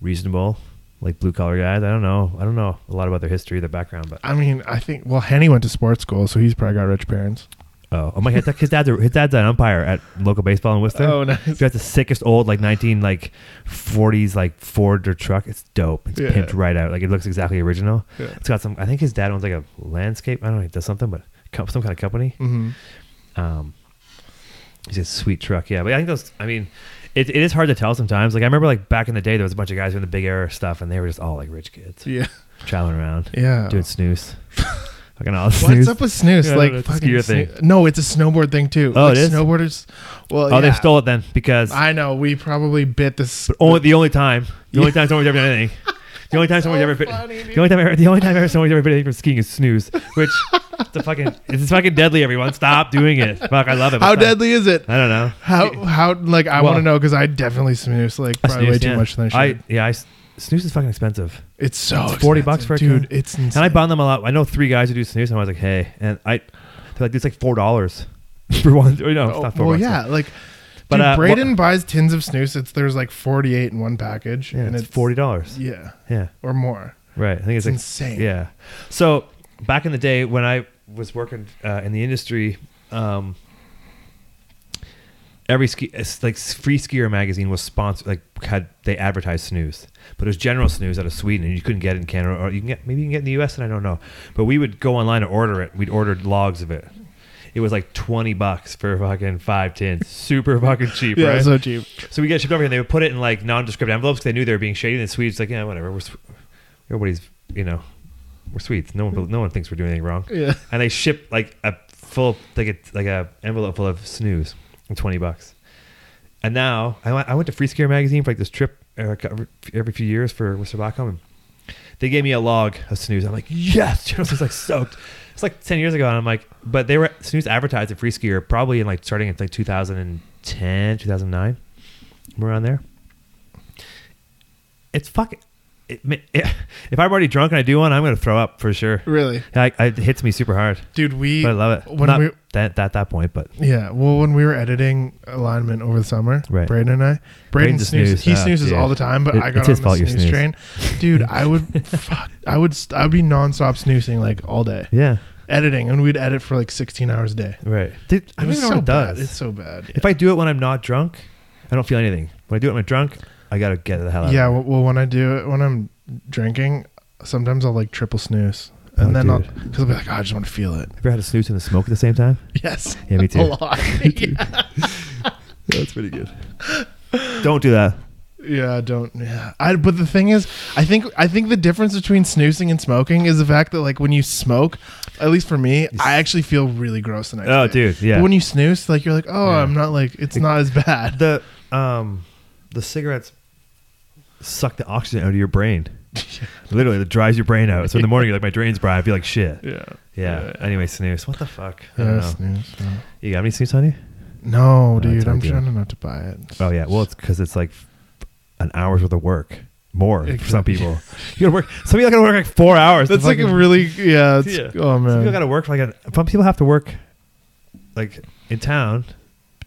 Speaker 1: reasonable, like blue collar guys. I don't know. I don't know a lot about their history, their background, but
Speaker 2: I mean, I think well, Henny went to sports school, so he's probably got rich parents.
Speaker 1: oh, oh my god, his dad's a, his dad's an umpire at local baseball in Worcester.
Speaker 2: Oh, nice.
Speaker 1: If you got the sickest old like nineteen like forties like Ford or truck, it's dope. It's
Speaker 2: Yeah.
Speaker 1: pimped right out. Like it looks exactly original.
Speaker 2: Yeah.
Speaker 1: It's got some. I think his dad owns like a landscape. I don't know. He does something, but co- some kind of company.
Speaker 2: Mm-hmm.
Speaker 1: Um, he's a sweet truck. Yeah, but I think those. I mean, it, it is hard to tell sometimes. Like I remember like back in the day, there was a bunch of guys doing the big air stuff, and they were just all like rich kids
Speaker 2: Yeah,
Speaker 1: traveling around
Speaker 2: yeah.
Speaker 1: doing snooze. Fucking all snooze.
Speaker 2: What's up with snooze?
Speaker 1: Yeah, I
Speaker 2: like,
Speaker 1: don't know, it's a
Speaker 2: fucking
Speaker 1: skier thing.
Speaker 2: snoo- no, it's a snowboard thing too.
Speaker 1: Oh,
Speaker 2: like,
Speaker 1: it is?
Speaker 2: Snowboarders. Well,
Speaker 1: oh,
Speaker 2: yeah.
Speaker 1: they stole it then because
Speaker 2: I know we probably bit this.
Speaker 1: only the only time the only time someone's ever done anything. The only time someone's
Speaker 2: so
Speaker 1: ever been,
Speaker 2: Oh, funny, dude.
Speaker 1: the only time ever, the only time ever someone's ever been anything from skiing is snooze, which it's a fucking it's fucking deadly. Everyone, stop doing it. Fuck, I love it. but
Speaker 2: How
Speaker 1: stop.
Speaker 2: deadly is it?
Speaker 1: I don't know.
Speaker 2: How how like I
Speaker 1: Well-
Speaker 2: want to know because I definitely snooze like
Speaker 1: I
Speaker 2: probably way
Speaker 1: snooze,
Speaker 2: too
Speaker 1: yeah.
Speaker 2: much than I should.
Speaker 1: I yeah, I s- snooze is fucking expensive.
Speaker 2: it's so
Speaker 1: It's 40 bucks
Speaker 2: expensive,
Speaker 1: for a
Speaker 2: dude.
Speaker 1: can.
Speaker 2: It's insane.
Speaker 1: And I bond them a lot. I know three guys who do snooze, and I was like, hey, and I, they're like, it's like four dollars for one. Or, no, it's
Speaker 2: Oh,
Speaker 1: not four.
Speaker 2: well,
Speaker 1: bucks.
Speaker 2: yeah, like.
Speaker 1: But,
Speaker 2: dude,
Speaker 1: uh,
Speaker 2: Braden buys tins of snooze. It's there's like 48 in one package,
Speaker 1: yeah,
Speaker 2: and
Speaker 1: it's forty dollars.
Speaker 2: Yeah,
Speaker 1: Yeah,
Speaker 2: or more.
Speaker 1: right. I think it's,
Speaker 2: It's
Speaker 1: like,
Speaker 2: insane.
Speaker 1: Yeah. So back in the day when I was working uh, in the industry, um, every ski it's like free skier magazine was sponsored like had they advertised snooze but it was general snooze out of sweden and you couldn't get it in canada or you can get maybe you can get it in the us and i don't know but we would go online and order it we'd ordered logs of it it was like 20 bucks for fucking five tins super fucking cheap
Speaker 2: Yeah,
Speaker 1: right
Speaker 2: so cheap.
Speaker 1: so we get it shipped over here, and they would put it in like nondescript envelopes. 'cause They knew they were being shady. And the Swedes like, yeah, whatever. We're sw- everybody's, you know, we're Swedes. No one, no one thinks we're doing anything wrong.
Speaker 2: Yeah.
Speaker 1: And they ship like a full, like a like a envelope full of snooze, for twenty bucks. And now I went, I went to Free Skier magazine for like this trip uh, every- every few years for Mr. Blackcomb. And they gave me a log of snooze. I'm like, yes, I was like soaked. It's like ten years ago, and I'm like, but they were snooze advertised at Free Skier probably in like starting in like 2010, 2009, around there. It's fucking. It, ma- if I'm already drunk and I do one, I'm gonna throw up for sure.
Speaker 2: Really,
Speaker 1: I, I, it hits me super hard,
Speaker 2: dude. We.
Speaker 1: but I love it.
Speaker 2: When
Speaker 1: Not
Speaker 2: we
Speaker 1: that that that point, but
Speaker 2: Yeah, well, when we were editing alignment over the summer,
Speaker 1: Right.
Speaker 2: Braden and I, Braden
Speaker 1: Braden's a
Speaker 2: snoozes.
Speaker 1: snooze.
Speaker 2: He
Speaker 1: Ah,
Speaker 2: snoozes
Speaker 1: dude.
Speaker 2: all the time, but
Speaker 1: It-
Speaker 2: I got
Speaker 1: it's his
Speaker 2: on
Speaker 1: fault
Speaker 2: the
Speaker 1: you
Speaker 2: snooze
Speaker 1: snooze.
Speaker 2: train. Dude, I would, fuck, I would, st- I would be nonstop snoozing like all day
Speaker 1: yeah,
Speaker 2: editing, and we'd edit for like sixteen hours a day.
Speaker 1: right. Dude, I
Speaker 2: It
Speaker 1: don't
Speaker 2: was
Speaker 1: even know
Speaker 2: so
Speaker 1: what it
Speaker 2: bad.
Speaker 1: does.
Speaker 2: It's so bad.
Speaker 1: If I do it when I'm not drunk, I don't feel anything. When I do it when I'm drunk, I gotta get the hell out.
Speaker 2: Yeah,
Speaker 1: of
Speaker 2: well, well, when I do it when I'm drinking, sometimes I'll like triple snooze, and
Speaker 1: Oh,
Speaker 2: then I'll
Speaker 1: dude.
Speaker 2: because I'll be like, "Oh, I just want to feel
Speaker 1: it.
Speaker 2: it.
Speaker 1: Have you ever had a snooze and a smoke at the same time?
Speaker 2: Yes,
Speaker 1: Yeah, me too.
Speaker 2: a lot. Yeah.
Speaker 1: That's pretty good. Don't do that.
Speaker 2: Yeah, don't. Yeah, I. But the thing is, I think I think the difference between snoozing and smoking is the fact that like when you smoke, at least for me, I actually feel really gross the next
Speaker 1: Oh,
Speaker 2: day.
Speaker 1: dude, yeah.
Speaker 2: But when you snooze, like you're like, oh,
Speaker 1: Yeah.
Speaker 2: I'm not like it's not as bad.
Speaker 1: The um, the cigarettes suck the oxygen out of your brain. Literally, it dries your brain out. So in the morning, you're like, my drain's dry. I feel like shit. Yeah.
Speaker 2: yeah.
Speaker 1: Anyway, snooze. What the fuck? I don't
Speaker 2: Yeah,
Speaker 1: know.
Speaker 2: snooze. yeah.
Speaker 1: You got any snooze on you?
Speaker 2: No,
Speaker 1: it's
Speaker 2: dude, I'm
Speaker 1: ideal.
Speaker 2: trying not to buy it.
Speaker 1: Oh yeah. Well, it's because it's like an hour's worth of work. More for some
Speaker 2: Exactly.
Speaker 1: people. you gotta work. Some people gotta work like four hours. to
Speaker 2: that's like a
Speaker 1: fucking-
Speaker 2: really yeah. It's,
Speaker 1: Yeah.
Speaker 2: Oh
Speaker 1: Some
Speaker 2: man.
Speaker 1: people gotta work like a, some people have to work like in town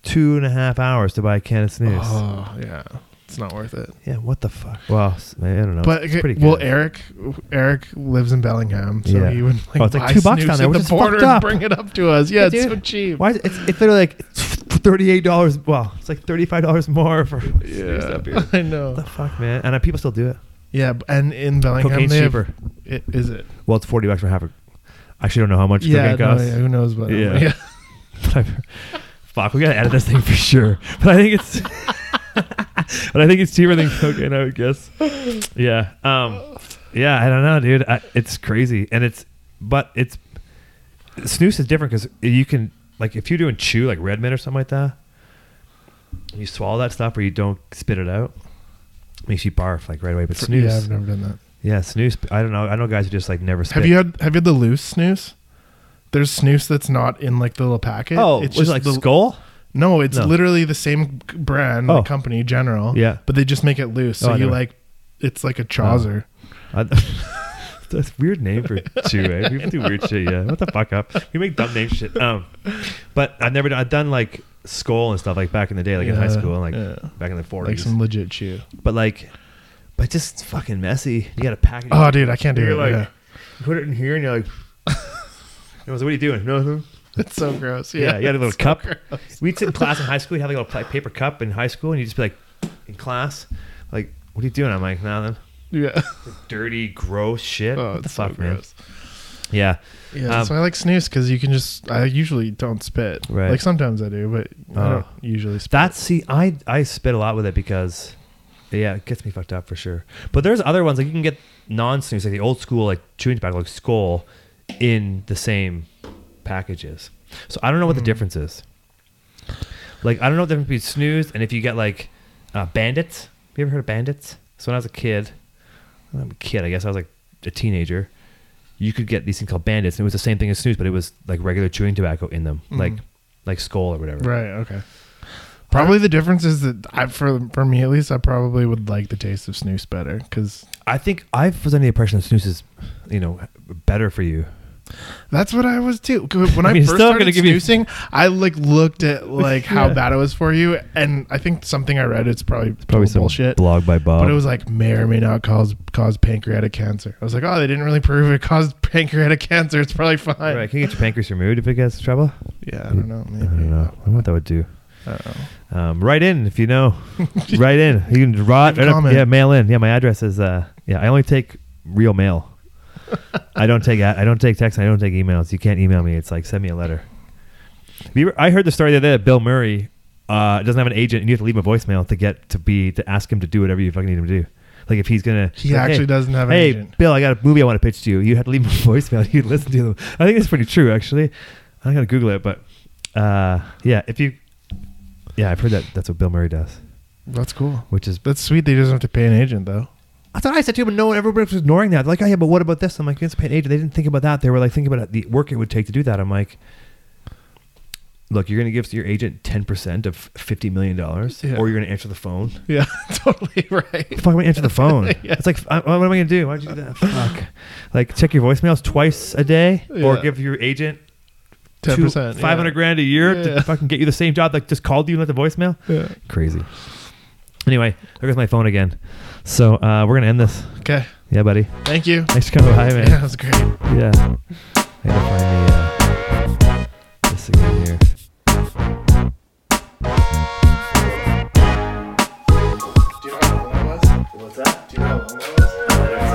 Speaker 1: two and a half hours to buy a can of snooze.
Speaker 2: oh yeah. It's not worth it.
Speaker 1: Yeah, what the fuck? Well, s- I don't know.
Speaker 2: But
Speaker 1: it's pretty
Speaker 2: well,
Speaker 1: good.
Speaker 2: Eric, Eric lives in Bellingham, so
Speaker 1: Yeah.
Speaker 2: he would like,
Speaker 1: Oh, it's like
Speaker 2: buy
Speaker 1: two bucks down
Speaker 2: snooze
Speaker 1: there,
Speaker 2: at
Speaker 1: which
Speaker 2: the
Speaker 1: is
Speaker 2: border
Speaker 1: fucked up.
Speaker 2: and bring it up to us. Yeah,
Speaker 1: Yeah,
Speaker 2: it's so
Speaker 1: dude.
Speaker 2: cheap.
Speaker 1: Why is it, it's, it's literally like thirty-eight dollars. Well, it's like thirty-five dollars more for snooze
Speaker 2: Yeah,
Speaker 1: up here.
Speaker 2: I
Speaker 1: What
Speaker 2: know.
Speaker 1: the fuck, man? And uh, people still do it.
Speaker 2: Yeah, b- and in Bellingham,
Speaker 1: Cocaine's
Speaker 2: they have,
Speaker 1: cheaper.
Speaker 2: It, is it?
Speaker 1: Well, it's forty bucks for half. a I actually don't know how much cocaine
Speaker 2: Yeah,
Speaker 1: costs.
Speaker 2: no, yeah, who knows? But
Speaker 1: Yeah.
Speaker 2: yeah.
Speaker 1: But I- fuck, we gotta edit this thing for sure. But I think it's, but I think it's cheaper than cocaine, I would guess. Yeah, um, yeah, I don't know, dude. I, it's crazy, and it's, but it's, snooze is different because you can like if you're doing chew like Red Redman or something like that, you swallow that stuff or you don't spit it out, makes you barf like right away. But snooze,
Speaker 2: yeah,
Speaker 1: yeah,
Speaker 2: I've never done that.
Speaker 1: snooze. I don't know. I know guys who just like never. Spit.
Speaker 2: Have you had have you had the loose snooze? There's snooze that's not in like the little packet.
Speaker 1: oh, it's
Speaker 2: it's
Speaker 1: was it like
Speaker 2: the,
Speaker 1: skull.
Speaker 2: no, it's
Speaker 1: No.
Speaker 2: literally the same c- brand,
Speaker 1: Oh.
Speaker 2: the company General.
Speaker 1: Yeah.
Speaker 2: but they just make it loose,
Speaker 1: Oh,
Speaker 2: so
Speaker 1: I
Speaker 2: you
Speaker 1: never- Oh.
Speaker 2: like it's like a chaucer.
Speaker 1: I, that's a weird name for two, eh? People do weird shit, yeah. What the fuck up? We make dumb name shit. Um, but I've never done. I've done like skull and stuff like back in the day, like in high
Speaker 2: Yeah,
Speaker 1: school and like
Speaker 2: yeah.
Speaker 1: back in the
Speaker 2: like
Speaker 1: forties.
Speaker 2: some legit chew.
Speaker 1: but like, but just fucking messy. You got to pack it.
Speaker 2: Oh, dude, I can't do
Speaker 1: you're
Speaker 2: it.
Speaker 1: like,
Speaker 2: yeah.
Speaker 1: you put it in here, and you're like, and I was like, what are you doing? No, no.
Speaker 2: It's so gross.
Speaker 1: Yeah,
Speaker 2: Yeah,
Speaker 1: you had a little
Speaker 2: it's so
Speaker 1: cup.
Speaker 2: gross.
Speaker 1: We'd sit in class in high school. You'd have like a little pla- paper cup in high school, and you'd just be like, in class, like, what are you doing? I'm like, nah, then
Speaker 2: Yeah.
Speaker 1: dirty, gross shit.
Speaker 2: Oh,
Speaker 1: what the
Speaker 2: it's so
Speaker 1: fuck, man?
Speaker 2: gross.
Speaker 1: Yeah.
Speaker 2: Yeah,
Speaker 1: Um,
Speaker 2: so I like snooze because you can just. I usually don't spit.
Speaker 1: Right.
Speaker 2: Like sometimes I do, but I
Speaker 1: Oh.
Speaker 2: don't usually spit.
Speaker 1: That's see, I I spit a lot with it because, yeah, it gets me fucked up for sure. But there's other ones like you can get non snooze, like the old school like chewing tobacco, like skull, in the same packages. So I don't know what the difference is. Like I don't know what the difference between snooze and if you get like uh, bandits. Have you ever heard of bandits? So when I was a kid, when I'm a kid, I guess I was like a teenager. You could get these things called bandits, and it was the same thing as snooze, but it was like regular chewing tobacco in them, like like skull or whatever.
Speaker 2: right. Okay.
Speaker 1: Uh,
Speaker 2: Probably the difference is that I, for for me at least, I probably would like the taste of snooze better because
Speaker 1: I think I was under the impression that snooze is, you know, better for you.
Speaker 2: that's what I was too. 'Cause When
Speaker 1: I
Speaker 2: I,
Speaker 1: mean, it's
Speaker 2: first
Speaker 1: still
Speaker 2: started
Speaker 1: gonna give you-
Speaker 2: snoozing, I like looked at like how
Speaker 1: Yeah.
Speaker 2: bad it was for you, and I think something I read it's probably
Speaker 1: Probably
Speaker 2: total
Speaker 1: some
Speaker 2: bullshit.
Speaker 1: blog by Bob.
Speaker 2: But it was like may or may not cause cause pancreatic cancer. I was like, oh, they didn't really prove it caused pancreatic cancer. It's probably fine.
Speaker 1: right. Can you get your pancreas removed if it gets trouble?
Speaker 2: Yeah, I don't know.
Speaker 1: I
Speaker 2: Maybe.
Speaker 1: don't know. I wonder what that would do.
Speaker 2: I don't know.
Speaker 1: Um, write in if you know. write in. You can write.
Speaker 2: Leave a comment.
Speaker 1: yeah, mail in. Yeah, my address is. Uh, yeah, I only take real mail. I don't take. I don't take text. I don't take emails. You can't email me. It's like send me a letter. Have you ever- I heard the story the other day that Bill Murray uh, doesn't have an agent, and you have to leave him a voicemail to get to be to ask him to do whatever you fucking need him to do. Like if he's gonna,
Speaker 2: He
Speaker 1: like,
Speaker 2: actually
Speaker 1: hey,
Speaker 2: doesn't have an
Speaker 1: Hey,
Speaker 2: agent.
Speaker 1: Bill, I got a movie I want to pitch to you. You had to leave him a voicemail. You listen to them. I think it's pretty true, actually. I'm gonna Google it, but uh, yeah, if you, yeah, I've heard that that's what Bill Murray does,
Speaker 2: That's cool.
Speaker 1: which is
Speaker 2: That's sweet. They doesn't have to pay an agent though.
Speaker 1: That's what I said too, but no one, everybody was ignoring that. Like, oh yeah, but what about this? I'm like, it's paid agent. They didn't think about that. They were like, thinking about the work it would take to do that. I'm like, look, you're going to give your agent 10% of $50 million,
Speaker 2: Yeah.
Speaker 1: or you're going to answer the phone.
Speaker 2: Yeah, totally right.
Speaker 1: Fuck, I'm going to answer the phone.
Speaker 2: Yeah.
Speaker 1: It's like, I, what am I going to do? Why'd you do that? Fuck. Like, check your voicemails twice a day, or
Speaker 2: Yeah.
Speaker 1: give your agent
Speaker 2: Ten
Speaker 1: two-
Speaker 2: percent,
Speaker 1: 500 grand a year
Speaker 2: Yeah.
Speaker 1: to fucking get you the same job that just called you and left the voicemail.
Speaker 2: Yeah.
Speaker 1: Crazy. Anyway, there goes my phone again. So uh, we're going to end this.
Speaker 2: Okay,
Speaker 1: Yeah, buddy.
Speaker 2: thank you.
Speaker 1: Thanks for coming by, man.
Speaker 2: Yeah, that was great.
Speaker 1: Yeah. I gotta find the, uh, this again here.
Speaker 2: Do you know how long that was?
Speaker 3: What's that?
Speaker 2: Do you know how long that was? Uh,